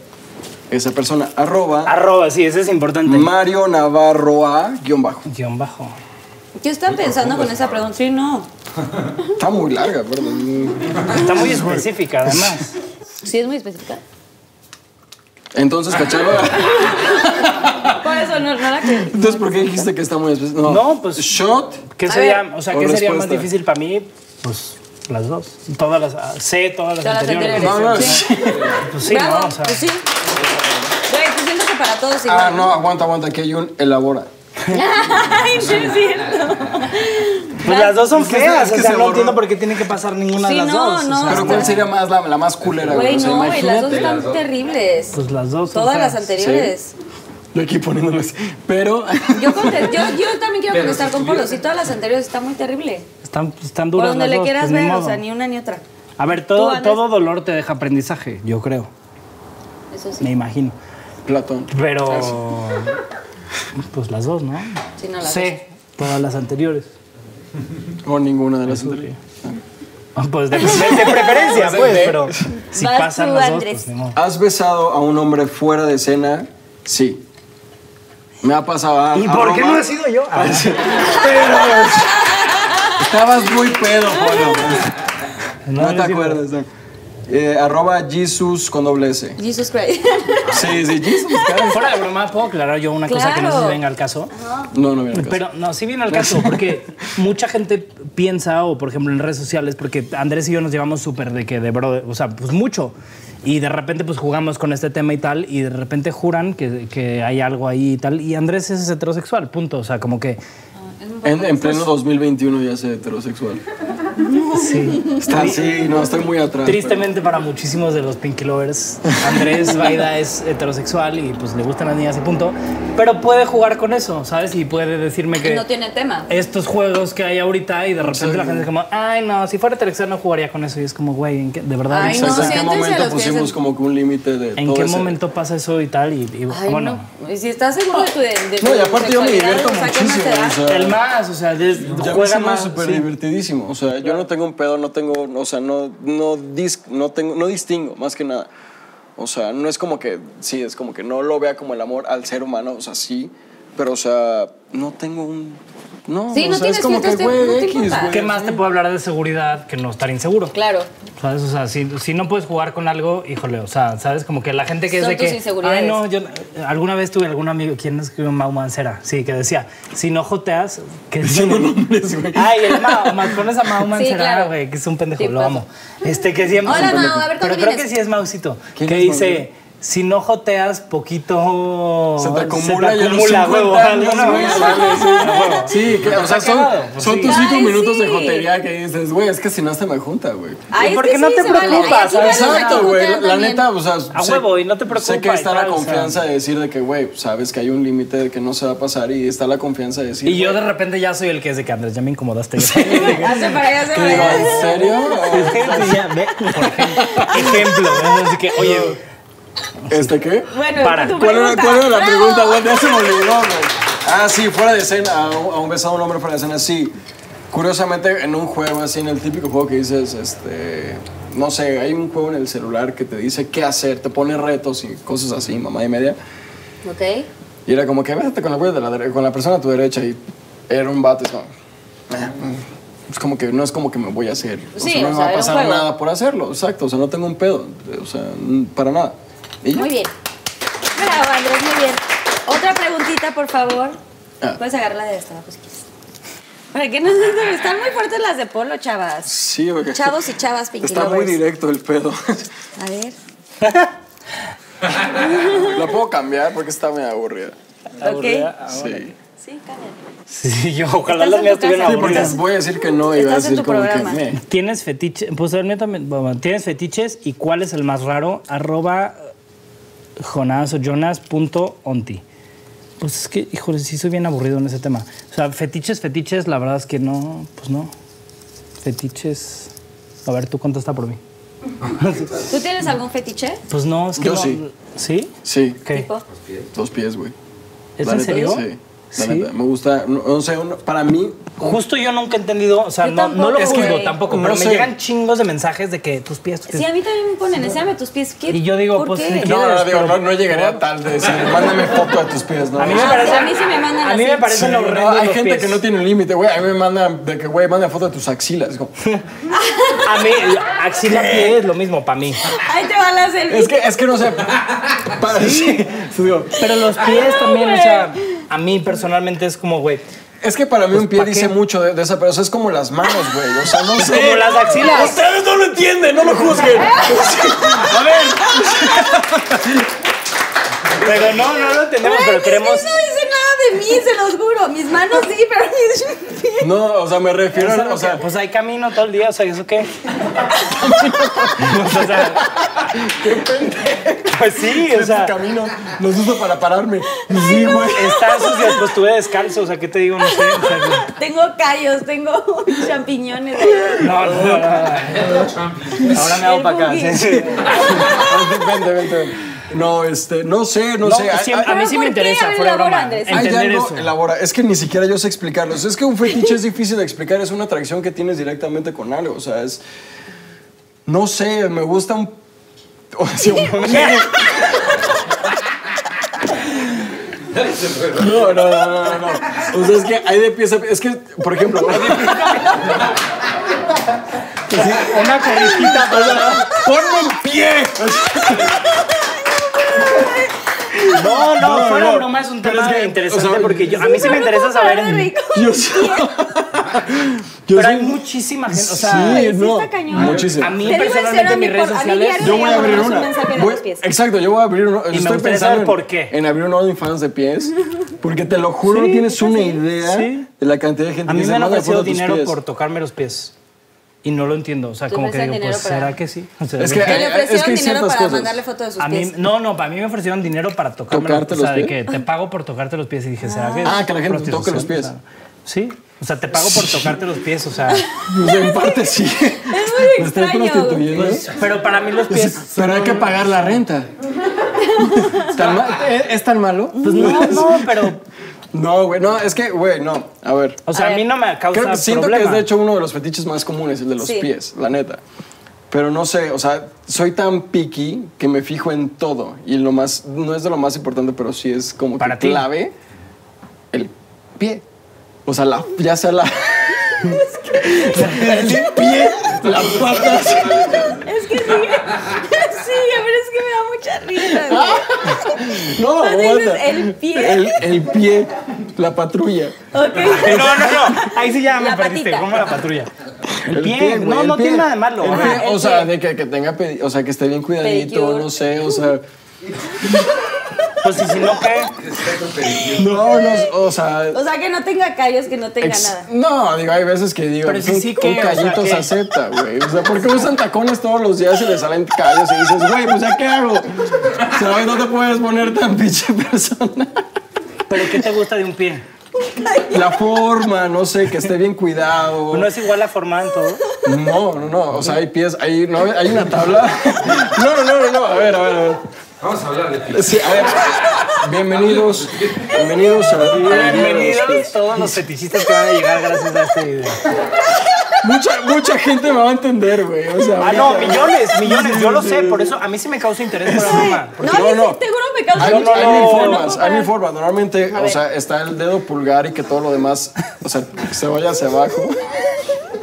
[SPEAKER 4] Esa persona, arroba
[SPEAKER 3] Arroba, sí, ese es importante.
[SPEAKER 4] Mario Navarro A, guión bajo.
[SPEAKER 3] Guión bajo.
[SPEAKER 2] Yo estaba pensando con esa pregunta. Sí, no.
[SPEAKER 4] Está muy larga, perdón.
[SPEAKER 3] Está muy específica, además.
[SPEAKER 2] Sí, es muy específica.
[SPEAKER 4] Entonces, cacharlo.
[SPEAKER 2] Por eso no, no la que.
[SPEAKER 4] Entonces, ¿por qué dijiste que está muy específico?
[SPEAKER 3] No, pues-
[SPEAKER 4] Shot.
[SPEAKER 3] ¿Qué
[SPEAKER 2] A
[SPEAKER 3] sería,
[SPEAKER 2] ver.
[SPEAKER 3] o sea,
[SPEAKER 4] O
[SPEAKER 3] ¿qué sería más
[SPEAKER 4] respuesta.
[SPEAKER 3] difícil para mí? Pues las dos. Todas las. ah, Sé todas las
[SPEAKER 2] Todas las
[SPEAKER 3] anteriores.
[SPEAKER 4] No, no,
[SPEAKER 2] Sí.
[SPEAKER 4] sí.
[SPEAKER 3] Pues sí,
[SPEAKER 2] Bravo.
[SPEAKER 3] ¿no? O sea,
[SPEAKER 2] Pues sí. Güey, pues siento que para todos igual.
[SPEAKER 4] Ah, no, aguanta, aguanta, aquí hay un elabora.
[SPEAKER 2] Ay, no es cierto.
[SPEAKER 3] pues las dos son
[SPEAKER 4] Es que se-
[SPEAKER 3] feas.
[SPEAKER 4] es que
[SPEAKER 3] o sea,
[SPEAKER 4] se
[SPEAKER 3] no
[SPEAKER 4] borró.
[SPEAKER 3] entiendo por qué tiene que pasar ninguna
[SPEAKER 2] Sí,
[SPEAKER 3] de las
[SPEAKER 2] no,
[SPEAKER 3] dos. o
[SPEAKER 2] no.
[SPEAKER 3] sea,
[SPEAKER 4] Pero ¿cuál sería más la, la más culera?
[SPEAKER 2] Güey,
[SPEAKER 4] o sea,
[SPEAKER 2] no, güey, las dos
[SPEAKER 4] imagínate.
[SPEAKER 2] están terribles.
[SPEAKER 3] pues las dos. son
[SPEAKER 2] Todas las
[SPEAKER 3] feas.
[SPEAKER 2] anteriores.
[SPEAKER 4] Yo aquí poniéndoles. Pero.
[SPEAKER 2] Yo, conte- yo, yo también
[SPEAKER 9] Pero
[SPEAKER 2] quiero contestar
[SPEAKER 9] si
[SPEAKER 2] con
[SPEAKER 9] tuviera-
[SPEAKER 2] Polo. Sí, todas las anteriores está muy terrible.
[SPEAKER 3] Están, están
[SPEAKER 2] Por
[SPEAKER 3] duras.
[SPEAKER 2] donde
[SPEAKER 3] las
[SPEAKER 2] le
[SPEAKER 3] dos,
[SPEAKER 2] quieras
[SPEAKER 3] pues, ni
[SPEAKER 2] ver, o
[SPEAKER 3] modo.
[SPEAKER 2] sea, ni una ni otra.
[SPEAKER 3] A ver,
[SPEAKER 2] Tú,
[SPEAKER 3] todo,
[SPEAKER 2] Andrés.
[SPEAKER 3] todo dolor te deja aprendizaje, yo creo.
[SPEAKER 2] Eso sí.
[SPEAKER 3] Me imagino.
[SPEAKER 4] Platón.
[SPEAKER 3] Pero. Pues las dos, ¿no?
[SPEAKER 2] Sí, no, las
[SPEAKER 3] sé todas las anteriores.
[SPEAKER 4] O ninguna de las anteriores.
[SPEAKER 3] Ah, Pues de, de preferencia, pues, pero si
[SPEAKER 2] Vas
[SPEAKER 3] pasan
[SPEAKER 2] tú,
[SPEAKER 3] las dos,
[SPEAKER 2] Andrés.
[SPEAKER 3] pues ni modo.
[SPEAKER 4] ¿Has besado a un hombre fuera de escena? Sí. Me ha pasado. ah, a-
[SPEAKER 3] ¿Y
[SPEAKER 4] a
[SPEAKER 3] por qué
[SPEAKER 4] Roma.
[SPEAKER 3] no he sido yo? Ah,
[SPEAKER 4] Pero. Estabas muy pedo, Polo.
[SPEAKER 3] no,
[SPEAKER 4] No,
[SPEAKER 3] no
[SPEAKER 4] te
[SPEAKER 3] he sido.
[SPEAKER 4] acuerdas. no. Eh, arroba Jesus con doble S.
[SPEAKER 2] Jesus Christ.
[SPEAKER 4] Sí, sí, Jesus. claro.
[SPEAKER 3] Fuera de broma, ¿puedo aclarar yo una cosa que no sé si
[SPEAKER 2] Claro.
[SPEAKER 3] venga al caso?
[SPEAKER 4] No, no, mira.
[SPEAKER 3] Pero no, sí viene al caso, porque mucha gente piensa, o por ejemplo en redes sociales, porque Andrés y yo nos llevamos súper de que de brother, o sea, pues mucho. Y de repente pues jugamos con este tema y tal, y de repente juran que, que hay algo ahí y tal. Y Andrés es heterosexual, punto. O sea, como que...
[SPEAKER 4] En, en pleno 2021 ya soy heterosexual.
[SPEAKER 3] Sí.
[SPEAKER 4] Está así, no, estoy muy atrás. pero-
[SPEAKER 3] Tristemente para muchísimos de los Pinky Lovers, Andrés Vaida es heterosexual y pues le gustan las niñas y punto. Pero puede jugar con eso, ¿sabes? Y puede decirme que
[SPEAKER 2] No tiene tema.
[SPEAKER 4] Eh,
[SPEAKER 3] estos juegos que hay ahorita y de repente la gente es como, ay no, si fuera heterosexual no jugaría con eso. Y es como, güey, ¿en qué- de verdad,
[SPEAKER 2] Ay,
[SPEAKER 3] ¿en,
[SPEAKER 2] no,
[SPEAKER 4] Exacto, ¿En qué
[SPEAKER 2] siéntense a
[SPEAKER 4] momento
[SPEAKER 2] los que
[SPEAKER 4] pusimos
[SPEAKER 2] dicen-
[SPEAKER 4] como que un límite de
[SPEAKER 3] en
[SPEAKER 4] todo
[SPEAKER 3] qué
[SPEAKER 4] ese-
[SPEAKER 3] momento pasa eso y tal? Y, y,
[SPEAKER 2] Ay,
[SPEAKER 3] bueno,
[SPEAKER 2] no. Y si estás seguro de tu. De, de
[SPEAKER 4] No, y
[SPEAKER 2] tu
[SPEAKER 4] aparte yo me
[SPEAKER 2] sexualidad,
[SPEAKER 4] divierto
[SPEAKER 2] o sea, ¿qué más
[SPEAKER 4] muchísimo.
[SPEAKER 2] te da?
[SPEAKER 4] O sea,
[SPEAKER 3] el más, o sea, des-
[SPEAKER 4] Ya
[SPEAKER 3] juega
[SPEAKER 4] me
[SPEAKER 3] más.
[SPEAKER 4] más súper
[SPEAKER 3] sí.
[SPEAKER 4] divertidísimo. O sea, yo no tengo un pedo, no tengo, o sea, no, no, dis- no, tengo, no distingo, más que nada. O sea, no es como que, sí, es como que no lo vea como el amor al ser humano, o sea, sí, pero, o sea, no tengo un... No,
[SPEAKER 2] Sí,
[SPEAKER 4] o
[SPEAKER 2] no
[SPEAKER 4] sea,
[SPEAKER 2] tienes
[SPEAKER 4] es como que,
[SPEAKER 2] filtros, te-
[SPEAKER 4] güey,
[SPEAKER 2] no te
[SPEAKER 4] X,
[SPEAKER 2] importa.
[SPEAKER 4] güey.
[SPEAKER 3] ¿Qué más te puedo hablar de seguridad que no estar inseguro?
[SPEAKER 2] Claro.
[SPEAKER 3] ¿Sabes? O sea, si, si no puedes jugar con algo, híjole, o sea, ¿sabes? Como que la gente que es
[SPEAKER 2] Son
[SPEAKER 3] de
[SPEAKER 2] tus
[SPEAKER 3] que.
[SPEAKER 2] inseguridades.
[SPEAKER 3] Ay, no, yo. Alguna vez tuve algún amigo, ¿quién es que Mau Mancera? Sí, que decía, si no joteas. Que Ay, el Mau, Mau, con esa Mau Mancera,
[SPEAKER 2] claro.
[SPEAKER 3] güey, que es un pendejo,
[SPEAKER 2] Sí,
[SPEAKER 3] lo
[SPEAKER 2] pasa.
[SPEAKER 3] amo. Este, que siempre. es
[SPEAKER 2] Hola,
[SPEAKER 3] un pendejo.
[SPEAKER 2] Mau, a ver, ¿cuándo
[SPEAKER 3] Pero creo
[SPEAKER 2] vienes?
[SPEAKER 3] que sí es Maucito.
[SPEAKER 4] ¿Quién
[SPEAKER 3] Que
[SPEAKER 4] es Mau?
[SPEAKER 3] dice. si no joteas poquito.
[SPEAKER 4] Se te acumula, se te acumula huevo. Ah, Sí, o sea, son, son tus cinco
[SPEAKER 2] Ay,
[SPEAKER 4] minutos de
[SPEAKER 2] sí.
[SPEAKER 4] jotería que dices, güey, es que si no se me junta, güey.
[SPEAKER 2] Ay,
[SPEAKER 3] ¿Y
[SPEAKER 2] es
[SPEAKER 3] por
[SPEAKER 2] que
[SPEAKER 3] qué no
[SPEAKER 2] sí,
[SPEAKER 3] te
[SPEAKER 2] se vale.
[SPEAKER 3] preocupas?
[SPEAKER 2] Ay, aquí vale
[SPEAKER 4] Exacto,
[SPEAKER 2] que
[SPEAKER 4] güey.
[SPEAKER 2] jotean
[SPEAKER 4] La
[SPEAKER 2] también.
[SPEAKER 4] neta, o sea,
[SPEAKER 3] A huevo, y no te
[SPEAKER 4] Sé que
[SPEAKER 3] preocupa
[SPEAKER 4] está
[SPEAKER 3] y
[SPEAKER 4] la
[SPEAKER 3] tal, o sea.
[SPEAKER 4] confianza de decir de que, güey, sabes que hay un límite de que no se va a pasar y está la confianza de decir.
[SPEAKER 3] Y yo
[SPEAKER 4] güey,
[SPEAKER 3] de repente ya soy el que es de que Andrés, ya me incomodaste.
[SPEAKER 2] Hace para allá, hace
[SPEAKER 4] que
[SPEAKER 2] para
[SPEAKER 4] digo,
[SPEAKER 2] allá.
[SPEAKER 4] ¿en serio?
[SPEAKER 3] Ya, ve, por ejemplo. Ejemplo. ¿no? Así que, oye,
[SPEAKER 4] ¿Este qué?
[SPEAKER 2] Bueno,
[SPEAKER 3] Para.
[SPEAKER 2] tu
[SPEAKER 4] ¿Cuál era,
[SPEAKER 2] pregunta.
[SPEAKER 4] cuál era la
[SPEAKER 2] Bravo.
[SPEAKER 4] pregunta, güey? Ya se me olvidó, güey. Ah, sí, fuera de escena, a un, a un beso a un hombre fuera de escena, sí. Curiosamente, en un juego así, en el típico juego que dices, este. No sé, hay un juego en el celular que te dice qué hacer, te pone retos y cosas así, mamá y media.
[SPEAKER 2] Ok.
[SPEAKER 4] Y era como que vete con la, güey de la dere- con la persona a tu derecha y era un vato. y Es como, "Eh, es como que no es como que me voy a hacer. O
[SPEAKER 2] Sí,
[SPEAKER 4] sea, no
[SPEAKER 2] o
[SPEAKER 4] me
[SPEAKER 2] sea,
[SPEAKER 4] va a
[SPEAKER 2] era un
[SPEAKER 4] pasar
[SPEAKER 2] juego.
[SPEAKER 4] nada por hacerlo. Exacto, o sea, no tengo un pedo. O sea, n- para nada. Y ya.
[SPEAKER 2] Muy bien. Bravo, Andrés, muy bien. Otra preguntita, por favor.
[SPEAKER 4] Ah.
[SPEAKER 2] Puedes agarrarla de esta, pues quieres. Para que no se están muy fuertes las de polo, chavas.
[SPEAKER 4] Sí, porque
[SPEAKER 2] Chavos y chavas, Pinky
[SPEAKER 4] Está muy
[SPEAKER 2] Lovers.
[SPEAKER 4] directo el pedo.
[SPEAKER 2] A ver.
[SPEAKER 4] La puedo cambiar porque está muy aburrida.
[SPEAKER 2] Ok.
[SPEAKER 3] Ah,
[SPEAKER 4] Sí.
[SPEAKER 2] Sí, cállate.
[SPEAKER 3] sí, yo, ojalá
[SPEAKER 2] Estás
[SPEAKER 3] las
[SPEAKER 2] en
[SPEAKER 3] mías
[SPEAKER 2] tu casa.
[SPEAKER 3] estuvieran
[SPEAKER 4] Sí, porque
[SPEAKER 3] aburridas.
[SPEAKER 4] voy a decir que no y voy a
[SPEAKER 2] Estás en
[SPEAKER 4] decir
[SPEAKER 2] tu
[SPEAKER 4] como que
[SPEAKER 2] programa.
[SPEAKER 4] me.
[SPEAKER 3] ¿Tienes fetiches? Pues el mío también. bueno, ¿Tienes fetiches y cuál es el más raro? Arroba Jonás o Jonas punto onti. Pues es que, híjole, sí soy bien aburrido en ese tema. O sea, fetiches, fetiches, la verdad es que no, pues no. Fetiches. A ver, tú contesta por mí.
[SPEAKER 2] ¿Tú tienes algún fetiche?
[SPEAKER 3] Pues no, es que
[SPEAKER 4] Yo
[SPEAKER 3] no-
[SPEAKER 4] sí.
[SPEAKER 3] ¿Sí?
[SPEAKER 4] Sí,
[SPEAKER 3] ¿Qué?
[SPEAKER 2] Tipo.
[SPEAKER 4] dos pies, güey.
[SPEAKER 3] ¿Es
[SPEAKER 4] La
[SPEAKER 3] en
[SPEAKER 4] neta,
[SPEAKER 3] serio?
[SPEAKER 4] Sí. La
[SPEAKER 3] Sí.
[SPEAKER 4] neta, me gusta, no, no sé, uno- para mí,
[SPEAKER 3] Justo yo nunca he entendido, o sea,
[SPEAKER 2] Yo
[SPEAKER 3] no, no
[SPEAKER 2] tampoco,
[SPEAKER 3] lo
[SPEAKER 2] Es que
[SPEAKER 3] juzgo
[SPEAKER 2] no
[SPEAKER 3] tampoco, pero
[SPEAKER 4] sé.
[SPEAKER 3] me llegan chingos de mensajes de que tus pies, tus pies.
[SPEAKER 2] Sí, a mí también me ponen, enséñame tus pies. ¿Qué?
[SPEAKER 3] Y yo digo,
[SPEAKER 2] ¿Por
[SPEAKER 3] pues,
[SPEAKER 2] qué?
[SPEAKER 3] ¿de qué?
[SPEAKER 4] No, no,
[SPEAKER 3] ¿Quieres?
[SPEAKER 4] no, digo, no,
[SPEAKER 3] Pero-
[SPEAKER 4] no llegaría a tal de decir, mándame foto de tus pies, ¿no?
[SPEAKER 3] A mí me
[SPEAKER 2] Ah,
[SPEAKER 3] parece.
[SPEAKER 2] sí, a mí sí me mandan
[SPEAKER 3] A mí
[SPEAKER 2] así.
[SPEAKER 3] me parecen
[SPEAKER 4] No,
[SPEAKER 3] horrendos
[SPEAKER 4] hay
[SPEAKER 3] los
[SPEAKER 4] gente
[SPEAKER 3] pies.
[SPEAKER 4] que no tiene un límite, güey. A mí me mandan de que, güey, manda foto de tus axilas. Es como-
[SPEAKER 3] A mí, la axila pie es lo mismo para mí.
[SPEAKER 2] Ahí te va la selfie.
[SPEAKER 4] Es que, es que no sé. Para, sí, digo,
[SPEAKER 3] Pero los pies también, o sea, a mí personalmente es como, güey.
[SPEAKER 4] es que para mí un pie
[SPEAKER 3] Pues, ¿pa' qué?
[SPEAKER 4] dice mucho de, de esa persona. Es como las manos, güey. O sea, no sé.
[SPEAKER 3] Como las axilas.
[SPEAKER 4] Ustedes no lo entienden, no lo juzguen.
[SPEAKER 3] A ver. Pero no, no lo entendemos,
[SPEAKER 2] Ay,
[SPEAKER 3] pero
[SPEAKER 2] mis
[SPEAKER 3] queremos.
[SPEAKER 2] pies no dice nada de mí, se los juro. Mis manos sí, pero mis pies.
[SPEAKER 4] No, o sea, me refiero a. O sea,
[SPEAKER 3] pues ahí camino todo el día, o sea, ¿eso qué? o sea, pues sí, o
[SPEAKER 4] este
[SPEAKER 3] sea,
[SPEAKER 4] camino los uso para pararme. Sí, güey.
[SPEAKER 3] está sucio, pues estuve descalzo, o sea, ¿qué te digo? No sé. o sea,
[SPEAKER 2] Tengo callos, tengo champiñones.
[SPEAKER 3] no, no, no, no. Ahora me hago para acá. sí, sí.
[SPEAKER 4] Vente, vente, vente. No, este, no sé,
[SPEAKER 3] No,
[SPEAKER 4] no,
[SPEAKER 3] pues,
[SPEAKER 4] sé. Hay-
[SPEAKER 3] siempre-
[SPEAKER 4] hay-
[SPEAKER 3] a mí
[SPEAKER 2] ¿Pero
[SPEAKER 3] sí me
[SPEAKER 2] por qué? A
[SPEAKER 3] interesa,
[SPEAKER 2] ver,
[SPEAKER 3] fuera de
[SPEAKER 2] elabora,
[SPEAKER 3] broma.
[SPEAKER 2] Andrés.
[SPEAKER 4] Hay
[SPEAKER 3] Entender
[SPEAKER 4] algo,
[SPEAKER 3] eso.
[SPEAKER 4] elabora. Es que ni siquiera yo sé explicarlo. Es que un fetiche es difícil de explicar. Es una atracción que tienes directamente con algo. O sea, es. No sé, me gusta un. o sea, un- No, no, no, no, no, no. O sea, es que hay de pieza. Es que, por ejemplo. hay de-
[SPEAKER 3] Una corrijita,
[SPEAKER 4] ¡Ponme el pie!
[SPEAKER 3] No, no,
[SPEAKER 4] No,
[SPEAKER 3] fuera
[SPEAKER 4] no.
[SPEAKER 3] broma es un
[SPEAKER 4] Pero
[SPEAKER 3] tema
[SPEAKER 4] es que,
[SPEAKER 3] interesante
[SPEAKER 4] o sea,
[SPEAKER 3] porque yo- a mí sí me interesa saber.
[SPEAKER 4] Yo sé. Yo
[SPEAKER 3] Pero
[SPEAKER 4] sé-
[SPEAKER 3] hay muchísima gente, o sea,
[SPEAKER 4] Sí, no.
[SPEAKER 2] está cañón.
[SPEAKER 4] Muchísimo.
[SPEAKER 3] a mí
[SPEAKER 2] Te digo en serio,
[SPEAKER 3] personalmente
[SPEAKER 2] a mí
[SPEAKER 3] mis redes
[SPEAKER 2] por- a mí
[SPEAKER 3] sociales.
[SPEAKER 2] diario
[SPEAKER 4] Yo voy a abrir
[SPEAKER 2] Digamos, un
[SPEAKER 4] una.
[SPEAKER 2] mensaje de
[SPEAKER 4] Voy-
[SPEAKER 2] los pies.
[SPEAKER 4] exacto, yo voy a abrir una.
[SPEAKER 3] me
[SPEAKER 4] estoy
[SPEAKER 3] gustaría
[SPEAKER 4] pensando
[SPEAKER 3] saber
[SPEAKER 4] en-
[SPEAKER 3] por qué.
[SPEAKER 4] En abrir un OnlyFans de pies. Porque te lo juro, no tienes una idea
[SPEAKER 3] pues sí.
[SPEAKER 4] de la cantidad de gente
[SPEAKER 3] a
[SPEAKER 4] que
[SPEAKER 3] mí
[SPEAKER 4] dice,
[SPEAKER 3] me han
[SPEAKER 4] "Manda foto
[SPEAKER 3] ofrecido
[SPEAKER 4] de tus
[SPEAKER 3] dinero
[SPEAKER 4] pies".
[SPEAKER 3] por tocarme los pies. Y no lo entiendo, o sea,
[SPEAKER 2] Tú
[SPEAKER 3] como que
[SPEAKER 2] prestas
[SPEAKER 3] digo,
[SPEAKER 2] dinero
[SPEAKER 3] pues
[SPEAKER 2] para-
[SPEAKER 3] ¿será que sí? O sea,
[SPEAKER 4] Es que,
[SPEAKER 2] Que le
[SPEAKER 4] eh,
[SPEAKER 2] ofrecieron
[SPEAKER 4] es que hay
[SPEAKER 2] dinero
[SPEAKER 4] ciertas
[SPEAKER 2] para
[SPEAKER 4] cosas.
[SPEAKER 2] mandarle foto de sus
[SPEAKER 3] a mí
[SPEAKER 2] pies.
[SPEAKER 3] no, no, para mí me ofrecieron dinero para tocarme los
[SPEAKER 4] ¿Tocarte
[SPEAKER 3] pies, o sea,
[SPEAKER 4] los
[SPEAKER 3] de
[SPEAKER 4] pies?
[SPEAKER 3] que te pago por tocarte los pies y dije, ¿será que
[SPEAKER 4] Ah,
[SPEAKER 3] es
[SPEAKER 4] que la gente te toque
[SPEAKER 3] prostitución?
[SPEAKER 4] los pies.
[SPEAKER 3] O sea, Sí. O sea, te pago por tocarte los pies, o sea,
[SPEAKER 4] Pues, en parte sí.
[SPEAKER 2] Es muy
[SPEAKER 4] Me estoy
[SPEAKER 2] extraño.
[SPEAKER 4] prostituyendo.
[SPEAKER 3] pero para mí los pies
[SPEAKER 4] Pero hay que pagar la renta. ¿Tan ma- ¿Es es tan malo?
[SPEAKER 3] pues no, no, pero
[SPEAKER 4] No, güey. No, es que, güey, no. A ver.
[SPEAKER 3] o sea, a, mí no me causa
[SPEAKER 4] Creo que siento
[SPEAKER 3] problema.
[SPEAKER 4] que es de hecho uno de los fetiches más comunes, el de los
[SPEAKER 2] Sí.
[SPEAKER 4] pies, la neta. Pero no sé, o sea, soy tan picky que me fijo en todo. Y lo más, no es de lo más importante, pero sí es como
[SPEAKER 3] Para
[SPEAKER 4] que
[SPEAKER 3] ti.
[SPEAKER 4] clave el pie. O sea, la, ya sea la. el pie, las patas.
[SPEAKER 2] Es que sigue. Sigue, pero es que me da mucha risa. güey.
[SPEAKER 4] No,
[SPEAKER 2] Cuando dices
[SPEAKER 4] aguanta.
[SPEAKER 2] el pie.
[SPEAKER 4] El, el pie, la patrulla.
[SPEAKER 2] Ok.
[SPEAKER 3] No, no, no. Ahí sí ya me
[SPEAKER 2] La
[SPEAKER 3] perdiste.
[SPEAKER 2] patita.
[SPEAKER 3] ¿Cómo la patrulla? El, pie.
[SPEAKER 4] güey,
[SPEAKER 3] no,
[SPEAKER 4] el
[SPEAKER 3] no
[SPEAKER 4] pie.
[SPEAKER 3] tiene nada de malo.
[SPEAKER 4] El
[SPEAKER 3] Ajá.
[SPEAKER 4] pie,
[SPEAKER 2] el
[SPEAKER 4] o sea,
[SPEAKER 2] pie.
[SPEAKER 4] de que, que tenga, pedi- o sea, que esté bien cuidadito,
[SPEAKER 2] Pedicure.
[SPEAKER 4] no sé, o sea,
[SPEAKER 3] Pues y si no cae.
[SPEAKER 4] No, no, o sea.
[SPEAKER 2] O sea, que no tenga callos, que no tenga
[SPEAKER 4] ex-
[SPEAKER 2] nada.
[SPEAKER 4] No, digo, hay veces que digo,
[SPEAKER 3] Pero si
[SPEAKER 4] un,
[SPEAKER 3] sí que,
[SPEAKER 4] un
[SPEAKER 3] o sea,
[SPEAKER 4] callito
[SPEAKER 3] ¿qué?
[SPEAKER 4] se acepta, güey. O sea, ¿por qué usan tacones todos los días y le salen callos y dices, güey, pues ya qué hago? O sea, hoy no te puedes poner tan pinche persona.
[SPEAKER 3] ¿Pero qué te gusta de un pie?
[SPEAKER 4] La forma, no sé, que esté bien cuidado.
[SPEAKER 3] ¿No es igual la forma en todo?
[SPEAKER 4] No, no, no. O sea, hay pies, hay, no, hay una tabla. No, no, no, no, no. A ver, a ver, a ver.
[SPEAKER 10] Vamos a hablar de pies.
[SPEAKER 4] Sí, a ver. Bienvenidos. Bienvenidos a la
[SPEAKER 3] Bienvenidos todos los fetichistas que van a llegar gracias a este video.
[SPEAKER 4] Mucha, mucha gente me va a entender, güey. O sea,
[SPEAKER 3] Ah, no,
[SPEAKER 4] ahorita-
[SPEAKER 3] millones, millones, yo lo sé, por eso a mí sí me causa interés por la mamá.
[SPEAKER 2] No,
[SPEAKER 4] No,
[SPEAKER 2] yo
[SPEAKER 4] Pues no.
[SPEAKER 2] sí, te juro me causa
[SPEAKER 4] Hay,
[SPEAKER 2] mucho
[SPEAKER 4] hay
[SPEAKER 2] dolor.
[SPEAKER 4] mil
[SPEAKER 2] No
[SPEAKER 4] formas,
[SPEAKER 2] puedo
[SPEAKER 4] hay mil
[SPEAKER 2] parar.
[SPEAKER 4] formas. Normalmente, o sea, está el dedo pulgar y que todo lo demás, o sea, se vaya hacia abajo.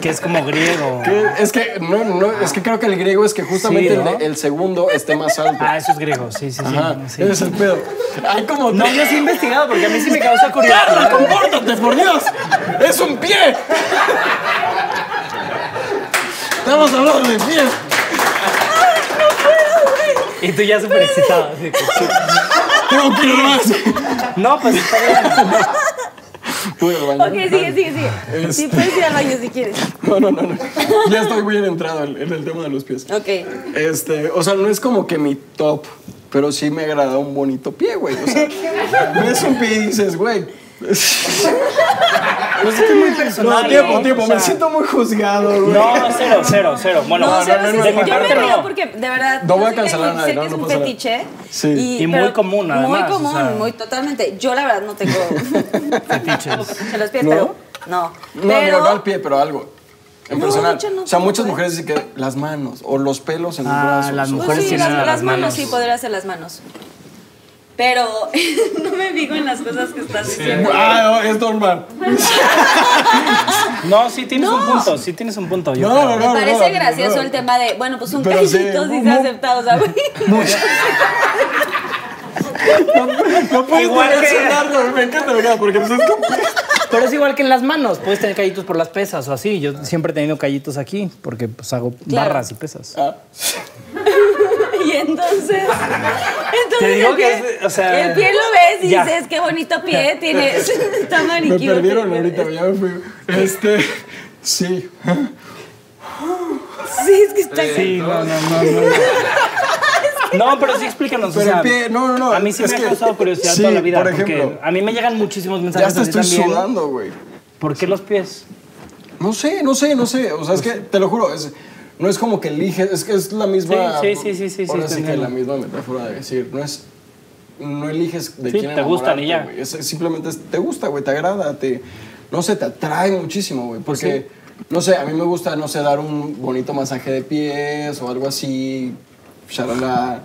[SPEAKER 3] Que es como griego.
[SPEAKER 4] Es que no, no, es que creo que el griego es que justamente
[SPEAKER 3] Sí, ¿no?
[SPEAKER 4] el, de- el segundo esté más alto.
[SPEAKER 3] Ah, eso es griego, sí, sí, sí.
[SPEAKER 4] Ajá,
[SPEAKER 3] sí.
[SPEAKER 4] ese es el pedo. Hay como
[SPEAKER 3] No, yo sí he investigado porque a mí sí me causa curiosidad.
[SPEAKER 4] ¡Compórtate, por Dios! ¡Es un pie! Estamos hablando de pies.
[SPEAKER 3] Y tú ya súper excitado. así que-
[SPEAKER 4] No quiero más.
[SPEAKER 3] No, pues está bien.
[SPEAKER 4] Voy al baño.
[SPEAKER 2] Ok, sigue, sigue,
[SPEAKER 4] Este-
[SPEAKER 2] sigue. Sí, puedes ir al baño si quieres.
[SPEAKER 4] No, no, no, no. Ya estoy bien entrado en en el tema de los pies.
[SPEAKER 2] Ok.
[SPEAKER 4] Este, o sea, no es como que mi top, pero sí me agrada un bonito pie, güey. O sea, ves un pie y dices, güey.
[SPEAKER 3] muy personal.
[SPEAKER 4] No, tiempo,
[SPEAKER 3] ¿no?
[SPEAKER 4] tiempo.
[SPEAKER 3] O sea,
[SPEAKER 4] me siento muy juzgado, güey.
[SPEAKER 3] No, cero, cero, cero. Bueno,
[SPEAKER 2] No, cero, sí,
[SPEAKER 3] de
[SPEAKER 2] sí, yo
[SPEAKER 3] mi
[SPEAKER 2] me
[SPEAKER 3] parte
[SPEAKER 2] río
[SPEAKER 3] no.
[SPEAKER 2] porque de verdad.
[SPEAKER 4] No voy a
[SPEAKER 2] yo sé que
[SPEAKER 4] cancelar a nadie,
[SPEAKER 2] sé que
[SPEAKER 4] no,
[SPEAKER 2] es
[SPEAKER 4] no
[SPEAKER 2] un
[SPEAKER 4] pasa nada.
[SPEAKER 2] fetiche.
[SPEAKER 4] Sí.
[SPEAKER 3] Y muy
[SPEAKER 2] pero
[SPEAKER 3] común,
[SPEAKER 2] Muy
[SPEAKER 3] además, o
[SPEAKER 2] común,
[SPEAKER 3] sea.
[SPEAKER 2] muy totalmente. Yo la verdad no tengo fetiches. los pies,
[SPEAKER 4] ¿No?
[SPEAKER 2] pero. No.
[SPEAKER 4] No,
[SPEAKER 2] pero,
[SPEAKER 4] digo, no al pie, pero algo. En
[SPEAKER 2] No,
[SPEAKER 4] personal.
[SPEAKER 2] mucho no
[SPEAKER 4] o sea,
[SPEAKER 2] tengo,
[SPEAKER 4] muchas
[SPEAKER 2] ¿eh?
[SPEAKER 4] mujeres dicen que las manos o los pelos en los
[SPEAKER 3] Ah,
[SPEAKER 4] brazos.
[SPEAKER 3] las
[SPEAKER 4] o-
[SPEAKER 3] mujeres.
[SPEAKER 2] Pues sí,
[SPEAKER 3] tienen
[SPEAKER 2] las,
[SPEAKER 3] las
[SPEAKER 2] las manos
[SPEAKER 3] manos.
[SPEAKER 2] sí podría ser las manos. Pero no me digo en las cosas que estás diciendo.
[SPEAKER 4] Ah, no, es normal.
[SPEAKER 3] No, sí tienes
[SPEAKER 2] No.
[SPEAKER 3] un punto, sí tienes un punto. Yo
[SPEAKER 4] No,
[SPEAKER 3] creo.
[SPEAKER 4] no, no.
[SPEAKER 2] Me parece
[SPEAKER 4] no,
[SPEAKER 2] gracioso
[SPEAKER 4] no.
[SPEAKER 2] el tema de, bueno, pues un
[SPEAKER 4] Pero sí,
[SPEAKER 2] callito sí, se
[SPEAKER 4] mu-
[SPEAKER 2] ha aceptado, ¿sabes?
[SPEAKER 4] No puedes
[SPEAKER 3] Igual que-
[SPEAKER 4] mencionarlo, me encanta, me encanta, porque pues es como-
[SPEAKER 3] Pero es igual que en las manos, puedes tener callitos por las pesas o así. Yo siempre he tenido callitos aquí porque pues hago
[SPEAKER 2] Claro.
[SPEAKER 3] barras y pesas.
[SPEAKER 4] Ah,
[SPEAKER 2] Y entonces, entonces
[SPEAKER 3] Te digo
[SPEAKER 2] el,
[SPEAKER 3] que
[SPEAKER 2] pie,
[SPEAKER 3] es- o sea,
[SPEAKER 2] el pie lo ves y
[SPEAKER 3] ya.
[SPEAKER 2] dices, qué bonito pie tienes, está
[SPEAKER 4] me
[SPEAKER 2] maniquí.
[SPEAKER 4] perdieron ahorita, ya me fui. Este. Sí.
[SPEAKER 2] Sí, es que está...
[SPEAKER 3] Sí, no, no, no, no. No, pero sí explícanos.
[SPEAKER 4] Pero
[SPEAKER 3] o sea,
[SPEAKER 4] el pie- no, no, no,
[SPEAKER 3] A mí sí
[SPEAKER 4] es
[SPEAKER 3] me ha
[SPEAKER 4] que-
[SPEAKER 3] causado curiosidad
[SPEAKER 4] sí,
[SPEAKER 3] toda la vida.
[SPEAKER 4] por
[SPEAKER 3] porque
[SPEAKER 4] ejemplo.
[SPEAKER 3] a mí me llegan muchísimos
[SPEAKER 4] Ya
[SPEAKER 3] mensajes
[SPEAKER 4] hasta
[SPEAKER 3] así
[SPEAKER 4] estoy
[SPEAKER 3] también.
[SPEAKER 4] sudando, güey.
[SPEAKER 3] ¿Por qué los pies?
[SPEAKER 4] No sé, no sé, no sé. O sea, es que
[SPEAKER 3] Pues
[SPEAKER 4] te lo juro, es, no es como que eliges, es que es la misma.
[SPEAKER 3] Sí, sí, sí, sí, sí, sí,
[SPEAKER 4] Ahora
[SPEAKER 3] te
[SPEAKER 4] sí que
[SPEAKER 3] entiendo.
[SPEAKER 4] la misma metáfora de decir, no es. No eliges de
[SPEAKER 3] Sí,
[SPEAKER 4] quién
[SPEAKER 3] te gustan
[SPEAKER 4] enamorarte,
[SPEAKER 3] y ya.
[SPEAKER 4] güey. Es- es simplemente es- te gusta, güey, te agrada, te. No sé, te atrae muchísimo, güey.
[SPEAKER 3] Pues
[SPEAKER 4] Porque, no sé, a mí me gusta, no sé, dar un bonito masaje de pies o algo así. Shalala.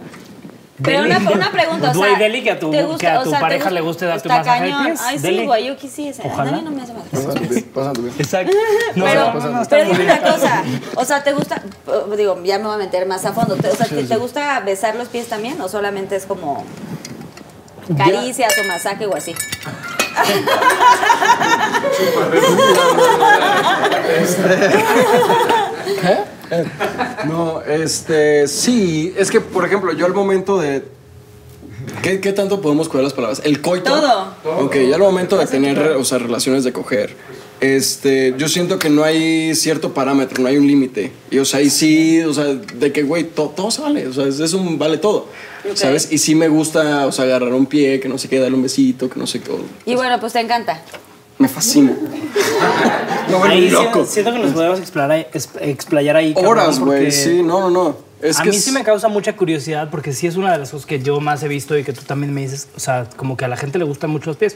[SPEAKER 2] Pero una,
[SPEAKER 3] Deli.
[SPEAKER 2] una pregunta, o sea,
[SPEAKER 3] Güey, deli que a tu-
[SPEAKER 2] ¿te
[SPEAKER 3] que a tu
[SPEAKER 2] ¿te
[SPEAKER 3] pareja
[SPEAKER 2] gusta?
[SPEAKER 3] le guste darte
[SPEAKER 2] Está
[SPEAKER 3] un masaje de
[SPEAKER 2] cañón.
[SPEAKER 3] pies,
[SPEAKER 2] Ay, sí,
[SPEAKER 3] deli.
[SPEAKER 2] güey, yo quisiese.
[SPEAKER 3] Ojalá.
[SPEAKER 2] Nadie no me hace masaje.
[SPEAKER 4] Pásate bien, pásate bien.
[SPEAKER 3] Exacto. No,
[SPEAKER 2] pero,
[SPEAKER 3] no, no, no, está
[SPEAKER 2] pero
[SPEAKER 3] muy
[SPEAKER 2] dime
[SPEAKER 3] bien.
[SPEAKER 2] una cosa, o sea, ¿te gusta, eh, digo, ya me voy a meter más a fondo, te- o sea, ¿te, te gusta besar los pies también o solamente es como caricias o masaje o así?
[SPEAKER 4] No, este, sí, es que, por ejemplo, yo al momento de... ¿Qué, qué tanto podemos cuidar las palabras? El coito.
[SPEAKER 2] Todo.
[SPEAKER 4] Ok, ya al momento de tener, o sea, relaciones de coger, este, yo siento que no hay cierto parámetro, no hay un límite. Y, o sea, ahí sí, o sea, de que, güey, to- todo se vale, o sea, es, es un vale todo,
[SPEAKER 2] Ok.
[SPEAKER 4] ¿sabes? Y sí me gusta, o sea, agarrar un pie, que no sé qué, darle un besito, que no sé qué. o-
[SPEAKER 2] Y bueno, pues te encanta.
[SPEAKER 4] Me fascina. no, bueno,
[SPEAKER 3] Ahí sí-
[SPEAKER 4] loco.
[SPEAKER 3] siento que nos podemos explorar ahí- es- explayar ahí. cabrón,
[SPEAKER 4] Horas, güey,
[SPEAKER 3] porque
[SPEAKER 4] sí, no, no, no. Es
[SPEAKER 3] a
[SPEAKER 4] que
[SPEAKER 3] mí
[SPEAKER 4] es-
[SPEAKER 3] sí me causa mucha curiosidad porque sí es una de las cosas que yo más he visto y que tú también me dices, o sea, como que a la gente le gustan mucho los pies.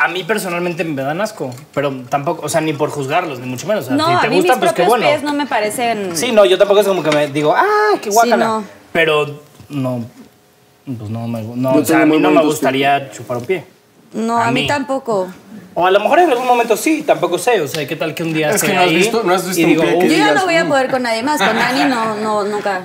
[SPEAKER 3] A mí personalmente me dan asco, pero tampoco, o sea, ni por juzgarlos, ni mucho menos. O sea,
[SPEAKER 2] No,
[SPEAKER 3] si te
[SPEAKER 2] a mí
[SPEAKER 3] gustan,
[SPEAKER 2] mis
[SPEAKER 3] pues qué
[SPEAKER 2] propios
[SPEAKER 3] bueno.
[SPEAKER 2] pies no me parecen...
[SPEAKER 3] Sí, no, yo tampoco es como que me digo, ah, qué guacala.
[SPEAKER 2] no.
[SPEAKER 3] Pero no, pues no me gu- no,
[SPEAKER 4] Yo
[SPEAKER 3] o sea,
[SPEAKER 4] tengo
[SPEAKER 3] a mí
[SPEAKER 4] muy
[SPEAKER 3] no me
[SPEAKER 4] bonitos
[SPEAKER 3] gustaría chupar un pie.
[SPEAKER 2] No,
[SPEAKER 3] A
[SPEAKER 2] a mí
[SPEAKER 3] mí.
[SPEAKER 2] tampoco.
[SPEAKER 3] O a lo mejor en algún momento sí, tampoco sé. O sea, ¿qué tal que un día
[SPEAKER 4] Es
[SPEAKER 3] esté
[SPEAKER 4] que no has
[SPEAKER 3] ahí
[SPEAKER 4] visto- no has visto
[SPEAKER 3] y
[SPEAKER 4] un
[SPEAKER 3] digo,
[SPEAKER 4] pie que
[SPEAKER 2] Yo
[SPEAKER 3] "Uy,
[SPEAKER 2] ya
[SPEAKER 4] digas,
[SPEAKER 2] no voy a poder con nadie más, con Dani no, no, nunca.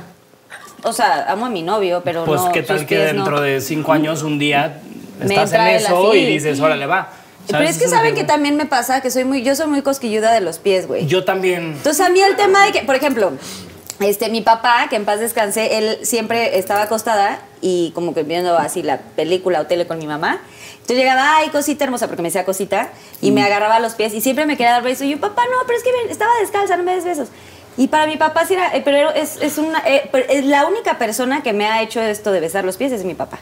[SPEAKER 2] O sea, amo a mi novio, pero
[SPEAKER 3] pues
[SPEAKER 2] no,
[SPEAKER 3] qué tal
[SPEAKER 2] sus
[SPEAKER 3] que
[SPEAKER 2] pies no.
[SPEAKER 3] dentro de cinco años un día
[SPEAKER 2] Me
[SPEAKER 3] estás en
[SPEAKER 2] entra él
[SPEAKER 3] eso
[SPEAKER 2] así.
[SPEAKER 3] y dices, órale, va.
[SPEAKER 2] Pero
[SPEAKER 3] ¿Sabes?
[SPEAKER 2] es que
[SPEAKER 3] Eso lo
[SPEAKER 2] saben que
[SPEAKER 3] digo.
[SPEAKER 2] también me pasa que soy muy, yo soy muy cosquilluda de los pies, güey.
[SPEAKER 3] Yo también.
[SPEAKER 2] Entonces a mí el tema de que, por ejemplo, Este, mi papá, que en paz descanse, él siempre estaba acostada y como que viendo así la película o tele con mi mamá. Entonces llegaba, ay, cosita hermosa, porque me decía cosita, y
[SPEAKER 4] Mm.
[SPEAKER 2] me agarraba los pies y siempre me quería dar besos. Y yo, papá, no, pero es que estaba descalza, no me des besos. Y para mi papá sí era, eh, pero es, es una, eh, pero es la única persona que me ha hecho esto de besar los pies es mi papá.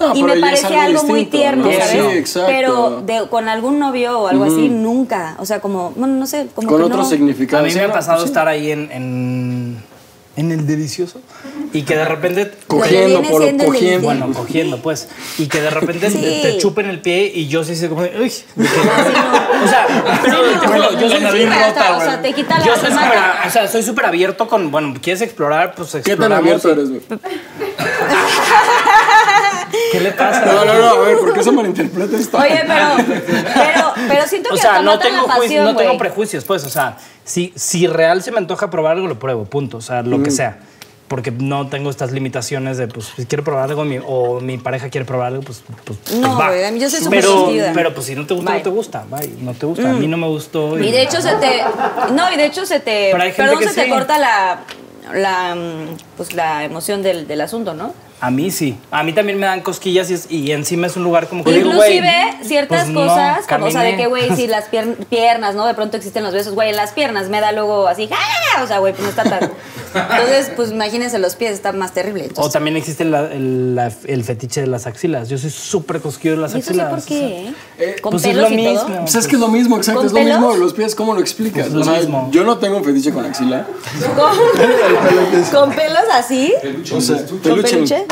[SPEAKER 4] No,
[SPEAKER 2] y
[SPEAKER 4] pero
[SPEAKER 2] me
[SPEAKER 4] ya es
[SPEAKER 2] parece algo,
[SPEAKER 4] algo
[SPEAKER 2] muy
[SPEAKER 4] distinto,
[SPEAKER 2] tierno,
[SPEAKER 4] ¿no?
[SPEAKER 2] ¿sabes?
[SPEAKER 4] Sí, exacto.
[SPEAKER 2] Pero de- con algún novio o algo así, nunca. O sea, como, bueno, no sé, como
[SPEAKER 4] Con
[SPEAKER 2] que
[SPEAKER 4] otro
[SPEAKER 2] no.
[SPEAKER 4] significado.
[SPEAKER 3] A mí
[SPEAKER 4] Sí,
[SPEAKER 3] me ha
[SPEAKER 4] no,
[SPEAKER 3] pasado
[SPEAKER 4] sí.
[SPEAKER 3] estar ahí en, en, en el delicioso y que de repente...
[SPEAKER 2] Lo que
[SPEAKER 4] Cogiendo,
[SPEAKER 2] viene
[SPEAKER 4] por
[SPEAKER 2] siendo el
[SPEAKER 4] cogiendo.
[SPEAKER 2] delicioso.
[SPEAKER 3] Bueno, cogiendo, pues. Y que de repente
[SPEAKER 2] Sí.
[SPEAKER 3] te, te chupen el pie y yo sí sé como... de, "Uy".
[SPEAKER 2] no.
[SPEAKER 3] O sea, pero te juro, yo soy
[SPEAKER 2] Sí,
[SPEAKER 3] súper-
[SPEAKER 2] pero hasta, o sea, te quita la
[SPEAKER 3] yo soy
[SPEAKER 2] mata.
[SPEAKER 3] súper a- o sea, soy súper abierto con... Bueno, ¿quieres explorar? Pues
[SPEAKER 4] ¿Qué tan
[SPEAKER 3] exploramos.
[SPEAKER 4] abierto
[SPEAKER 3] y-
[SPEAKER 4] eres, güey?
[SPEAKER 3] ¿Qué le pasa?
[SPEAKER 4] No, no, no, a ver, ¿por qué se malinterpreta esto? Ah,
[SPEAKER 2] Oye, pero, pero, pero siento que
[SPEAKER 3] O sea,
[SPEAKER 2] hasta
[SPEAKER 3] no
[SPEAKER 2] matan
[SPEAKER 3] tengo,
[SPEAKER 2] la
[SPEAKER 3] juicio-
[SPEAKER 2] pasión,
[SPEAKER 3] no tengo
[SPEAKER 2] güey.
[SPEAKER 3] prejuicios, pues. O sea, si, si real se me antoja probar algo, lo pruebo, punto. O sea, lo que sea. Porque no tengo estas limitaciones de, pues, si quiero probar algo mi- o mi pareja quiere probar algo, pues, pues, pues,
[SPEAKER 2] No,
[SPEAKER 3] va.
[SPEAKER 2] güey, a mí yo soy súper
[SPEAKER 3] pero,
[SPEAKER 2] sentida.
[SPEAKER 3] pero, pues, si no te gusta,
[SPEAKER 2] Bye. Mm.
[SPEAKER 3] no te gusta. Bye, no te gusta. A mí no me gustó.
[SPEAKER 2] Y de hecho se te. No, y de hecho se te.
[SPEAKER 3] Pero hay gente
[SPEAKER 2] perdón,
[SPEAKER 3] que
[SPEAKER 2] se te
[SPEAKER 3] sí.
[SPEAKER 2] corta la. La, mm, pues la emoción del, del asunto, ¿no?
[SPEAKER 3] A mí sí. A mí también me dan cosquillas y, es- y encima es un lugar como que digo, güey,
[SPEAKER 2] Inclusive ciertas
[SPEAKER 3] pues, no,
[SPEAKER 2] cosas, como, o sea, de
[SPEAKER 3] caminé.
[SPEAKER 2] que, güey, si las pier- piernas, ¿no? De pronto existen los besos, güey, en las piernas me da luego así, ¡ah! o sea, güey, pues no está tan... Entonces, pues imagínense los pies, está más terrible.
[SPEAKER 3] O
[SPEAKER 2] Entonces,
[SPEAKER 3] también existe la- el, la- el fetiche de las axilas. Yo soy súper cosquillo de las
[SPEAKER 2] ¿Y eso sí
[SPEAKER 3] axilas.
[SPEAKER 2] por
[SPEAKER 3] o sea.
[SPEAKER 2] qué? ¿eh? Con
[SPEAKER 3] pues es
[SPEAKER 2] pelos
[SPEAKER 3] lo
[SPEAKER 2] y todo.
[SPEAKER 3] mismo.
[SPEAKER 4] Pues es que es lo mismo, exacto,
[SPEAKER 2] ¿Con
[SPEAKER 4] es lo
[SPEAKER 2] pelos?
[SPEAKER 4] mismo de los pies, ¿cómo lo explicas?
[SPEAKER 3] Pues lo
[SPEAKER 4] O sea,
[SPEAKER 3] mismo.
[SPEAKER 4] Yo no tengo un fetiche con axila.
[SPEAKER 2] ¿Con, con pelos así?
[SPEAKER 4] O sea,
[SPEAKER 2] ¿Con
[SPEAKER 4] Este, peluche.
[SPEAKER 2] peluche?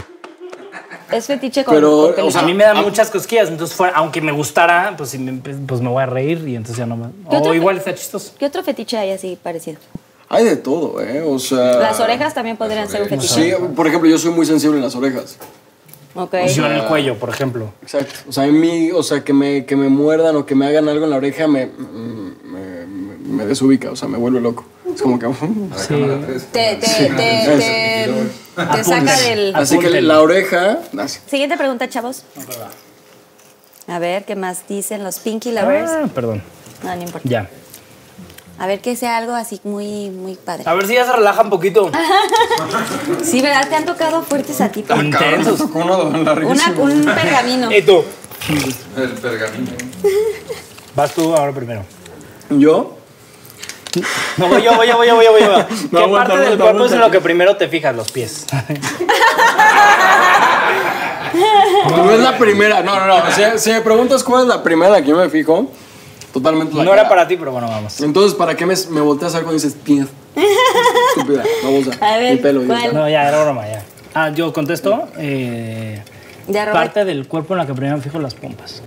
[SPEAKER 2] ¿Es fetiche con,
[SPEAKER 4] Pero,
[SPEAKER 2] con
[SPEAKER 4] o
[SPEAKER 2] peluche?
[SPEAKER 3] a mí me dan muchas cosquillas, entonces fuera- aunque me gustara, pues, si me, pues me voy a reír y entonces ya no me...
[SPEAKER 2] ¿Qué otro
[SPEAKER 3] O
[SPEAKER 2] fe-
[SPEAKER 3] igual está chistoso.
[SPEAKER 2] ¿Qué otro fetiche hay así parecido?
[SPEAKER 4] Hay de todo, ¿eh? O sea...
[SPEAKER 2] Las
[SPEAKER 3] Ah,
[SPEAKER 2] orejas también podrían ser un fetiche.
[SPEAKER 4] Sí, por ejemplo, yo soy muy sensible en las orejas.
[SPEAKER 2] Ok.
[SPEAKER 3] Yo en el cuello, por ejemplo.
[SPEAKER 4] Exacto. O sea, a mí, o sea, que me, que me muerdan o que me hagan algo en la oreja me, me, me- me desubica, o sea, me vuelve loco. Es como que...
[SPEAKER 3] Sí.
[SPEAKER 2] Te, te, te, te, te saca del...
[SPEAKER 4] Así que
[SPEAKER 3] Apúntenlo.
[SPEAKER 4] la oreja... así.
[SPEAKER 2] Siguiente pregunta, chavos. A ver, ¿qué más dicen los Pinky Lovers?
[SPEAKER 3] Ah, perdón.
[SPEAKER 2] No, no importa.
[SPEAKER 3] Ya.
[SPEAKER 2] A ver, que sea algo así muy, muy padre.
[SPEAKER 3] A ver si ya se relaja un poquito.
[SPEAKER 2] Sí, ¿verdad? Te han tocado fuertes a ti.
[SPEAKER 3] Ah,
[SPEAKER 4] Cabrón, me
[SPEAKER 3] Intensos.
[SPEAKER 4] tocó uno
[SPEAKER 2] Una,
[SPEAKER 4] larguísimo.
[SPEAKER 2] un pergamino.
[SPEAKER 3] ¿Y tú?
[SPEAKER 11] El pergamino.
[SPEAKER 3] Vas tú ahora primero.
[SPEAKER 4] ¿Yo?
[SPEAKER 3] No, voy yo, voy yo, voy yo, voy yo. Voy yo. ¿Qué parte
[SPEAKER 4] aguanta,
[SPEAKER 3] del
[SPEAKER 4] aguanta,
[SPEAKER 3] cuerpo es
[SPEAKER 4] aguanta.
[SPEAKER 3] en lo que primero te fijas? Los pies.
[SPEAKER 4] No es la primera, no, no, no. Si, si me preguntas cuál es la primera que yo me fijo, totalmente la
[SPEAKER 3] No era
[SPEAKER 4] cara.
[SPEAKER 3] para ti, pero bueno, vamos.
[SPEAKER 4] Entonces, ¿para qué me, me volteas a ver cuando dices pies? Estúpida, babosa.
[SPEAKER 2] A ver,
[SPEAKER 4] Mi pelo. y el
[SPEAKER 2] ¿cuál?
[SPEAKER 4] pelo.
[SPEAKER 3] No, ya, era broma, ya. Ah, yo contesto. Eh,
[SPEAKER 2] Ya, Robert.
[SPEAKER 3] parte del cuerpo en la que primero me fijo las pompas.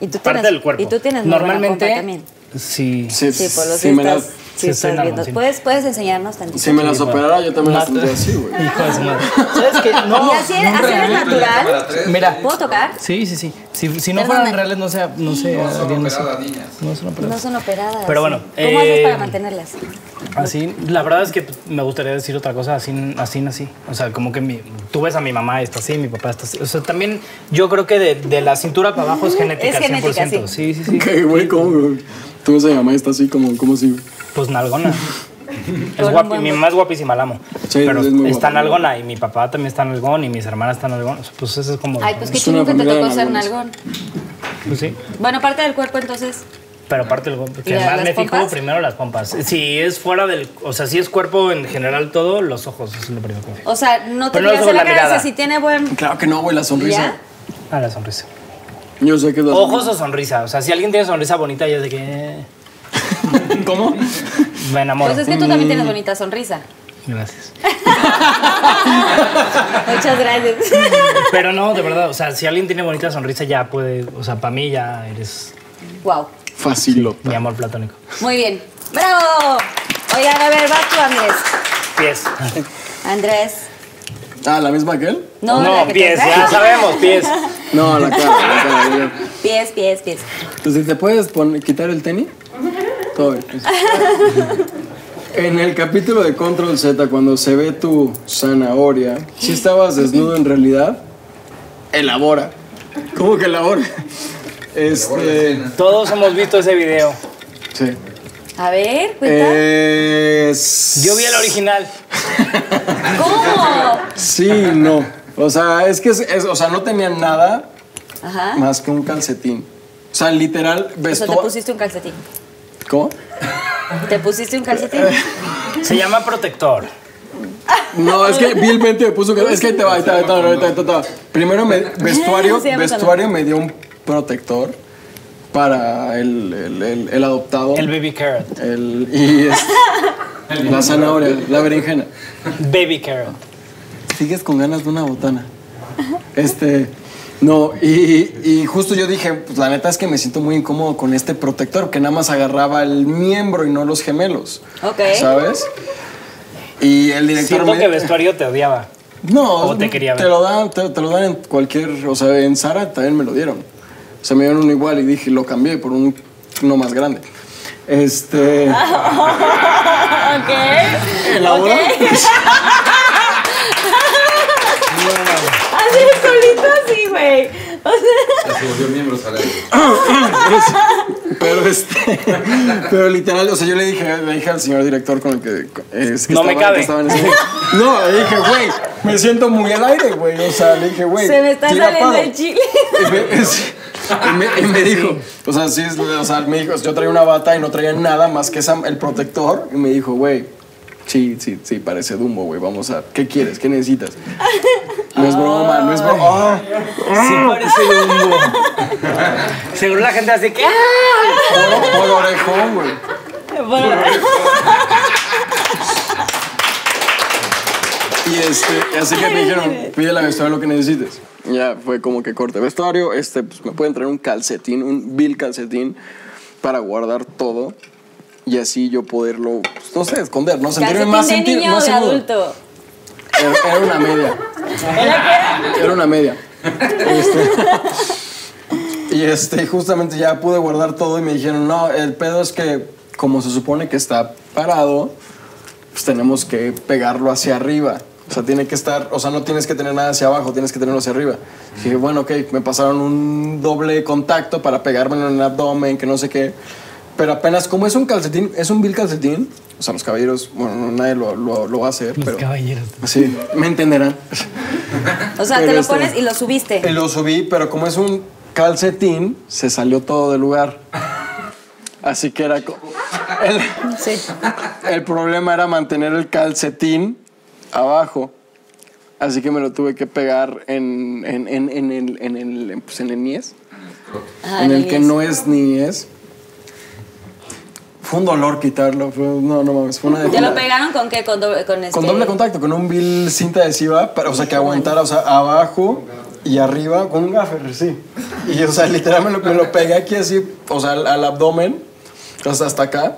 [SPEAKER 2] y tú
[SPEAKER 3] Parte
[SPEAKER 2] tienes,
[SPEAKER 3] del cuerpo.
[SPEAKER 2] Y tú tienes muy buena
[SPEAKER 3] Normalmente,
[SPEAKER 2] pompa también.
[SPEAKER 3] Sí.
[SPEAKER 4] Sí,
[SPEAKER 2] Sí, por los
[SPEAKER 4] si, me las,
[SPEAKER 2] estás,
[SPEAKER 3] sí,
[SPEAKER 2] sí, estás
[SPEAKER 3] suena,
[SPEAKER 2] viendo.
[SPEAKER 3] sí.
[SPEAKER 2] ¿Puedes, puedes enseñarnos tantito.
[SPEAKER 4] si me las
[SPEAKER 3] Sí,
[SPEAKER 4] operara, yo también las
[SPEAKER 3] Mata.
[SPEAKER 4] tendría así, güey.
[SPEAKER 3] Hijo de su madre. ¿Sabes qué? No.
[SPEAKER 2] y así, así es natural.
[SPEAKER 3] Mira.
[SPEAKER 2] ¿Puedo tocar?
[SPEAKER 3] Sí, sí, sí. Si, si no
[SPEAKER 2] Perdóname.
[SPEAKER 3] fueran reales, no sea. No sé.
[SPEAKER 11] No son
[SPEAKER 3] harían eso.
[SPEAKER 11] operadas niñas.
[SPEAKER 3] No son operadas.
[SPEAKER 2] No son operadas.
[SPEAKER 3] Pero bueno,
[SPEAKER 2] ¿Cómo haces
[SPEAKER 3] eh,
[SPEAKER 2] para mantenerlas?
[SPEAKER 3] Así, la verdad es que pues, me gustaría decir otra cosa así, así, así. O sea, como que mi- tú ves a mi mamá está así, mi papá está así. O sea, también yo creo que de, de la cintura para abajo es genética,
[SPEAKER 2] Es genética,
[SPEAKER 3] 100%. Sí, sí, sí.
[SPEAKER 4] Ok, güey, ¿cómo, güey? Tú ves a mi mamá y está así, como, como si.
[SPEAKER 3] Pues nalgona. Es
[SPEAKER 2] Con
[SPEAKER 3] guapi-
[SPEAKER 2] buen-
[SPEAKER 3] mi mamá es guapísima, la amo.
[SPEAKER 4] Sí,
[SPEAKER 3] pero
[SPEAKER 4] es muy
[SPEAKER 3] está
[SPEAKER 4] guapa.
[SPEAKER 3] nalgona y mi papá también está nalgón y mis hermanas están nalgón. O sea, Pues eso es como.
[SPEAKER 2] Ay, pues que
[SPEAKER 4] es
[SPEAKER 2] tú
[SPEAKER 4] una
[SPEAKER 2] nunca te
[SPEAKER 4] familia de
[SPEAKER 2] tocó ser
[SPEAKER 4] nalgones.
[SPEAKER 2] nalgón.
[SPEAKER 3] Pues sí.
[SPEAKER 2] Bueno, parte del cuerpo entonces.
[SPEAKER 3] Pero aparte, lo que
[SPEAKER 2] ¿Y la-
[SPEAKER 3] más
[SPEAKER 2] las
[SPEAKER 3] me fijo
[SPEAKER 2] pompas?
[SPEAKER 3] primero las pompas. Si es fuera del. O sea, si es cuerpo en general todo, los ojos es lo primero que me fijo.
[SPEAKER 2] O sea, no te
[SPEAKER 3] Pero no
[SPEAKER 2] fijas
[SPEAKER 3] sobre
[SPEAKER 2] en la cara,
[SPEAKER 3] la
[SPEAKER 2] o sea,
[SPEAKER 3] mirada.
[SPEAKER 2] si tiene buen...
[SPEAKER 4] Claro que no, güey, la sonrisa.
[SPEAKER 2] ¿Ya?
[SPEAKER 3] Ah, la sonrisa.
[SPEAKER 4] Yo sé que es la
[SPEAKER 3] Ojos o sonrisa. O sea, si alguien tiene sonrisa bonita, ya es de que. eh,
[SPEAKER 4] ¿Cómo?
[SPEAKER 3] Me enamoro.
[SPEAKER 2] Pues es que tú también tienes bonita sonrisa.
[SPEAKER 3] Gracias.
[SPEAKER 2] Muchas gracias.
[SPEAKER 3] Pero no, de verdad. O sea, si alguien tiene bonita sonrisa, ya puede. O sea, para mí ya eres
[SPEAKER 2] wow.
[SPEAKER 4] Facilo.
[SPEAKER 3] mi amor platónico.
[SPEAKER 2] Muy bien. ¡Bravo! Oigan, a ver, vas tú, Andrés.
[SPEAKER 3] Pies.
[SPEAKER 2] Andrés.
[SPEAKER 4] Ah, ¿la misma que él?
[SPEAKER 2] No, la
[SPEAKER 3] no,
[SPEAKER 2] que
[SPEAKER 3] pies,
[SPEAKER 2] te-
[SPEAKER 3] ya sabemos, pies.
[SPEAKER 4] No, la cara, la cara, la cara.
[SPEAKER 2] Pies, pies, pies.
[SPEAKER 4] Entonces, ¿te puedes poner- quitar el tenis? Todo bien. En el capítulo de Control Z, cuando se ve tu zanahoria, si estabas desnudo en realidad, elabora. ¿Cómo que elabora? Este.
[SPEAKER 3] Todos hemos visto ese video.
[SPEAKER 4] Sí.
[SPEAKER 2] A ver, cuenta.
[SPEAKER 4] Eh,
[SPEAKER 7] Yo vi el original.
[SPEAKER 2] ¿Cómo?
[SPEAKER 4] Sí, no. O sea, es que es- es- o sea, no tenía nada
[SPEAKER 2] Ajá.
[SPEAKER 4] más que un calcetín. O sea, literal,
[SPEAKER 2] O sea,
[SPEAKER 4] vestuario.
[SPEAKER 2] te pusiste un calcetín.
[SPEAKER 4] ¿Cómo?
[SPEAKER 2] ¿Te pusiste un calcetín?
[SPEAKER 7] Se llama Protector.
[SPEAKER 4] No, es que vilmente me puso un calcetín. Es que ahí te va, ahí te va, ahí te va, ahí te va, ahí te va. Primero, me- vestuario,
[SPEAKER 2] Sí, vamos a hablar.
[SPEAKER 4] vestuario me dio un protector para el, el- el- el adoptado.
[SPEAKER 7] El Baby Carrot.
[SPEAKER 4] El- y es- la zanahoria, la berenjena.
[SPEAKER 7] Baby Carrot.
[SPEAKER 4] Sigues con ganas de una botana. Este. No, y, y justo yo dije, pues la neta es que me siento muy incómodo con este protector, que nada más agarraba el miembro y no los gemelos.
[SPEAKER 2] Ok.
[SPEAKER 4] ¿Sabes? Y el director
[SPEAKER 7] Siento
[SPEAKER 4] me-
[SPEAKER 7] que vestuario te odiaba.
[SPEAKER 4] No,
[SPEAKER 7] o te quería ver.
[SPEAKER 4] lo dan, te, te lo dan en cualquier, o sea, en Zara también me lo dieron. O sea, me dieron uno igual y dije, lo cambié por un, uno más grande. Este,
[SPEAKER 2] ok.
[SPEAKER 4] ¿En la boda?
[SPEAKER 2] Ah, Ok. Así solito así, güey. O sea,
[SPEAKER 6] Se volvió miembro salario.
[SPEAKER 4] pero este, pero literal, o sea, yo le dije, le dije al señor director con el que, es que
[SPEAKER 7] No me
[SPEAKER 4] estaba- que
[SPEAKER 7] cabe.
[SPEAKER 4] estaba en ese- No, le dije, güey, me siento muy al aire, güey. O sea, le dije, güey,
[SPEAKER 2] se me está
[SPEAKER 4] tira
[SPEAKER 2] saliendo
[SPEAKER 4] paro.
[SPEAKER 2] el chile.
[SPEAKER 4] Y me, es- y me- y me dijo, o sea, sí, es- o sea, me dijo, yo traía una bata y no traía nada más que esa- el protector. Y me dijo, güey, sí, sí, sí, parece Dumbo, güey, vamos a, ¿qué quieres? ¿Qué necesitas? No es broma, no es broma. Ah.
[SPEAKER 7] Sí parece Dumbo. Seguro la gente hace que... "Ah".
[SPEAKER 4] Puro, puro orejón, güey. Y este, así que me dijeron, pide la vestuario lo que necesites. Y Ya fue como que corte vestuario, este, pues me pueden traer un calcetín, un vil calcetín para guardar todo y así yo poderlo, pues, no sé, esconder, no
[SPEAKER 2] Calcetín
[SPEAKER 4] sentirme más
[SPEAKER 2] de
[SPEAKER 4] sentir,
[SPEAKER 2] niño o
[SPEAKER 4] más
[SPEAKER 2] de
[SPEAKER 4] seguro.
[SPEAKER 2] adulto.
[SPEAKER 4] Era, era una media. Era una media. Este, y este, justamente ya pude guardar todo y me dijeron, no, el pedo es que como se supone que está parado, pues tenemos que pegarlo hacia arriba. O sea, tiene que estar, o sea, no tienes que tener nada hacia abajo, tienes que tenerlo hacia arriba. Dije, bueno, ok, me pasaron un doble contacto para pegármelo en el abdomen, que no sé qué. Pero apenas, como es un calcetín, es un vil calcetín, o sea, los caballeros, bueno, no, nadie lo, lo- lo va a hacer, pero...
[SPEAKER 7] Caballeros.
[SPEAKER 4] Sí, me entenderán.
[SPEAKER 2] O sea, te
[SPEAKER 4] Pero
[SPEAKER 2] lo
[SPEAKER 4] este-
[SPEAKER 2] pones y lo
[SPEAKER 4] Y
[SPEAKER 2] subiste.
[SPEAKER 4] lo subí, pero como es un calcetín, se salió todo del lugar. Así que era... co- El,
[SPEAKER 2] Sí.
[SPEAKER 4] el problema era mantener el calcetín abajo. Así que me lo tuve que pegar en, en, en, en el, en, el, en- pues, en el niés,
[SPEAKER 2] Ah,
[SPEAKER 4] en el
[SPEAKER 2] ni
[SPEAKER 4] que
[SPEAKER 2] es.
[SPEAKER 4] no es niés. Fue un dolor quitarlo. fue- no, no mames. Fue una
[SPEAKER 2] ¿Te lo
[SPEAKER 4] debilidad.
[SPEAKER 2] pegaron con qué? Con doble, con
[SPEAKER 4] Con
[SPEAKER 2] este-
[SPEAKER 4] doble contacto, con un vil cinta adhesiva, para, o sea, que aguantara, o sea, abajo y arriba, con un gaffer, sí. Y, o sea, literal me lo, me lo pegué aquí así, o sea, al, al abdomen, hasta, hasta acá.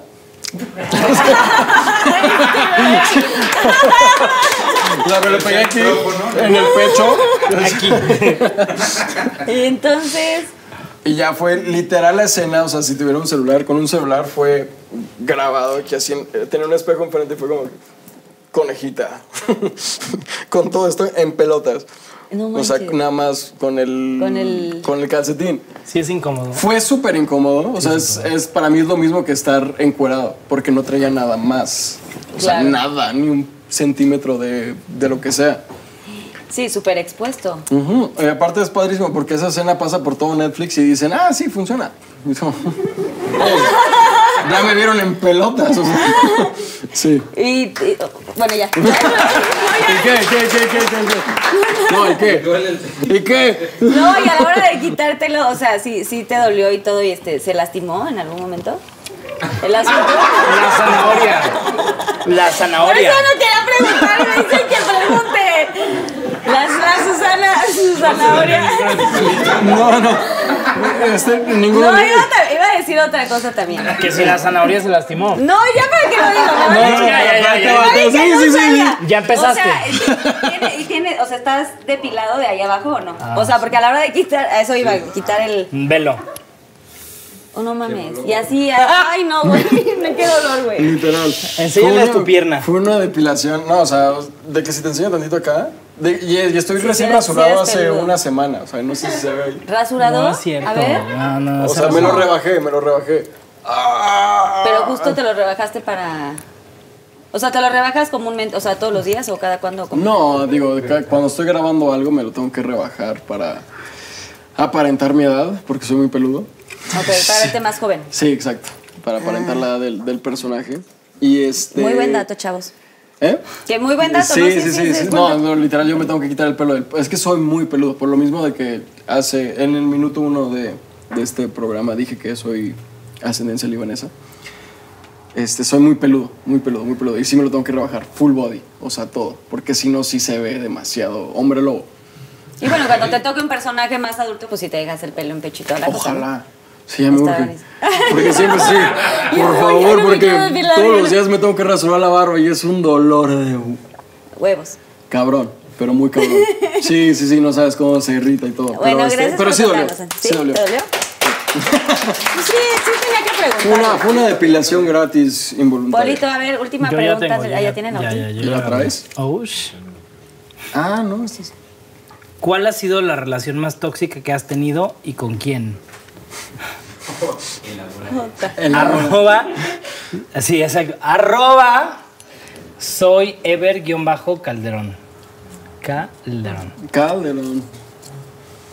[SPEAKER 4] O sea, me lo pegué aquí, en el pecho,
[SPEAKER 2] Y entonces.
[SPEAKER 4] y ya fue literal la escena, o sea, si tuviera un celular, con un celular fue grabado aquí así, en- eh, tenía un espejo enfrente y fue como conejita, con todo esto en pelotas.
[SPEAKER 2] No
[SPEAKER 4] o sea,
[SPEAKER 2] manches.
[SPEAKER 4] nada más con el,
[SPEAKER 2] Con el-
[SPEAKER 4] con el calcetín.
[SPEAKER 7] Sí es incómodo.
[SPEAKER 4] Fue súper incómodo, o sea, es, es- para mí es lo mismo que estar encuerado, porque no traía nada más, o sea,
[SPEAKER 2] Claro.
[SPEAKER 4] nada, ni un centímetro de, de lo que sea.
[SPEAKER 2] Sí, súper expuesto.
[SPEAKER 4] Ujú, Y aparte es padrísimo porque esa escena pasa por todo Netflix y dicen, ah, sí, funciona. Y es como, "Ey, ya me vieron en pelotas. o sea. sí.
[SPEAKER 2] Y, y- bueno, ya.
[SPEAKER 4] ¿Y qué? ¿Qué? ¿Qué? ¿Qué? ¿Qué? qué? No, ¿y qué? ¿Y qué?
[SPEAKER 2] No, y a la hora de quitártelo, o sea, sí, sí te dolió y todo, y este, ¿se lastimó en algún momento? El asunto.
[SPEAKER 7] La zanahoria. La
[SPEAKER 2] Por
[SPEAKER 7] zanahoria.
[SPEAKER 2] eso no quería preguntar, me dicen que pregunte. La, la Susana, Susana Oria.
[SPEAKER 4] No, no. Este, ninguno.
[SPEAKER 2] No, iba, a ta- iba a decir otra cosa también.
[SPEAKER 7] Que si la zanahoria se lastimó.
[SPEAKER 2] No, ya para que lo digo.
[SPEAKER 7] No,
[SPEAKER 2] No,
[SPEAKER 7] no, ya, ya, ya, ya.
[SPEAKER 4] Sí, sí, sí, sí.
[SPEAKER 7] Ya empezaste.
[SPEAKER 2] O sea, ¿tiene, y tiene- o sea, ¿estás depilado de ahí abajo o no?
[SPEAKER 7] Ah,
[SPEAKER 2] o sea, porque a la hora de quitar, a eso iba, quitar el...
[SPEAKER 7] Velo.
[SPEAKER 2] Oh, no mames. Y así, ay, no, güey, me qué dolor, güey.
[SPEAKER 4] Literal.
[SPEAKER 7] Enséñales
[SPEAKER 4] Fue una-
[SPEAKER 7] tu pierna.
[SPEAKER 4] Fue una depilación, no, o sea, de que si te enseño tantito acá. de- y, y estoy recién
[SPEAKER 2] eres- sí
[SPEAKER 4] rasurado
[SPEAKER 2] eres
[SPEAKER 4] hace
[SPEAKER 2] peludo.
[SPEAKER 4] una semana, o sea, no sé si se ve ahí.
[SPEAKER 2] ¿Rasurador?
[SPEAKER 7] No es cierto.
[SPEAKER 2] A ver,
[SPEAKER 7] No, no,
[SPEAKER 4] O
[SPEAKER 7] Ah, se
[SPEAKER 4] sea, me lo
[SPEAKER 7] rasuró.
[SPEAKER 4] rebajé, me lo rebajé. Ah.
[SPEAKER 2] pero justo te lo rebajaste para... O sea, ¿te lo rebajas comúnmente, o sea, todos los días o cada cuando?
[SPEAKER 4] No, digo, de ca- cuando estoy grabando algo me lo tengo que rebajar para aparentar mi edad, porque soy muy peludo.
[SPEAKER 2] Ok, para verte más joven.
[SPEAKER 4] Sí, exacto. Para aparentar la edad del, del personaje. Y este.
[SPEAKER 2] Ah. Muy buen dato, chavos.
[SPEAKER 4] ¿Eh?
[SPEAKER 2] Que muy buen dato,
[SPEAKER 4] sí,
[SPEAKER 2] ¿no?
[SPEAKER 4] Sí, sí, sí.
[SPEAKER 2] es
[SPEAKER 4] No,
[SPEAKER 2] buen dato.
[SPEAKER 4] no, literal, yo me tengo que quitar el pelo. del- Es que soy muy peludo, por lo mismo de que hace. En el minuto uno de, de este programa dije que soy ascendencia libanesa. Este, soy muy peludo, muy peludo, muy peludo. Y sí me lo tengo que rebajar, full body, o sea, todo. Porque si no, sí se ve demasiado hombre lobo.
[SPEAKER 2] Y bueno, cuando te toque un personaje más adulto, pues sí te dejas el pelo en pechito a la cosa, ¿no?
[SPEAKER 4] Ojalá. Sí, ya me
[SPEAKER 2] Está
[SPEAKER 4] urge.
[SPEAKER 2] buenísimo.
[SPEAKER 4] Porque siempre sí.
[SPEAKER 2] Ya no,
[SPEAKER 4] Por
[SPEAKER 2] ya no
[SPEAKER 4] favor,
[SPEAKER 2] me
[SPEAKER 4] porque
[SPEAKER 2] quiero depilar, ya
[SPEAKER 4] todos
[SPEAKER 2] no.
[SPEAKER 4] los días me tengo que rasurar la barba y es un dolor de.
[SPEAKER 2] Huevos.
[SPEAKER 4] Cabrón, pero muy cabrón. Sí, sí, sí, no sabes cómo se irrita y todo.
[SPEAKER 2] Bueno,
[SPEAKER 4] pero, este,
[SPEAKER 2] gracias
[SPEAKER 4] pero
[SPEAKER 2] por
[SPEAKER 4] sí dolió.
[SPEAKER 2] contarnos.
[SPEAKER 4] Sí dolió.
[SPEAKER 2] ¿Te dolió? Pues sí, sí tenía que
[SPEAKER 4] Fue
[SPEAKER 2] preguntar.
[SPEAKER 4] una, fue una depilación gratis involuntaria.
[SPEAKER 2] Polito, a ver, última
[SPEAKER 3] Yo ya
[SPEAKER 2] pregunta.
[SPEAKER 3] tengo.
[SPEAKER 2] Ah, ya tienen
[SPEAKER 3] ya,
[SPEAKER 2] a
[SPEAKER 3] ya,
[SPEAKER 2] ti.
[SPEAKER 3] yo
[SPEAKER 4] ¿Y la
[SPEAKER 3] ya-
[SPEAKER 4] traes?
[SPEAKER 3] Oh, sh.
[SPEAKER 4] Ah, no, esto es-
[SPEAKER 3] ¿Cuál ha sido la relación más tóxica que has tenido y con quién?
[SPEAKER 4] el-
[SPEAKER 3] Ah. Arroba. Sí, exacto. Arroba. Soy Ever-Calderón. Calderón.
[SPEAKER 4] Calderón.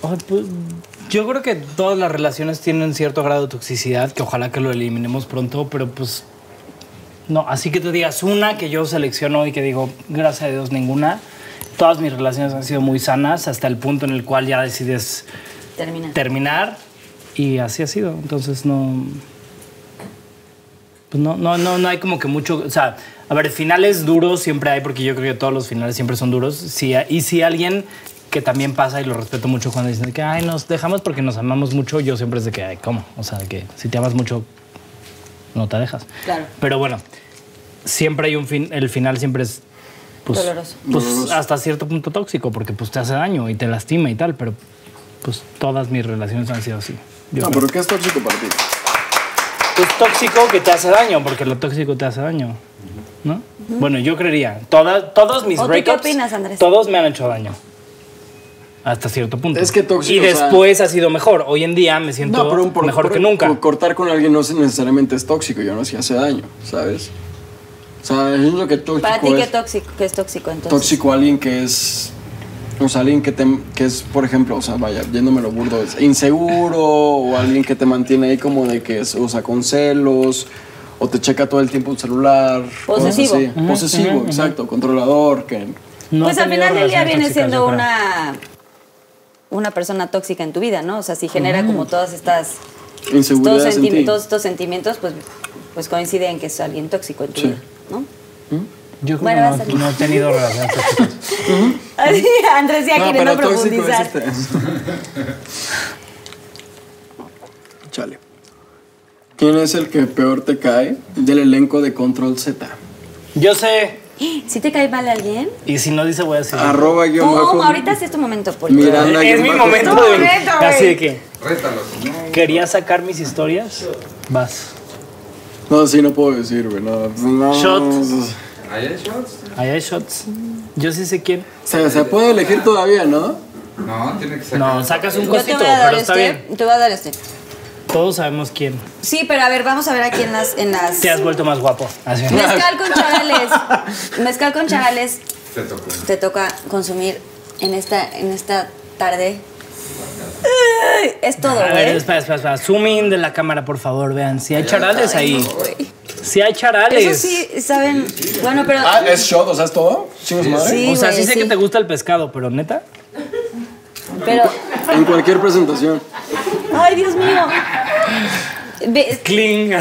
[SPEAKER 3] Ay, pues, yo creo que todas las relaciones tienen cierto grado de toxicidad, que ojalá que lo eliminemos pronto, pero pues. No, así que tú digas una que yo selecciono y que digo, gracias a Dios, ninguna. Todas mis relaciones han sido muy sanas hasta el punto en el cual ya decides
[SPEAKER 2] Termina.
[SPEAKER 3] terminar y así ha sido. Entonces no. Pues no, no, no, no hay como que mucho. O sea, a ver, finales duros siempre hay, porque yo creo que todos los finales siempre son duros. Si, y si alguien que también pasa, y lo respeto mucho cuando dicen de que ay, nos dejamos porque nos amamos mucho, yo siempre es de que, ay, ¿cómo? O sea, de que si te amas mucho, no te dejas.
[SPEAKER 2] Claro.
[SPEAKER 3] Pero bueno, siempre hay un fin, el final siempre es. Pues,
[SPEAKER 2] Doloroso.
[SPEAKER 3] pues, hasta cierto punto tóxico, porque pues te hace daño y te lastima y tal, pero pues todas mis relaciones han sido así. Yo creo.
[SPEAKER 4] No, Ah, pero ¿qué es tóxico para ti?
[SPEAKER 3] Es tóxico que te hace daño, porque lo tóxico te hace daño. ¿No? Bueno, yo creería. Toda- todos mis
[SPEAKER 2] ¿O tú qué
[SPEAKER 3] breakups.
[SPEAKER 2] opinas, Andrés?
[SPEAKER 3] Todos me han hecho daño. Hasta cierto punto.
[SPEAKER 4] Es que tóxico,
[SPEAKER 3] Y
[SPEAKER 4] o sea-
[SPEAKER 3] después ha sido mejor. Hoy en día me siento
[SPEAKER 4] un por-
[SPEAKER 3] mejor
[SPEAKER 4] por-
[SPEAKER 3] que nunca.
[SPEAKER 4] por cortar con alguien no es- necesariamente es tóxico, yo no sé si hace daño, ¿sabes? O sea, es lo que tóxico
[SPEAKER 2] Para ti, ¿qué,
[SPEAKER 4] es.
[SPEAKER 2] tóxico, ¿qué es tóxico entonces?
[SPEAKER 4] tóxico alguien que es. O sea, alguien que, te, que es, por ejemplo, o sea, vaya, yéndome lo burdo, es inseguro, o alguien que te mantiene ahí como de que es, o sea, con celos, o te checa todo el tiempo el celular. cosas así.
[SPEAKER 2] Posesivo.
[SPEAKER 4] Posesivo, exacto, controlador, que.
[SPEAKER 3] No
[SPEAKER 2] pues
[SPEAKER 3] he
[SPEAKER 2] al
[SPEAKER 3] tenido
[SPEAKER 2] final del día
[SPEAKER 3] relaciones
[SPEAKER 2] viene
[SPEAKER 3] tóxicas,
[SPEAKER 2] siendo
[SPEAKER 3] yo creo.
[SPEAKER 2] una, una persona tóxica en tu vida, ¿no? O sea, si genera como todas estas. Todos,
[SPEAKER 4] Inseguridades en
[SPEAKER 2] sentimi-
[SPEAKER 4] ti.
[SPEAKER 2] todos estos sentimientos, pues, pues coinciden que es alguien tóxico en tu
[SPEAKER 4] Sí.
[SPEAKER 2] vida, ¿no?
[SPEAKER 3] Yo creo
[SPEAKER 2] Bueno, vas
[SPEAKER 3] que
[SPEAKER 2] a-
[SPEAKER 3] no, no he tenido relaciones tóxicas.
[SPEAKER 2] Así, Andrés ya
[SPEAKER 4] No,
[SPEAKER 2] queriendo
[SPEAKER 4] pero tóxico es
[SPEAKER 2] profundizar.
[SPEAKER 4] este. Chale. ¿Quién es el que peor te cae del elenco de Control Z?
[SPEAKER 3] Yo sé.
[SPEAKER 2] ¿Sí te cae mal alguien?
[SPEAKER 3] Y si no dice, voy a decir.
[SPEAKER 4] Arroba guión
[SPEAKER 2] No,
[SPEAKER 4] bajo-
[SPEAKER 2] ahorita sí es tu momento, Poli.
[SPEAKER 4] Miranda
[SPEAKER 3] Pues, es
[SPEAKER 4] guión
[SPEAKER 3] mi
[SPEAKER 4] bajo-
[SPEAKER 3] momento
[SPEAKER 2] No,
[SPEAKER 3] de.
[SPEAKER 2] neta, güey.
[SPEAKER 3] Así de que.
[SPEAKER 6] Rétalos, ¿no?
[SPEAKER 3] Quería sacar mis historias. Vas.
[SPEAKER 4] No, sí, no puedo decir, güey. No, pues, no.
[SPEAKER 3] Shot.
[SPEAKER 6] ¿Hay hay shots?
[SPEAKER 3] Ahí hay shots. Yo sí sé quién.
[SPEAKER 4] Se, se puede elegir todavía, ¿no?
[SPEAKER 6] No, tiene que sacar.
[SPEAKER 3] No, sacas un
[SPEAKER 2] Yo te
[SPEAKER 3] cosito,
[SPEAKER 2] voy a dar
[SPEAKER 3] pero está bien.
[SPEAKER 2] este. Te voy a dar este.
[SPEAKER 3] Todos sabemos quién.
[SPEAKER 2] Sí, pero a ver, vamos a ver aquí en las. En las...
[SPEAKER 3] Te has vuelto más guapo. Así.
[SPEAKER 2] Mezcal con charales. Mezcal con charales
[SPEAKER 6] Te tocó.
[SPEAKER 2] te toca consumir en esta, en esta tarde. Es todo,
[SPEAKER 3] A ver,
[SPEAKER 2] güey.
[SPEAKER 3] espera, espera, espera. Zoom in de la cámara, por favor, vean. Si hay charales ahí. Si hay charales.
[SPEAKER 2] Eso sí, saben. Bueno, pero.
[SPEAKER 4] Ah, es shot, o sea, es todo. Chingos madre.
[SPEAKER 2] Sí,
[SPEAKER 3] o sea,
[SPEAKER 2] güey,
[SPEAKER 3] sí sé
[SPEAKER 2] sí.
[SPEAKER 3] que te gusta el pescado, pero neta.
[SPEAKER 2] Pero.
[SPEAKER 4] En cualquier presentación.
[SPEAKER 2] ¡Ay, Dios mío! Ve,
[SPEAKER 3] Cling.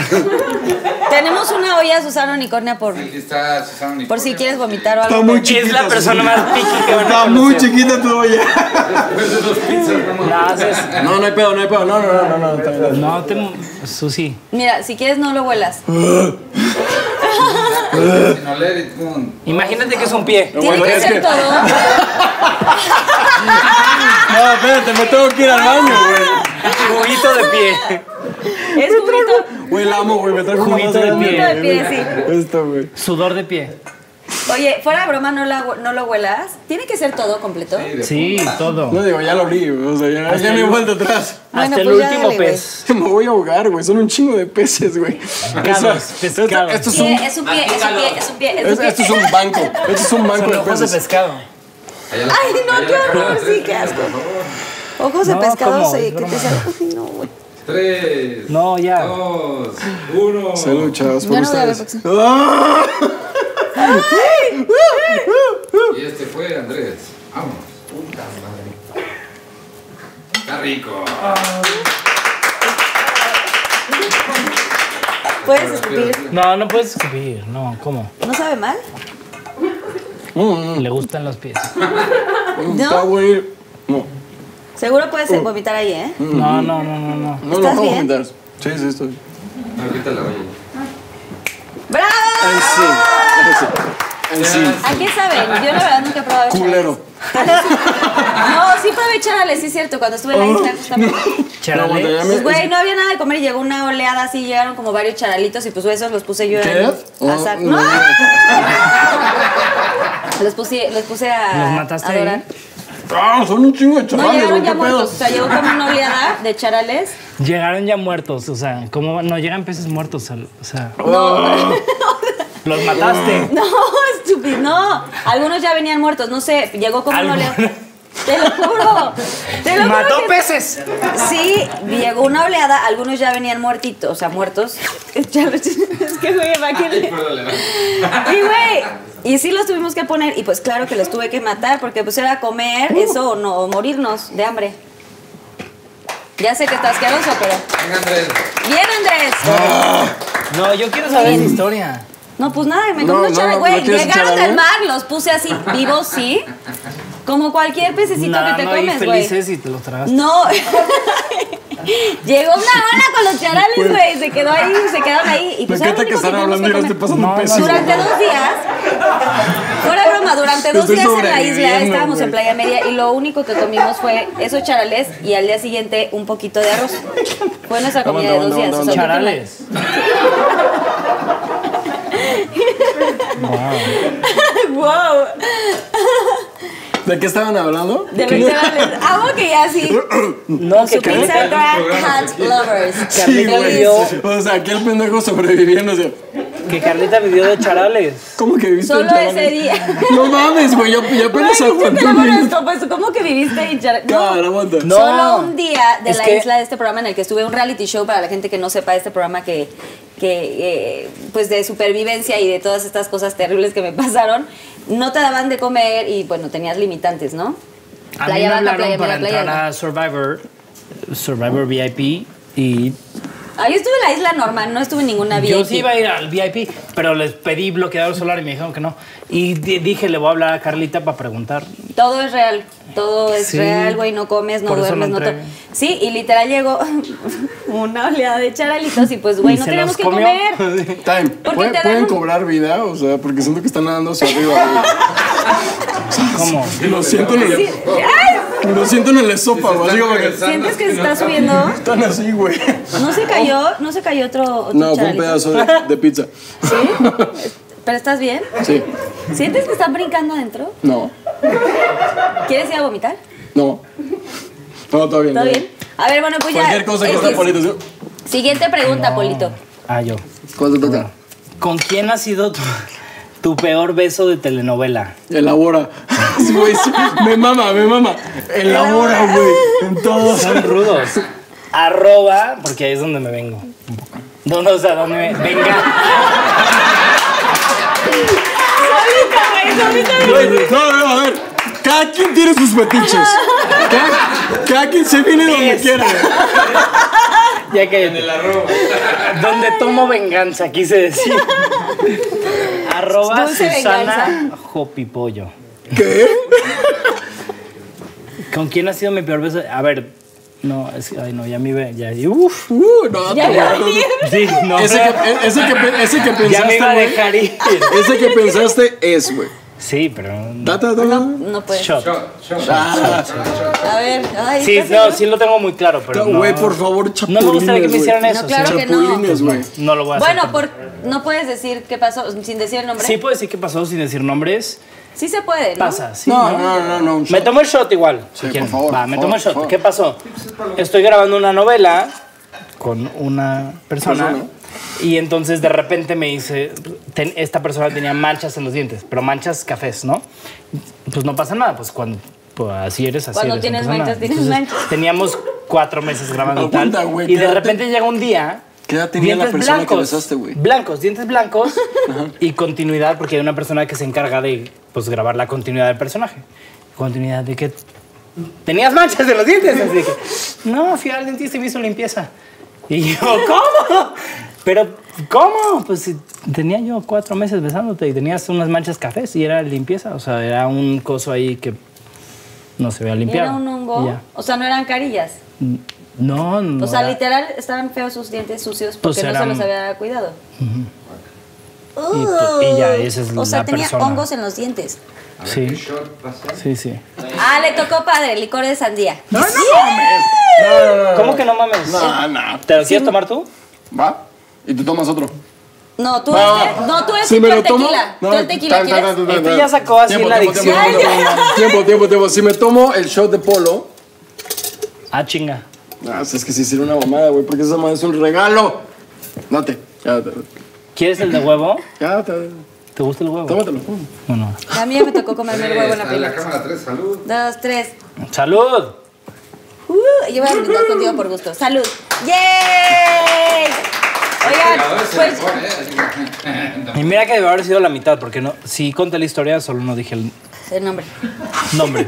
[SPEAKER 2] tenemos una olla Susana Unicornia por,
[SPEAKER 6] Aquí está Susana Unicornio.
[SPEAKER 2] por si quieres vomitar o algo.
[SPEAKER 4] Está muy chiquita.
[SPEAKER 3] es la persona más piqui que van a
[SPEAKER 4] Está muy
[SPEAKER 3] conocer.
[SPEAKER 4] chiquita tu olla.
[SPEAKER 6] Después de dos Pues pizzas, ¿cómo?
[SPEAKER 3] La haces.
[SPEAKER 4] No, no hay pedo, no hay pedo. No, no, no, no. no, está bien.
[SPEAKER 3] No te. Susi.
[SPEAKER 2] Mira, si quieres no lo huelas.
[SPEAKER 6] Sin oler y pum.
[SPEAKER 3] Imagínate que es un pie.
[SPEAKER 4] No,
[SPEAKER 2] Tiene
[SPEAKER 4] bueno,
[SPEAKER 2] que
[SPEAKER 4] es
[SPEAKER 2] ser
[SPEAKER 4] que-
[SPEAKER 2] todo.
[SPEAKER 4] No, Ah, espérate, me tengo que ir al baño,
[SPEAKER 3] Juguito de pie.
[SPEAKER 2] Es juguito,
[SPEAKER 4] güey. Güey, la amo, güey. Me trajo una
[SPEAKER 3] Juguito de
[SPEAKER 4] más grande,
[SPEAKER 3] pie.
[SPEAKER 2] juguito de pie, sí.
[SPEAKER 4] güey. Esto, güey.
[SPEAKER 3] Sudor de pie.
[SPEAKER 2] Oye, fuera de broma, no, la, no lo huelas. ¿Tiene que ser todo completo?
[SPEAKER 6] Sí, de
[SPEAKER 3] Sí,
[SPEAKER 6] punta.
[SPEAKER 3] todo.
[SPEAKER 4] No digo, ya lo abrí, o sea, ya, ya no hay vuelta atrás.
[SPEAKER 2] Bueno,
[SPEAKER 3] Hasta el
[SPEAKER 2] pues ya
[SPEAKER 3] último
[SPEAKER 2] dale, güey.
[SPEAKER 3] pez.
[SPEAKER 4] Me voy a ahogar, güey. Son un chingo de peces, güey.
[SPEAKER 3] Pescados,
[SPEAKER 4] Eso- esto-
[SPEAKER 3] pescados.
[SPEAKER 4] Esto es
[SPEAKER 2] Pie,
[SPEAKER 4] un,
[SPEAKER 2] es un pie, es un pie, es un pie, es un
[SPEAKER 4] es-
[SPEAKER 2] pie.
[SPEAKER 4] esto es un banco. Esto es un banco de
[SPEAKER 3] Ojos de
[SPEAKER 4] peces.
[SPEAKER 3] pescado.
[SPEAKER 6] Allá la-
[SPEAKER 2] Ay, no,
[SPEAKER 6] allá
[SPEAKER 2] qué
[SPEAKER 6] la cara,
[SPEAKER 2] horror,
[SPEAKER 6] tres,
[SPEAKER 2] sí, qué asco.
[SPEAKER 6] por favor.
[SPEAKER 2] Ojos de
[SPEAKER 3] No,
[SPEAKER 2] pescado
[SPEAKER 3] ¿cómo?
[SPEAKER 2] se-
[SPEAKER 3] Es
[SPEAKER 2] que te
[SPEAKER 3] broma.
[SPEAKER 2] salen- Uy, no, güey.
[SPEAKER 6] Tres.
[SPEAKER 3] No, ya.
[SPEAKER 6] Dos. Uno.
[SPEAKER 4] Salud, chavos,
[SPEAKER 2] Ya
[SPEAKER 4] por
[SPEAKER 2] no voy a ver
[SPEAKER 4] ustedes. ¡Ah!
[SPEAKER 6] Y este fue Andrés. Vamos. Puta madre. Está rico.
[SPEAKER 2] ¿Puedes escupir?
[SPEAKER 3] No, no puedes escupir. No, ¿cómo?
[SPEAKER 2] ¿No sabe mal?
[SPEAKER 3] Le gustan los pies.
[SPEAKER 4] Está
[SPEAKER 2] ¿No?
[SPEAKER 4] bueno. No,
[SPEAKER 2] Seguro puedes
[SPEAKER 4] Uh.
[SPEAKER 2] eh, vomitar ahí, ¿eh?
[SPEAKER 4] Mm.
[SPEAKER 3] No, no, no, no, no.
[SPEAKER 4] no lo
[SPEAKER 2] ¿Estás
[SPEAKER 4] vamos a
[SPEAKER 2] bien?
[SPEAKER 4] juntar. Sí, sí, estoy.
[SPEAKER 6] No, quítala, oye.
[SPEAKER 2] ¡Bravo!
[SPEAKER 4] En sí. En sí. En sí.
[SPEAKER 2] ¿A qué saben? Yo la verdad nunca he probado
[SPEAKER 4] Culero.
[SPEAKER 2] charales. no, sí probé charales, sí es cierto. Cuando estuve en la
[SPEAKER 4] Oh.
[SPEAKER 2] isla justamente.
[SPEAKER 4] No,
[SPEAKER 3] Charales.
[SPEAKER 4] aguanta, ya me-
[SPEAKER 2] Pues güey, no había nada de comer y llegó una oleada así, llegaron como varios charalitos y pues esos los puse yo en-
[SPEAKER 4] ¿Qué?
[SPEAKER 2] a
[SPEAKER 4] Oh,
[SPEAKER 2] sac-
[SPEAKER 4] no.
[SPEAKER 2] ¡No! Los puse, los puse a,
[SPEAKER 3] ¿Los mataste
[SPEAKER 2] a
[SPEAKER 3] ahí?
[SPEAKER 2] dorar.
[SPEAKER 4] Ah, son un chingo de
[SPEAKER 2] No,
[SPEAKER 4] chavales,
[SPEAKER 2] llegaron
[SPEAKER 4] güey. ¿Qué
[SPEAKER 2] ya muertos. O
[SPEAKER 4] pedo?
[SPEAKER 2] sea, llegó como una oleada de charales.
[SPEAKER 3] Llegaron ya muertos, o sea, ¿cómo no llegan peces muertos? al- O sea,
[SPEAKER 4] Ah,
[SPEAKER 3] los mataste.
[SPEAKER 2] No, estúpido, no. Algunos ya venían muertos, no sé, llegó como una
[SPEAKER 3] Algunos.
[SPEAKER 2] oleada. Te lo juro. Te lo
[SPEAKER 3] ¡Mató
[SPEAKER 2] juro que-
[SPEAKER 3] peces!
[SPEAKER 2] Sí, llegó una oleada, algunos ya venían muertitos, o sea, muertos. Ya los- es que, güey, va que le-
[SPEAKER 6] Perdónale.
[SPEAKER 2] Y, güey, y sí los tuvimos que poner, y pues claro que los tuve que matar, porque pues era comer
[SPEAKER 3] Uh.
[SPEAKER 2] eso o no, o morirnos de hambre. Ya sé que está asqueroso, pero...
[SPEAKER 6] Venga, Andrés.
[SPEAKER 2] ¡Bien, Andrés!
[SPEAKER 3] No, yo quiero saber esa historia.
[SPEAKER 2] No, pues nada, me
[SPEAKER 4] No,
[SPEAKER 2] comí unos
[SPEAKER 4] no,
[SPEAKER 2] charales,
[SPEAKER 4] no
[SPEAKER 2] güey.
[SPEAKER 4] quieres
[SPEAKER 2] Llegaron
[SPEAKER 4] charales.
[SPEAKER 2] del mar, los puse así vivos, sí. Como cualquier pececito
[SPEAKER 3] Nadando
[SPEAKER 2] que te
[SPEAKER 3] ahí
[SPEAKER 2] comes, güey.
[SPEAKER 3] felices y te los tragaste.
[SPEAKER 2] No. Llegó una ola con los charales, güey. Se quedó ahí, se quedaron ahí. Y
[SPEAKER 4] Pues, Me
[SPEAKER 2] pues era lo
[SPEAKER 4] encanta que
[SPEAKER 2] único que
[SPEAKER 4] están
[SPEAKER 2] teníamos
[SPEAKER 4] hablando
[SPEAKER 2] que
[SPEAKER 4] y no esté
[SPEAKER 2] comer.
[SPEAKER 4] pasando
[SPEAKER 3] No, no,
[SPEAKER 4] peces.
[SPEAKER 2] Durante dos días, fuera de broma, durante dos
[SPEAKER 4] Estoy
[SPEAKER 2] días en la isla
[SPEAKER 4] sobreviviendo,
[SPEAKER 2] estábamos en
[SPEAKER 4] güey.
[SPEAKER 2] Playa Media y lo único que comimos fue esos charales y al día siguiente un poquito de arroz. Fue nuestra comida de
[SPEAKER 4] Aguanta,
[SPEAKER 2] dos días.
[SPEAKER 4] aguanta,
[SPEAKER 2] o sea,
[SPEAKER 3] Charales.
[SPEAKER 2] ¡Wow!
[SPEAKER 4] ¿De qué estaban hablando?
[SPEAKER 2] De verdad, les amo que ya sí.
[SPEAKER 3] No, que
[SPEAKER 2] Mm. Su pizza
[SPEAKER 3] Carlita,
[SPEAKER 2] Grand Hat Lovers.
[SPEAKER 4] Sí, güey.
[SPEAKER 3] Yo-
[SPEAKER 4] O sea, aquí el pendejo sobreviviendo. O sea,
[SPEAKER 3] que Carlita vivió de charales.
[SPEAKER 4] ¿cómo que viste
[SPEAKER 2] Solo ese día.
[SPEAKER 4] No mames, güey. Yo, yo apenas
[SPEAKER 2] Güey,
[SPEAKER 4] aguanté
[SPEAKER 2] te
[SPEAKER 4] un
[SPEAKER 2] lo
[SPEAKER 4] minuto.
[SPEAKER 2] conozco, pues, ¿cómo que viviste en Char-
[SPEAKER 4] Cara,
[SPEAKER 2] No.
[SPEAKER 4] aguanta.
[SPEAKER 3] No.
[SPEAKER 2] Solo un día de
[SPEAKER 3] Es
[SPEAKER 2] la
[SPEAKER 3] que-
[SPEAKER 2] isla de este programa en el que estuve un reality show para la gente que no sepa de este programa que, que eh, pues de supervivencia y de todas estas cosas terribles que me pasaron, no te daban de comer y bueno, tenías limitantes, ¿no? Playa
[SPEAKER 3] A mí me
[SPEAKER 2] Blanca,
[SPEAKER 3] hablaron
[SPEAKER 2] Playa
[SPEAKER 3] para
[SPEAKER 2] Media, Playa
[SPEAKER 3] entrar a Survivor, Survivor VIP y
[SPEAKER 2] Ah, yo estuve en la isla normal, no estuve en ninguna
[SPEAKER 3] Yo
[SPEAKER 2] VIP.
[SPEAKER 3] sí iba a ir al VIP, pero les pedí bloqueador solar y me dijeron que no. Y di- dije, le voy a hablar a Carlita para preguntar.
[SPEAKER 2] Todo es real, todo es
[SPEAKER 3] Sí.
[SPEAKER 2] real, güey, no comes, no
[SPEAKER 3] Por eso
[SPEAKER 2] duermes,
[SPEAKER 3] no
[SPEAKER 2] no... to-
[SPEAKER 3] entré.
[SPEAKER 2] Sí, y literal llegó una oleada de charalitos y pues, güey,
[SPEAKER 3] Y
[SPEAKER 2] no
[SPEAKER 3] se
[SPEAKER 2] teníamos
[SPEAKER 3] los
[SPEAKER 2] que
[SPEAKER 3] comió.
[SPEAKER 2] comer. ¿Por
[SPEAKER 4] Time.
[SPEAKER 2] qué
[SPEAKER 4] ¿Pueden,
[SPEAKER 2] te
[SPEAKER 4] pueden
[SPEAKER 2] dan un-
[SPEAKER 4] cobrar vida? O sea, porque siento que están nadando hacia arriba.
[SPEAKER 3] ¿Cómo?
[SPEAKER 4] güey. Lo siento en el,
[SPEAKER 2] ¡Ay!
[SPEAKER 4] lo siento en el esófago. Así como que
[SPEAKER 2] ¿Sientes que se está subiendo?
[SPEAKER 4] están así, güey.
[SPEAKER 2] ¿No se cayó? ¿No se cayó otro, otro
[SPEAKER 4] No, fue un
[SPEAKER 2] charalito?
[SPEAKER 4] pedazo de, de pizza.
[SPEAKER 2] ¿Sí? ¿Pero estás bien?
[SPEAKER 4] Sí.
[SPEAKER 2] ¿Sientes que están brincando adentro?
[SPEAKER 4] No.
[SPEAKER 2] ¿Quieres ir a vomitar?
[SPEAKER 4] No. No, todo bien.
[SPEAKER 2] ¿Todo bien? A ver, bueno, pues ya.
[SPEAKER 4] Cualquier cosa que
[SPEAKER 2] X.
[SPEAKER 4] está polito. ¿sí?
[SPEAKER 2] Siguiente pregunta, Polito.
[SPEAKER 3] Ah, yo.
[SPEAKER 4] ¿Cuál te toca?
[SPEAKER 3] ¿Con quién ha sido tu, tu peor beso de telenovela?
[SPEAKER 4] Elabora. Güey, sí, me mama, me mama. Elabora, güey. En todos.
[SPEAKER 3] Son rudos. Arroba, porque ahí es donde me vengo. un poco. ¿Dónde, o sea, dónde me venga?
[SPEAKER 4] Güey, No, no, a ver. Cada quien tiene sus fetiches. Cada, cada quien se viene donde
[SPEAKER 3] Es.
[SPEAKER 4] quiere.
[SPEAKER 3] Este, Ya que. Donde tomo venganza, quise decir. Arroba
[SPEAKER 2] Dulce
[SPEAKER 3] Susana Jopipollo.
[SPEAKER 4] ¿Qué?
[SPEAKER 3] ¿Con quién ha sido mi peor beso? A ver, no, es que, ay, no, ya mi ve, ya, y uf.
[SPEAKER 4] Uh, no,
[SPEAKER 2] Ya
[SPEAKER 4] te-
[SPEAKER 2] iba a venir.
[SPEAKER 3] Sí, no,
[SPEAKER 4] ese que, e- ese que, pe- ese que
[SPEAKER 3] ya me
[SPEAKER 4] pensaste,
[SPEAKER 3] iba a
[SPEAKER 4] güey.
[SPEAKER 3] dejar ir.
[SPEAKER 4] Ese que pensaste es, güey.
[SPEAKER 3] Sí, pero.
[SPEAKER 4] Data, data.
[SPEAKER 2] Pues, No puedes.
[SPEAKER 3] Shot.
[SPEAKER 6] Shot, shot.
[SPEAKER 4] Ah,
[SPEAKER 2] A ver. Ay,
[SPEAKER 3] Sí,
[SPEAKER 2] ¿estás
[SPEAKER 3] no,
[SPEAKER 2] seguro?
[SPEAKER 3] sí lo tengo muy claro, pero. no.
[SPEAKER 4] güey, por favor,
[SPEAKER 3] No me gustaría que
[SPEAKER 4] chapulines,
[SPEAKER 3] me hicieran
[SPEAKER 4] güey.
[SPEAKER 3] eso.
[SPEAKER 2] No, claro
[SPEAKER 3] sí.
[SPEAKER 2] que no.
[SPEAKER 4] Chapulines, güey.
[SPEAKER 3] No lo voy a hacer.
[SPEAKER 2] Bueno, pues, por, No puedes decir qué pasó sin decir el nombre.
[SPEAKER 3] Sí puedo decir qué pasó sin decir nombres.
[SPEAKER 2] Sí se puede, ¿no?
[SPEAKER 3] Pasa, sí,
[SPEAKER 4] no, no, no, no, un
[SPEAKER 3] Me
[SPEAKER 4] shot.
[SPEAKER 3] tomo el shot igual.
[SPEAKER 4] Sí,
[SPEAKER 3] si quieren.
[SPEAKER 4] por favor,
[SPEAKER 3] Va,
[SPEAKER 4] por
[SPEAKER 3] me
[SPEAKER 4] favor,
[SPEAKER 3] tomo el shot.
[SPEAKER 4] por favor.
[SPEAKER 3] ¿Qué pasó? Estoy grabando una novela con una persona
[SPEAKER 4] Persona.
[SPEAKER 3] y entonces de repente me dice, ten- esta persona tenía manchas en los dientes, pero manchas cafés, ¿no? Pues no pasa nada, pues cuando pues así eres, así
[SPEAKER 2] Cuando
[SPEAKER 3] eres, no
[SPEAKER 2] tienes
[SPEAKER 3] pasa
[SPEAKER 2] manchas,
[SPEAKER 3] nada.
[SPEAKER 2] tienes
[SPEAKER 3] Entonces,
[SPEAKER 2] manchas.
[SPEAKER 3] Teníamos cuatro meses grabando y tal.
[SPEAKER 4] Apunta, güey,
[SPEAKER 3] y de
[SPEAKER 4] quédate.
[SPEAKER 3] repente llega un día
[SPEAKER 4] ¿Qué edad tenía la persona que besaste, güey?
[SPEAKER 3] Blancos, dientes blancos y continuidad, porque hay una persona que se encarga de pues, grabar la continuidad del personaje. Continuidad de que tenías manchas de los dientes. Así que, no, fui al dentista y me hizo limpieza. Y yo, ¿cómo? Pero, ¿cómo? Pues si tenía yo cuatro meses besándote y tenías unas manchas cafés y era limpieza. O sea, era un coso ahí que no se vea limpiado.
[SPEAKER 2] Era un
[SPEAKER 3] Y
[SPEAKER 2] hongo.
[SPEAKER 3] ya.
[SPEAKER 2] O sea, no eran carillas.
[SPEAKER 3] No, no.
[SPEAKER 2] O sea,
[SPEAKER 3] era-
[SPEAKER 2] literal, estaban feos sus dientes sucios porque
[SPEAKER 3] Pues
[SPEAKER 2] no se
[SPEAKER 3] eran-
[SPEAKER 2] los había cuidado.
[SPEAKER 3] Y pu- y ya, esa es
[SPEAKER 2] o sea,
[SPEAKER 3] la
[SPEAKER 2] tenía
[SPEAKER 3] persona.
[SPEAKER 2] hongos en los dientes.
[SPEAKER 6] A ver
[SPEAKER 3] Sí.
[SPEAKER 6] qué shot pasa.
[SPEAKER 3] Sí, sí.
[SPEAKER 2] Ah, le tocó padre, licor de sandía.
[SPEAKER 4] No, no mames. No, no, no.
[SPEAKER 3] ¿Cómo que no mames?
[SPEAKER 4] Ah, No, no.
[SPEAKER 3] ¿Te lo quieres tomar tú?
[SPEAKER 4] ¿Va? Y tú tomas otro.
[SPEAKER 2] No, tú
[SPEAKER 4] Va,
[SPEAKER 2] eres,
[SPEAKER 4] va.
[SPEAKER 2] no, tú eres
[SPEAKER 4] Si me
[SPEAKER 2] el
[SPEAKER 4] lo tomo-
[SPEAKER 2] tequila.
[SPEAKER 4] no,
[SPEAKER 2] tú el tequila
[SPEAKER 4] tan, tan,
[SPEAKER 2] quieres.
[SPEAKER 4] tan, tan,
[SPEAKER 3] Este
[SPEAKER 4] tan.
[SPEAKER 3] ya sacó así
[SPEAKER 4] Tiempo,
[SPEAKER 3] la
[SPEAKER 4] tiempo, tiempo,
[SPEAKER 2] adicción.
[SPEAKER 4] tiempo, tiempo, Tiempo, tiempo, tiempo. Si me tomo el shot de polo.
[SPEAKER 3] Ah, chinga.
[SPEAKER 4] Ah, si es que se hicieron una mamada, güey, porque esa mamada es un regalo. Date. Ya, date.
[SPEAKER 3] ¿Quieres el de huevo?
[SPEAKER 4] Ya, date.
[SPEAKER 3] ¿Te gusta el huevo?
[SPEAKER 4] Tómatelo.
[SPEAKER 3] Bueno.
[SPEAKER 2] A mí ya me tocó comerme el huevo en la
[SPEAKER 6] Tres,
[SPEAKER 2] película.
[SPEAKER 6] cámara 3, salud.
[SPEAKER 2] Dos, tres.
[SPEAKER 3] ¡Salud!
[SPEAKER 2] Uh, yo voy a brindar contigo por gusto. Salud. ¡Yay! Oigan,
[SPEAKER 6] Pegador se
[SPEAKER 2] pues
[SPEAKER 6] le pone, ¿eh? Así que-
[SPEAKER 3] Y mira que debe haber sido la mitad, porque no, si conté la historia, solo no dije el
[SPEAKER 2] el nombre.
[SPEAKER 3] nombre.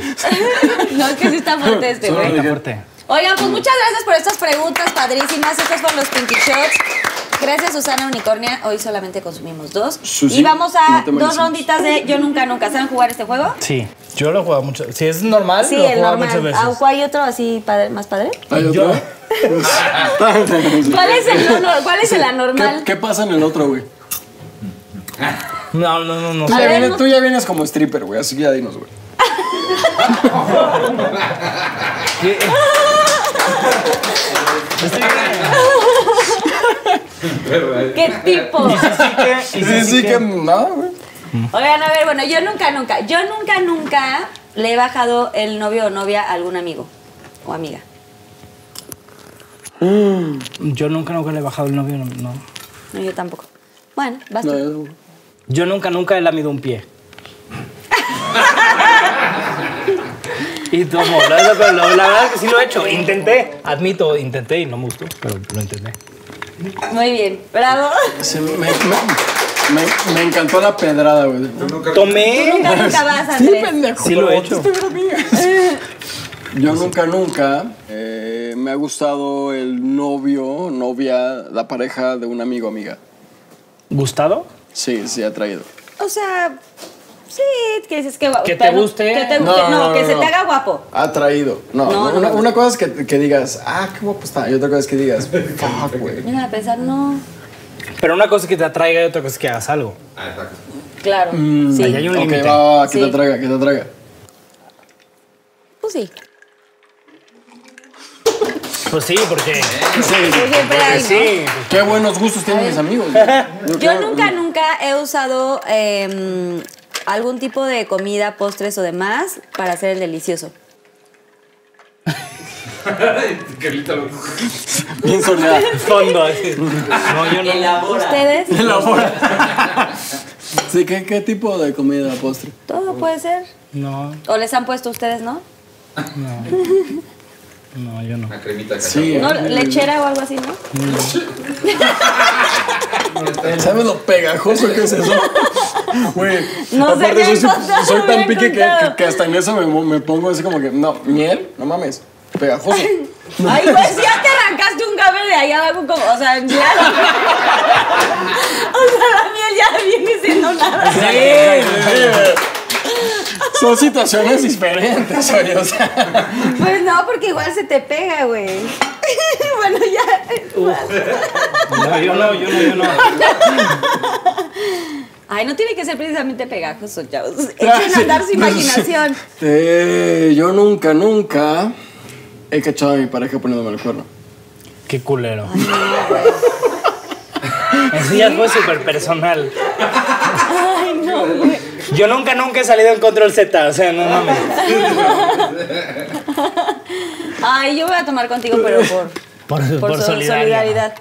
[SPEAKER 2] No, es que sí está fuerte este, güey.
[SPEAKER 3] Está fuerte.
[SPEAKER 2] Oigan, pues muchas gracias por estas preguntas padrísimas. Estos fueron los Pinky Shots. Gracias, Susana Unicornia. Hoy solamente consumimos dos.
[SPEAKER 4] Susi,
[SPEAKER 2] y vamos a
[SPEAKER 4] no te
[SPEAKER 2] dos
[SPEAKER 4] mereces.
[SPEAKER 2] ronditas de Yo Nunca Nunca. ¿Saben jugar este juego?
[SPEAKER 3] Sí. Yo lo he jugado mucho. Si es normal,
[SPEAKER 2] Sí,
[SPEAKER 3] lo he
[SPEAKER 2] el
[SPEAKER 3] jugado
[SPEAKER 2] normal.
[SPEAKER 3] muchas veces.
[SPEAKER 2] Auco, ¿Hay otro así padre, más padre?
[SPEAKER 4] ¿Hay otro?
[SPEAKER 2] ¿Cuál es el, no- no- cuál es el anormal?
[SPEAKER 4] ¿Qué, qué pasa en el otro, güey?
[SPEAKER 3] No, no, no, no.
[SPEAKER 4] Tú,
[SPEAKER 2] A
[SPEAKER 4] ya
[SPEAKER 2] ver,
[SPEAKER 4] vienes-
[SPEAKER 2] no-
[SPEAKER 4] tú ya vienes como stripper, güey, así que ya dinos, güey.
[SPEAKER 6] ¿eh?
[SPEAKER 2] ¿Qué tipo?
[SPEAKER 4] Sí, sí, que nada, güey.
[SPEAKER 2] Oigan, a ver, bueno, yo nunca, nunca, yo nunca, nunca le he bajado el novio o novia a algún amigo o amiga.
[SPEAKER 3] Yo nunca, nunca le he bajado el novio, no, no.
[SPEAKER 2] No, yo tampoco. Bueno, vas
[SPEAKER 4] No,
[SPEAKER 2] tú.
[SPEAKER 4] yo-
[SPEAKER 3] Yo nunca, nunca he lamido un pie. y tomo, la verdad, pero la- la verdad es que sí lo he hecho. Intenté, admito, intenté y no me gustó, pero lo intenté.
[SPEAKER 2] Muy bien, bravo.
[SPEAKER 4] se me, me, me- me encantó la pedrada, güey.
[SPEAKER 3] Tomé.
[SPEAKER 2] Nunca, nunca vas,
[SPEAKER 4] Sí, pues,
[SPEAKER 2] Andrés.
[SPEAKER 4] pendejo.
[SPEAKER 3] Sí lo he hecho.
[SPEAKER 4] Yo nunca, nunca eh, me ha gustado el novio, novia, la pareja de un amigo, amiga.
[SPEAKER 3] ¿Gustado?
[SPEAKER 4] Sí, sí, ha traído.
[SPEAKER 2] O sea, sí, que dices que
[SPEAKER 3] Que te guste.
[SPEAKER 2] Que te- que- no, que se te haga guapo.
[SPEAKER 4] Atraído. No,
[SPEAKER 2] No,
[SPEAKER 4] no,
[SPEAKER 2] no,
[SPEAKER 4] una,
[SPEAKER 2] no.
[SPEAKER 4] una cosa es que, que digas, ah, qué guapo está. Y otra cosa es que digas, fuck, güey.
[SPEAKER 2] Mira, a pensar, no.
[SPEAKER 3] Pero una cosa es que te atraiga y otra cosa es que hagas algo.
[SPEAKER 6] Ah, está.
[SPEAKER 2] Claro. sí.
[SPEAKER 3] Ahí hay un
[SPEAKER 4] Ok,
[SPEAKER 3] límite.
[SPEAKER 4] va, va, va, que
[SPEAKER 2] Sí.
[SPEAKER 4] te traiga, que te traiga.
[SPEAKER 2] Pues sí.
[SPEAKER 3] Pues sí, porque.
[SPEAKER 2] Pues siempre hay, ¿no?
[SPEAKER 3] Sí.
[SPEAKER 4] Qué buenos gustos tienen mis amigos. güey. Yo,
[SPEAKER 2] Yo
[SPEAKER 4] claro,
[SPEAKER 2] nunca, nunca he usado eh, algún tipo de comida, postres o demás para hacer el delicioso.
[SPEAKER 6] Carlita lo-
[SPEAKER 4] Bien soñada.
[SPEAKER 3] Fondo. así. No, yo no.
[SPEAKER 2] ¿Ustedes?
[SPEAKER 4] Sí, ¿qué, ¿qué tipo de comida postre?
[SPEAKER 2] Todo puede ser.
[SPEAKER 3] No,
[SPEAKER 2] ¿O les han puesto ustedes, no?
[SPEAKER 3] no, yo no.
[SPEAKER 6] Una cremita de
[SPEAKER 4] Sí.
[SPEAKER 2] ¿No? ¿Lechera o algo así, no?
[SPEAKER 4] ¿Sabes lo pegajoso que es eso? Güey,
[SPEAKER 2] No sé,
[SPEAKER 4] aparte
[SPEAKER 2] me
[SPEAKER 4] soy,
[SPEAKER 2] han contado,
[SPEAKER 4] soy
[SPEAKER 2] me
[SPEAKER 4] tan
[SPEAKER 2] han
[SPEAKER 4] pique que,
[SPEAKER 2] contado.
[SPEAKER 4] que- que hasta en eso me, mo- me pongo así como que, no, miel, no mames, pegajoso.
[SPEAKER 2] Ay, pues ya te arrancaste un cable de allá abajo como, o sea, ya. o sea, la miel ya viene siendo nada.
[SPEAKER 4] Son situaciones diferentes, oye, o sea.
[SPEAKER 2] Pues no, porque igual se te pega, güey. bueno, ya.
[SPEAKER 3] No, yo no, yo no, yo no.
[SPEAKER 2] Ay, no tiene que ser precisamente pegajoso, chavos.
[SPEAKER 3] Ah,
[SPEAKER 2] Echen a andar su imaginación.
[SPEAKER 4] Eh, yo nunca, nunca he cachado a mi pareja poniéndome el cuerno.
[SPEAKER 3] Qué culero. Eso ya fue súper personal.
[SPEAKER 2] Ay, no, güey.
[SPEAKER 3] Yo nunca, nunca he salido en Control Z, o sea, no mames.
[SPEAKER 2] Ay, yo voy a tomar contigo, pero por,
[SPEAKER 3] Por, por,
[SPEAKER 2] por so-
[SPEAKER 3] solidaridad.
[SPEAKER 2] solidaridad.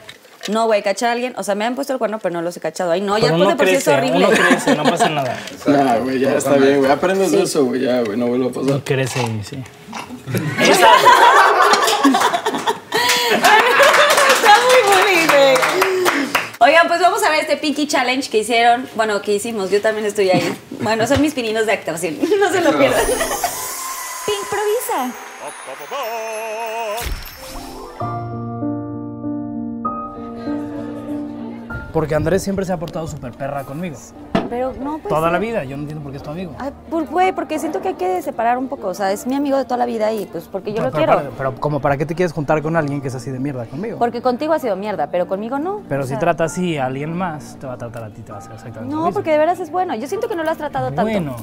[SPEAKER 2] No, güey, cachar a alguien. O sea, me han puesto el cuerno, pero no los he cachado. Ay, no, ya
[SPEAKER 3] Pero
[SPEAKER 2] después
[SPEAKER 3] uno
[SPEAKER 2] de por sí es
[SPEAKER 3] crece,
[SPEAKER 2] horrible.
[SPEAKER 3] uno crece, no pasa nada.
[SPEAKER 4] Nah, güey, ya está bien, güey. Aprendes de eso, güey. Ya, güey, no vuelvo a pasar.
[SPEAKER 3] Uno crece, sí.
[SPEAKER 2] Está muy bonito. Oigan, pues vamos a ver este Pinky Challenge que hicieron. Bueno, que hicimos. Yo también estoy ahí. Bueno, son mis pininos de actuación. No se lo pierdan. Improvisa.
[SPEAKER 3] Porque Andrés siempre se ha portado súper perra conmigo.
[SPEAKER 2] Pero no, pues. Ah,
[SPEAKER 3] Toda la vida, yo no entiendo por qué es tu amigo.
[SPEAKER 2] Ay, por- güey, porque siento que hay que separar un poco. O sea, es mi amigo de toda la vida y pues porque yo lo
[SPEAKER 3] pero,
[SPEAKER 2] quiero.
[SPEAKER 3] Pero, pero como para qué te quieres juntar con alguien que es así de mierda conmigo.
[SPEAKER 2] Porque contigo ha sido mierda, pero conmigo no.
[SPEAKER 3] pero
[SPEAKER 2] O
[SPEAKER 3] si
[SPEAKER 2] sea,
[SPEAKER 3] trata así a alguien más, te va a tratar a ti, te va a hacer exactamente lo
[SPEAKER 2] No,
[SPEAKER 3] mismo.
[SPEAKER 2] porque de veras es bueno. Yo siento que no lo has tratado tanto.
[SPEAKER 3] Bueno.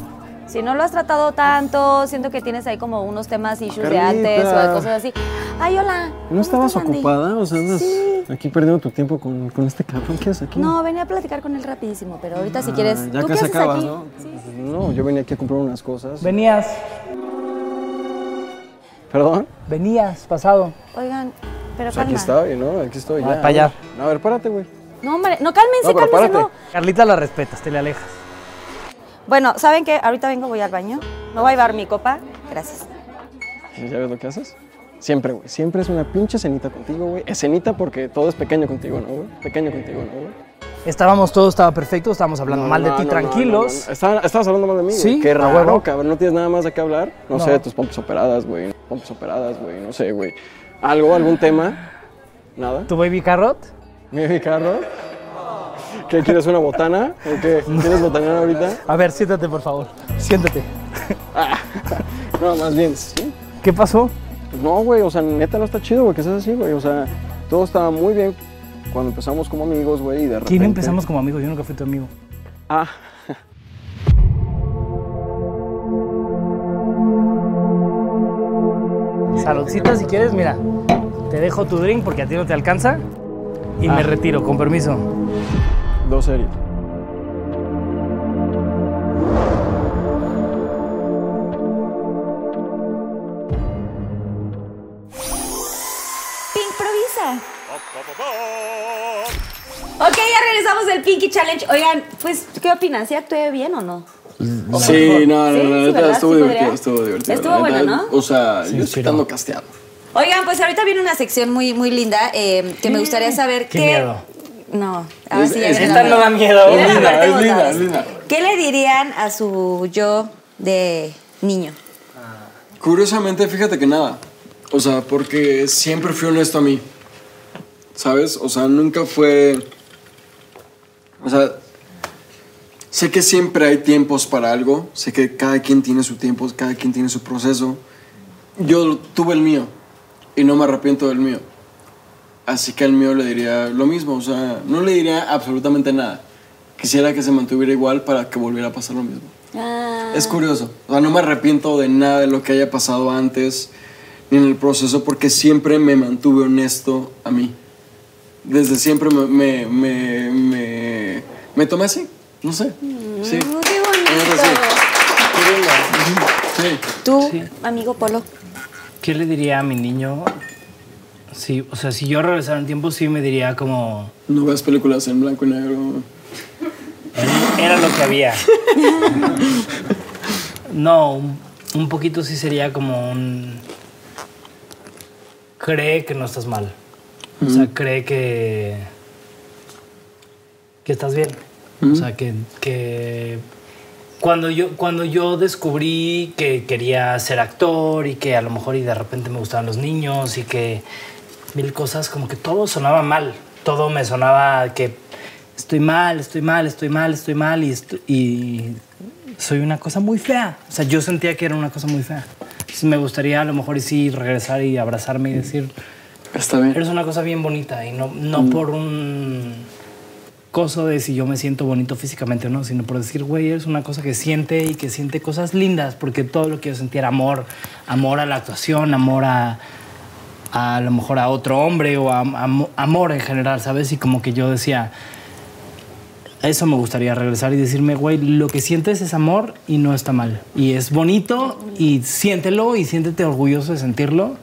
[SPEAKER 2] Si no lo has tratado tanto, siento que tienes ahí como unos temas issues
[SPEAKER 4] Carlita.
[SPEAKER 2] de antes o de cosas así. Ay, hola.
[SPEAKER 4] ¿No
[SPEAKER 2] ¿Cómo
[SPEAKER 4] estabas
[SPEAKER 2] estás, Andy?
[SPEAKER 4] ocupada? O sea, andas
[SPEAKER 2] Sí.
[SPEAKER 4] aquí perdiendo tu tiempo con, con este cabrón. ¿Qué haces aquí?
[SPEAKER 2] No, venía a platicar con él rapidísimo, pero ahorita si
[SPEAKER 4] Ah,
[SPEAKER 2] quieres.
[SPEAKER 4] Ya
[SPEAKER 2] ¿Tú qué
[SPEAKER 4] casi
[SPEAKER 2] haces
[SPEAKER 4] acabas,
[SPEAKER 2] aquí?
[SPEAKER 4] ¿no? No, yo venía aquí a comprar unas cosas.
[SPEAKER 3] Venías,
[SPEAKER 4] ¿Perdón?
[SPEAKER 3] venías, pasado.
[SPEAKER 2] Oigan, pero
[SPEAKER 4] O sea, Pues aquí
[SPEAKER 2] calma.
[SPEAKER 4] estoy, ¿no? Aquí estoy.
[SPEAKER 3] Ah,
[SPEAKER 4] ya,
[SPEAKER 3] para allá.
[SPEAKER 4] ¿no? A ver, párate, güey.
[SPEAKER 2] No, hombre, no, cálmense,
[SPEAKER 4] No, pero
[SPEAKER 2] cálmense,
[SPEAKER 4] párate.
[SPEAKER 2] no.
[SPEAKER 3] Carlita la respetas, te le alejas.
[SPEAKER 2] Bueno, ¿saben qué? Ahorita vengo, voy al baño. Me voy a llevar mi copa. Gracias.
[SPEAKER 4] ¿Ya ves lo que haces? Siempre, güey. Siempre es una pinche cenita contigo, güey. Es cenita porque todo es pequeño contigo, ¿no, güey? Pequeño contigo, ¿no, güey?
[SPEAKER 3] Estábamos todos, estaba perfecto, estábamos hablando
[SPEAKER 4] No,
[SPEAKER 3] mal de
[SPEAKER 4] no,
[SPEAKER 3] ti,
[SPEAKER 4] no,
[SPEAKER 3] tranquilos.
[SPEAKER 4] no, no, no. Estaban- Estabas hablando mal de mí, güey.
[SPEAKER 3] Sí,
[SPEAKER 4] Qué
[SPEAKER 3] a
[SPEAKER 4] raro,
[SPEAKER 3] huevo.
[SPEAKER 4] cabrón. No tienes nada más de qué hablar. No, sé, tus pompas operadas, güey. Pompas operadas, güey. No sé, güey. ¿Algo, algún tema? Nada.
[SPEAKER 3] ¿Tu baby carrot?
[SPEAKER 4] Mi carro. ¿Qué quieres? ¿Una botana? ¿O qué? ¿Quieres botanear ahorita? Ah.
[SPEAKER 3] A ver, siéntate, por favor. Siéntate.
[SPEAKER 4] No, más bien, sí.
[SPEAKER 3] ¿Qué pasó?
[SPEAKER 4] Pues no, güey, o sea, neta no está chido, güey, que seas así, güey. O sea, todo estaba muy bien cuando empezamos como amigos, güey, y de repente...
[SPEAKER 3] ¿Quién empezamos como amigos? Yo nunca fui tu amigo.
[SPEAKER 4] Ah,
[SPEAKER 3] Saludcita, si quieres, mira. Te dejo tu drink porque a ti no te alcanza. Y
[SPEAKER 4] Ah.
[SPEAKER 3] me retiro, con permiso.
[SPEAKER 4] dos series.
[SPEAKER 2] Improvisa. Ok, ya regresamos del Pinky Challenge. Oigan, pues, ¿qué opinan? ¿Sí actué bien o no?
[SPEAKER 4] Sí, no,
[SPEAKER 2] Sí,
[SPEAKER 4] no,
[SPEAKER 2] sí,
[SPEAKER 4] no, la
[SPEAKER 2] ¿verdad?
[SPEAKER 4] neta, estuvo
[SPEAKER 2] Sí,
[SPEAKER 4] divertido,
[SPEAKER 2] podría.
[SPEAKER 4] estuvo divertido.
[SPEAKER 2] Estuvo
[SPEAKER 4] la
[SPEAKER 2] bueno,
[SPEAKER 4] neta.
[SPEAKER 2] ¿no?
[SPEAKER 4] O sea, yo estoy estando casteado.
[SPEAKER 2] Oigan, pues ahorita viene una sección muy, muy linda eh, que me gustaría saber
[SPEAKER 3] Qué
[SPEAKER 2] qué.
[SPEAKER 3] miedo.
[SPEAKER 2] No, ahora
[SPEAKER 4] Es-
[SPEAKER 2] sí ya
[SPEAKER 4] es-
[SPEAKER 2] viene
[SPEAKER 3] esta
[SPEAKER 2] la-
[SPEAKER 3] no da miedo.
[SPEAKER 2] Viene la
[SPEAKER 4] Es linda,
[SPEAKER 2] parte
[SPEAKER 4] es
[SPEAKER 2] bonita.
[SPEAKER 4] linda, es linda.
[SPEAKER 2] ¿Qué le dirían a su yo de niño?
[SPEAKER 4] Curiosamente, fíjate que nada. O sea, porque siempre fui honesto a mí. ¿Sabes? O sea, nunca fue. O sea, sé que siempre hay tiempos para algo. Sé que cada quien tiene su tiempo, cada quien tiene su proceso. Yo tuve el mío y no me arrepiento del mío. Así que al mío le diría lo mismo. O sea, no le diría absolutamente nada. Quisiera que se mantuviera igual para que volviera a pasar lo mismo.
[SPEAKER 2] Ah,
[SPEAKER 4] Es curioso. O sea, no me arrepiento de nada de lo que haya pasado antes ni en el proceso porque siempre me mantuve honesto a mí. Desde siempre me, me, me, me, me tomé así. No sé.
[SPEAKER 2] qué
[SPEAKER 4] Sí.
[SPEAKER 2] bonito.
[SPEAKER 4] La neta, Sí. Sí.
[SPEAKER 2] Tú, amigo Polo.
[SPEAKER 3] ¿Qué le diría a mi niño? Sí, o sea, si yo regresara en tiempo, sí me diría como...
[SPEAKER 4] No veas películas en blanco y negro.
[SPEAKER 3] Era lo que había. No, un- un poquito sí sería como un... Cree que no estás mal. O sea, cree que... que estás bien. O sea, que... que cuando yo, cuando yo descubrí que quería ser actor y que a lo mejor y de repente me gustaban los niños y que mil cosas, como que todo sonaba mal. Todo me sonaba que estoy mal, estoy mal, estoy mal, estoy mal y, estu- y soy una cosa muy fea. O sea, yo sentía que era una cosa muy fea. Entonces, me gustaría a lo mejor y sí regresar y abrazarme y decir,
[SPEAKER 4] Está bien.
[SPEAKER 3] eres una cosa bien bonita y no, no por un coso de si yo me siento bonito físicamente o no, sino por decir, güey, eres una cosa que siente y que siente cosas lindas, porque todo lo que yo sentía era amor, amor a la actuación, amor a a, a lo mejor a otro hombre o a, a- amor en general, ¿sabes? Y como que yo decía, Eso me gustaría regresar y decirme, güey, lo que sientes es amor y no está mal. Y es bonito y siéntelo y siéntete orgulloso de sentirlo.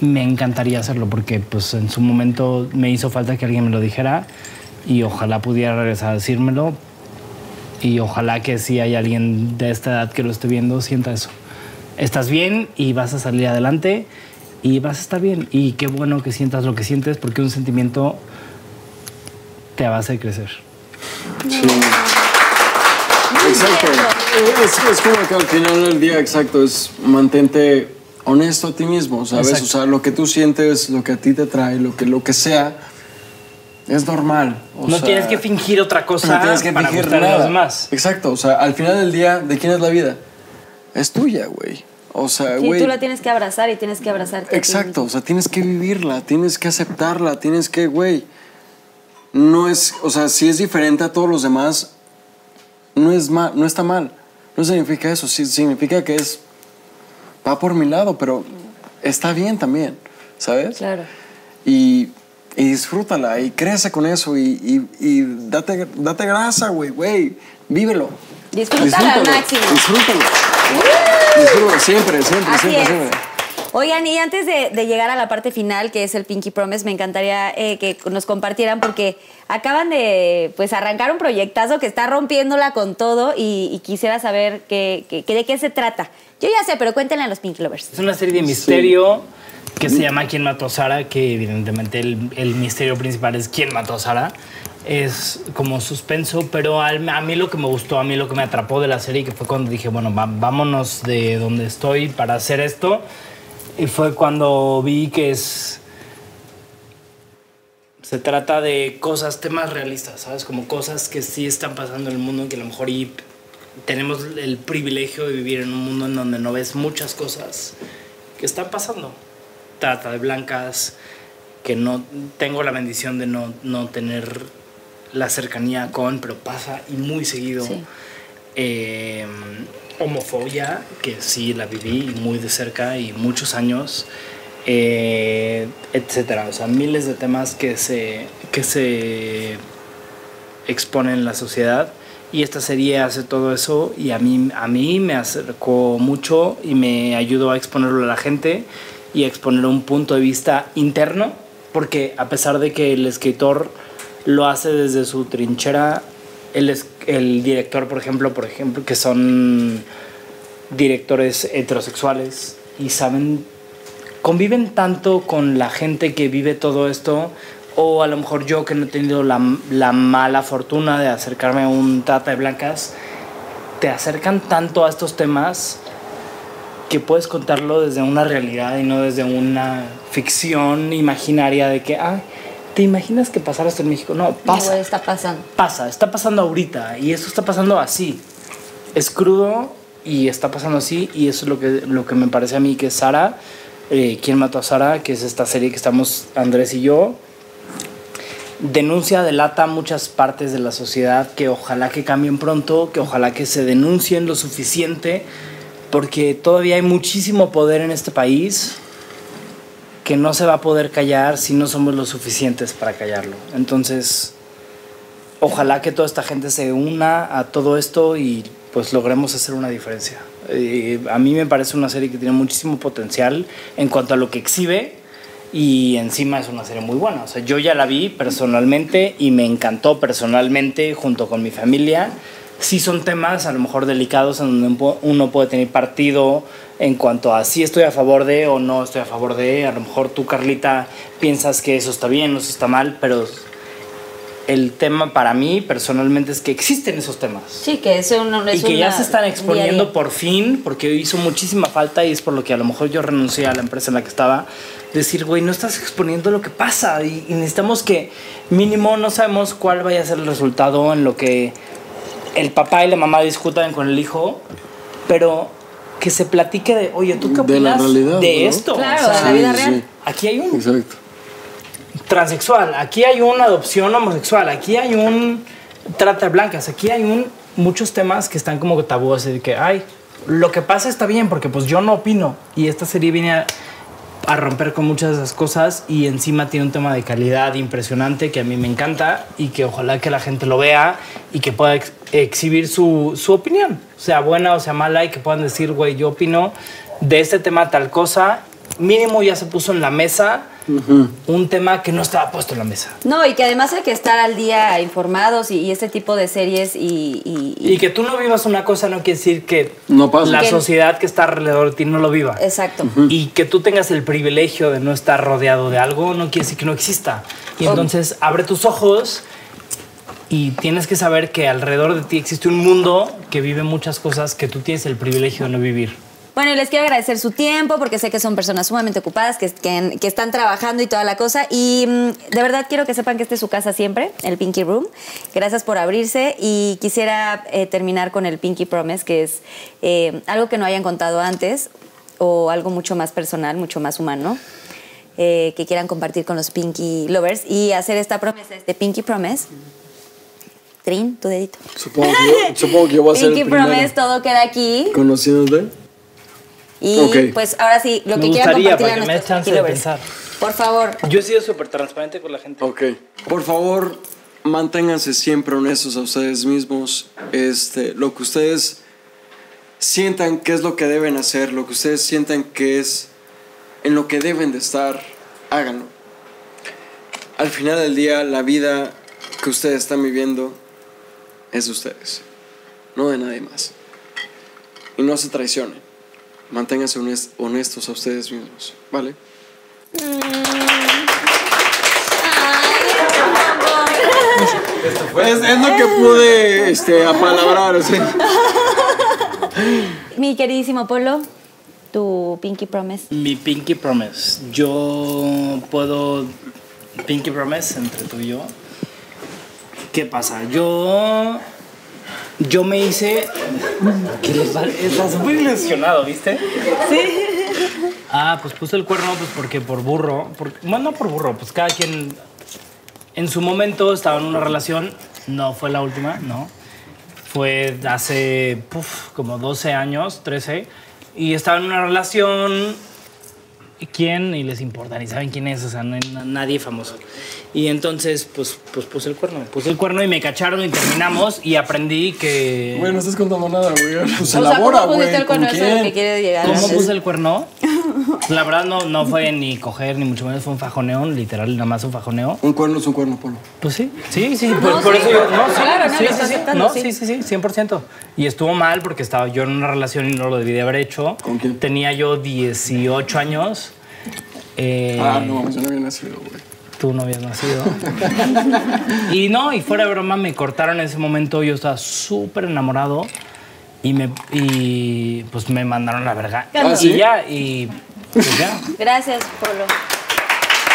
[SPEAKER 3] Me encantaría hacerlo porque pues en su momento me hizo falta que alguien me lo dijera y ojalá pudiera regresar a decírmelo y ojalá que si hay alguien de esta edad que lo esté viendo sienta eso. Estás bien y vas a salir adelante y vas a estar bien. Y qué bueno que sientas lo que sientes porque un sentimiento te va a hacer crecer.
[SPEAKER 4] Sí. Exacto. Eh, Es, es como que al final del día, exacto, es mantente honesto a ti mismo, ¿sabes?
[SPEAKER 3] Exacto.
[SPEAKER 4] O sea, lo que tú sientes, lo que a ti te trae, lo que, lo que sea, es normal. O
[SPEAKER 3] No
[SPEAKER 4] sea,
[SPEAKER 3] tienes que fingir otra cosa
[SPEAKER 4] no tienes que
[SPEAKER 3] para
[SPEAKER 4] fingir
[SPEAKER 3] gustarle a
[SPEAKER 4] nada.
[SPEAKER 3] los demás.
[SPEAKER 4] Exacto, o sea, al final del día, ¿de quién es la vida? Es tuya, güey. O sea,
[SPEAKER 2] Sí,
[SPEAKER 4] güey.
[SPEAKER 2] tú la tienes que abrazar y tienes que abrazarte. a ti
[SPEAKER 4] Exacto,
[SPEAKER 2] mismo.
[SPEAKER 4] o sea, tienes que vivirla, tienes que aceptarla, tienes que, güey. No es, o sea, si es diferente a todos los demás, no, es ma- no está mal. No significa eso, sí, significa que es, va por mi lado, pero está bien también, ¿sabes?
[SPEAKER 2] Claro.
[SPEAKER 4] Y, y disfrútala y crece con eso y, y- y date, date grasa, güey, güey, vívelo.
[SPEAKER 2] Disfrútala al máximo.
[SPEAKER 4] Disfrútalo. Disfrútalo siempre, siempre,
[SPEAKER 2] Así
[SPEAKER 4] siempre,
[SPEAKER 2] es.
[SPEAKER 4] siempre.
[SPEAKER 2] Oigan, y antes de, de llegar a la parte final, que es el Pinky Promise, me encantaría eh, que nos compartieran porque acaban de pues arrancar un proyectazo que está rompiéndola con todo y, y quisiera saber que, que- que de qué se trata. Yo ya sé, pero cuéntenle a los Pinky Lovers.
[SPEAKER 3] Es una serie de misterio que se llama ¿Quién mató a Sara? Que evidentemente el, el misterio principal es ¿Quién mató a Sara? Es como suspenso, pero al- a mí lo que me gustó, a mí lo que me atrapó de la serie, que fue cuando dije, bueno, va- vámonos de donde estoy para hacer esto, y fue cuando vi que es... Se trata de cosas, temas realistas, ¿sabes? Como cosas que sí están pasando en el mundo, que a lo mejor y tenemos el privilegio de vivir en un mundo en donde no ves muchas cosas que están pasando. Trata de blancas, que no tengo la bendición de no, no tener la cercanía con, pero pasa y muy seguido.
[SPEAKER 2] Sí.
[SPEAKER 3] Eh, homofobia, que sí la viví muy de cerca y muchos años, eh, etcétera. O sea, miles de temas que se, que se exponen en la sociedad. Y esta serie hace todo eso y a mí, a mí me acercó mucho y me ayudó a exponerlo a la gente y a exponer un punto de vista interno, porque a pesar de que el escritor lo hace desde su trinchera, el, es- el director, por ejemplo, por ejemplo, que son directores heterosexuales y saben conviven tanto con la gente que vive todo esto o a lo mejor yo que no he tenido la, la mala fortuna de acercarme a un trata de blancas te acercan tanto a estos temas que puedes contarlo desde una realidad y no desde una ficción imaginaria de que ah te imaginas que pasara esto en México no pasa
[SPEAKER 2] Güey, está pasando.
[SPEAKER 3] pasa, está pasando ahorita y eso está pasando así. Es crudo y está pasando así y eso es lo que, lo que me parece a mí que es Sara, eh, ¿Quién mató a Sara? Que es esta serie que estamos Andrés y yo. Denuncia, delata muchas partes de la sociedad que ojalá que cambien pronto, que ojalá que se denuncien lo suficiente, porque todavía hay muchísimo poder en este país que no se va a poder callar si no somos lo suficientes para callarlo. Entonces, ojalá que toda esta gente se una a todo esto y pues logremos hacer una diferencia. Eh, a mí me parece una serie que tiene muchísimo potencial en cuanto a lo que exhibe y encima es una serie muy buena. O sea, yo ya la vi personalmente y me encantó personalmente junto con mi familia. Sí son temas a lo mejor delicados en donde un po- uno puede tener partido en cuanto a si estoy a favor de o no estoy a favor de. A lo mejor tú, Carlita, piensas que eso está bien o eso está mal, pero el tema para mí personalmente es que existen esos temas.
[SPEAKER 2] Sí, que es un. es
[SPEAKER 3] y que ya
[SPEAKER 2] una-
[SPEAKER 3] se están
[SPEAKER 2] un
[SPEAKER 3] exponiendo
[SPEAKER 2] día a día.
[SPEAKER 3] por fin, porque hizo muchísima falta y es por lo que a lo mejor yo renuncié a la empresa en la que estaba. Decir, güey, no estás exponiendo lo que pasa y, y necesitamos que mínimo no sabemos cuál vaya a ser el resultado en lo que el papá y la mamá discutan con el hijo, pero que se platique de, oye, ¿tú qué
[SPEAKER 4] De la
[SPEAKER 3] opinas de,
[SPEAKER 4] realidad, ¿no?
[SPEAKER 3] esto?
[SPEAKER 2] Claro,
[SPEAKER 3] O sea,
[SPEAKER 2] de la vida
[SPEAKER 4] sí,
[SPEAKER 2] real.
[SPEAKER 3] aquí hay un
[SPEAKER 4] Exacto.
[SPEAKER 3] transexual, aquí hay una adopción homosexual, aquí hay un trata de blancas, aquí hay un muchos temas que están como tabú así de que ay, lo que pasa está bien porque pues yo no opino y esta serie viene a, a romper con muchas de esas cosas y encima tiene un tema de calidad impresionante que a mí me encanta y que ojalá que la gente lo vea y que pueda ex- exhibir su, su opinión, sea buena o sea mala y que puedan decir, güey, yo opino de este tema tal cosa, mínimo ya se puso en la mesa un tema que no estaba puesto en la mesa.
[SPEAKER 2] No, y que además hay que estar al día informados y, y este tipo de series y, y- y-
[SPEAKER 3] Y que tú no vivas una cosa no quiere decir que
[SPEAKER 4] No pasa.
[SPEAKER 3] la
[SPEAKER 2] Que-
[SPEAKER 3] sociedad que está alrededor de ti no lo viva.
[SPEAKER 2] Exacto.
[SPEAKER 3] Y que tú tengas el privilegio de no estar rodeado de algo no quiere decir que no exista. Y
[SPEAKER 2] Ok.
[SPEAKER 3] entonces abre tus ojos y tienes que saber que alrededor de ti existe un mundo que vive muchas cosas que tú tienes el privilegio de no vivir.
[SPEAKER 2] Bueno, y les quiero agradecer su tiempo porque sé que son personas sumamente ocupadas, que, que- que están trabajando y toda la cosa. Y mm, de verdad quiero que sepan que esta es su casa siempre, el Pinky Room. Gracias por abrirse y quisiera eh, terminar con el Pinky Promise, que es eh, algo que no hayan contado antes o algo mucho más personal, mucho más humano, eh, que quieran compartir con los Pinky Lovers y hacer esta promesa, este Pinky Promise. Trin, tu dedito.
[SPEAKER 4] Supongo que yo, supongo que yo voy a ser
[SPEAKER 2] Pinky
[SPEAKER 4] el primero.
[SPEAKER 2] Promise, todo queda aquí.
[SPEAKER 4] Conociéndote.
[SPEAKER 2] Y
[SPEAKER 4] Ok.
[SPEAKER 2] pues ahora sí, lo
[SPEAKER 3] Me
[SPEAKER 2] que quieran
[SPEAKER 3] gustaría,
[SPEAKER 2] compartir a
[SPEAKER 3] para que me
[SPEAKER 2] nuestros
[SPEAKER 3] des chance
[SPEAKER 2] Pinky
[SPEAKER 3] de
[SPEAKER 2] Lovers.
[SPEAKER 3] pensar.
[SPEAKER 2] Por favor.
[SPEAKER 3] Yo he sido súper transparente con la gente.
[SPEAKER 4] Ok. Por favor, manténganse siempre honestos a ustedes mismos. Este, lo que ustedes sientan que es lo que deben hacer, lo que ustedes sientan que es en lo que deben de estar, háganlo. Al final del día, la vida que ustedes están viviendo es de ustedes, no de nadie más. Y no se traicionen. Manténganse honest- honestos a ustedes mismos, ¿vale? Es, Pues, es lo que pude este, apalabrar, o sea.
[SPEAKER 2] Mi queridísimo Polo, tu Pinky Promise.
[SPEAKER 3] Mi Pinky Promise. Yo puedo. Pinky Promise entre tú y yo. ¿Qué pasa? Yo. Yo me hice. ¿Qué les pasa? Estás muy ilusionado, ¿viste? Sí. Ah, pues puse el cuerno, pues porque por burro. por- bueno, no por burro, pues cada quien. En su momento estaba en una relación. No fue la última, no fue hace puf, como 12 años, 13, y estaba en una relación. ¿Y quién? Y les importa, ni saben quién es, o sea, no hay na- nadie famoso. Y entonces, pues, pues puse el cuerno, puse el cuerno y me cacharon y terminamos y aprendí que.
[SPEAKER 4] Güey, no estás contando nada, güey. Pues
[SPEAKER 2] O sea,
[SPEAKER 4] elabora,
[SPEAKER 2] ¿cómo pusiste
[SPEAKER 4] güey.
[SPEAKER 2] el
[SPEAKER 4] ¿Con
[SPEAKER 2] conocer
[SPEAKER 4] quién?
[SPEAKER 2] que quiere llegar?
[SPEAKER 3] ¿Cómo
[SPEAKER 2] Así.
[SPEAKER 3] puse el cuerno? La verdad no, no fue ni coger, ni mucho menos fue un fajoneo, literal, nada más un fajoneo.
[SPEAKER 4] Un cuerno es un cuerno, Polo.
[SPEAKER 3] Pues sí, sí, sí, por,
[SPEAKER 2] No,
[SPEAKER 3] por
[SPEAKER 2] sí.
[SPEAKER 3] eso yo. No, sí,
[SPEAKER 2] Claro, no,
[SPEAKER 3] sí,
[SPEAKER 2] lo
[SPEAKER 3] sí,
[SPEAKER 2] estás
[SPEAKER 3] sí,
[SPEAKER 2] aceptando,
[SPEAKER 3] no,
[SPEAKER 2] sí.
[SPEAKER 3] sí, sí, sí, 100%. Y estuvo mal porque estaba yo en una relación y no lo debí de haber hecho.
[SPEAKER 4] ¿Con quién?
[SPEAKER 3] Tenía yo 18 años. Eh,
[SPEAKER 4] Ah, no, yo no había nacido, güey.
[SPEAKER 3] Tú no habías nacido. y no, y fuera de broma, me cortaron en ese momento. Yo estaba súper enamorado y me y pues me mandaron la verga.
[SPEAKER 2] Ah,
[SPEAKER 4] ¿sí?
[SPEAKER 3] Y ya, y pues ya.
[SPEAKER 2] Gracias, Polo.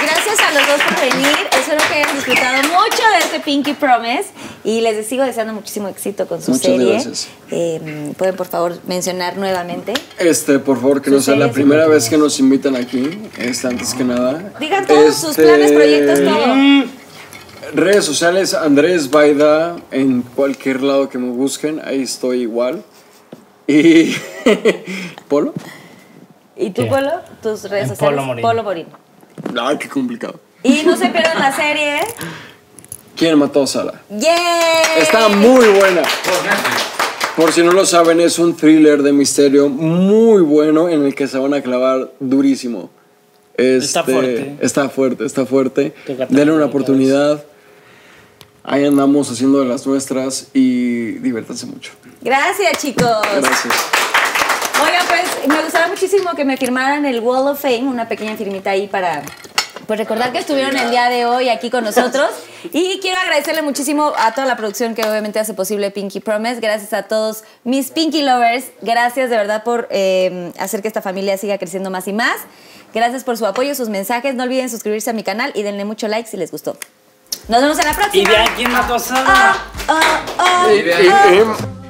[SPEAKER 2] Gracias a los dos por venir. Espero que hayan disfrutado mucho de este Pinky Promise y les sigo deseando muchísimo éxito con su
[SPEAKER 4] Muchas
[SPEAKER 2] serie.
[SPEAKER 4] gracias.
[SPEAKER 2] Eh, Pueden, por favor, mencionar nuevamente.
[SPEAKER 4] Este, por favor, que no sea la primera vez que nos invitan aquí. Este, antes que nada.
[SPEAKER 2] Digan todos sus
[SPEAKER 4] Este,
[SPEAKER 2] planes, proyectos, todo.
[SPEAKER 4] Redes sociales, Andrés Baida, en cualquier lado que me busquen, ahí estoy igual. Y. ¿Polo?
[SPEAKER 2] ¿Y tú,
[SPEAKER 3] ¿Qué?
[SPEAKER 2] Polo? Tus redes
[SPEAKER 3] En
[SPEAKER 2] sociales.
[SPEAKER 3] Polo Morín.
[SPEAKER 2] Polo Morín.
[SPEAKER 4] Ay, qué complicado.
[SPEAKER 2] Y no se pierdan la serie.
[SPEAKER 4] ¿Quién mató a Sala?
[SPEAKER 2] ¡Yay!
[SPEAKER 4] Está muy buena. Por si no lo saben, es un thriller de misterio muy bueno en el que se van a clavar durísimo.
[SPEAKER 3] Está
[SPEAKER 4] Este,
[SPEAKER 3] fuerte.
[SPEAKER 4] Está fuerte, está fuerte.
[SPEAKER 3] Toca tanto
[SPEAKER 4] Denle una
[SPEAKER 3] cada
[SPEAKER 4] oportunidad. Ahí andamos haciendo de las nuestras y diviértanse mucho.
[SPEAKER 2] Gracias, chicos.
[SPEAKER 4] Gracias.
[SPEAKER 2] Oigan, pues me gustaría muchísimo que me firmaran el Wall of Fame, una pequeña firmita ahí para pues, recordar que estuvieron el día de hoy aquí con nosotros. Y quiero agradecerle muchísimo a toda la producción que obviamente hace posible Pinky Promise. Gracias a todos mis Pinky Lovers. Gracias de verdad por eh, hacer que esta familia siga creciendo más y más. Gracias por su apoyo, sus mensajes. No olviden suscribirse a mi canal y denle mucho like si les gustó. Nos vemos en la próxima.
[SPEAKER 3] Y vean quién mató a Sara.
[SPEAKER 2] Ah, ah, ah,
[SPEAKER 6] eh, Y de ahí-
[SPEAKER 2] ah.
[SPEAKER 4] Em,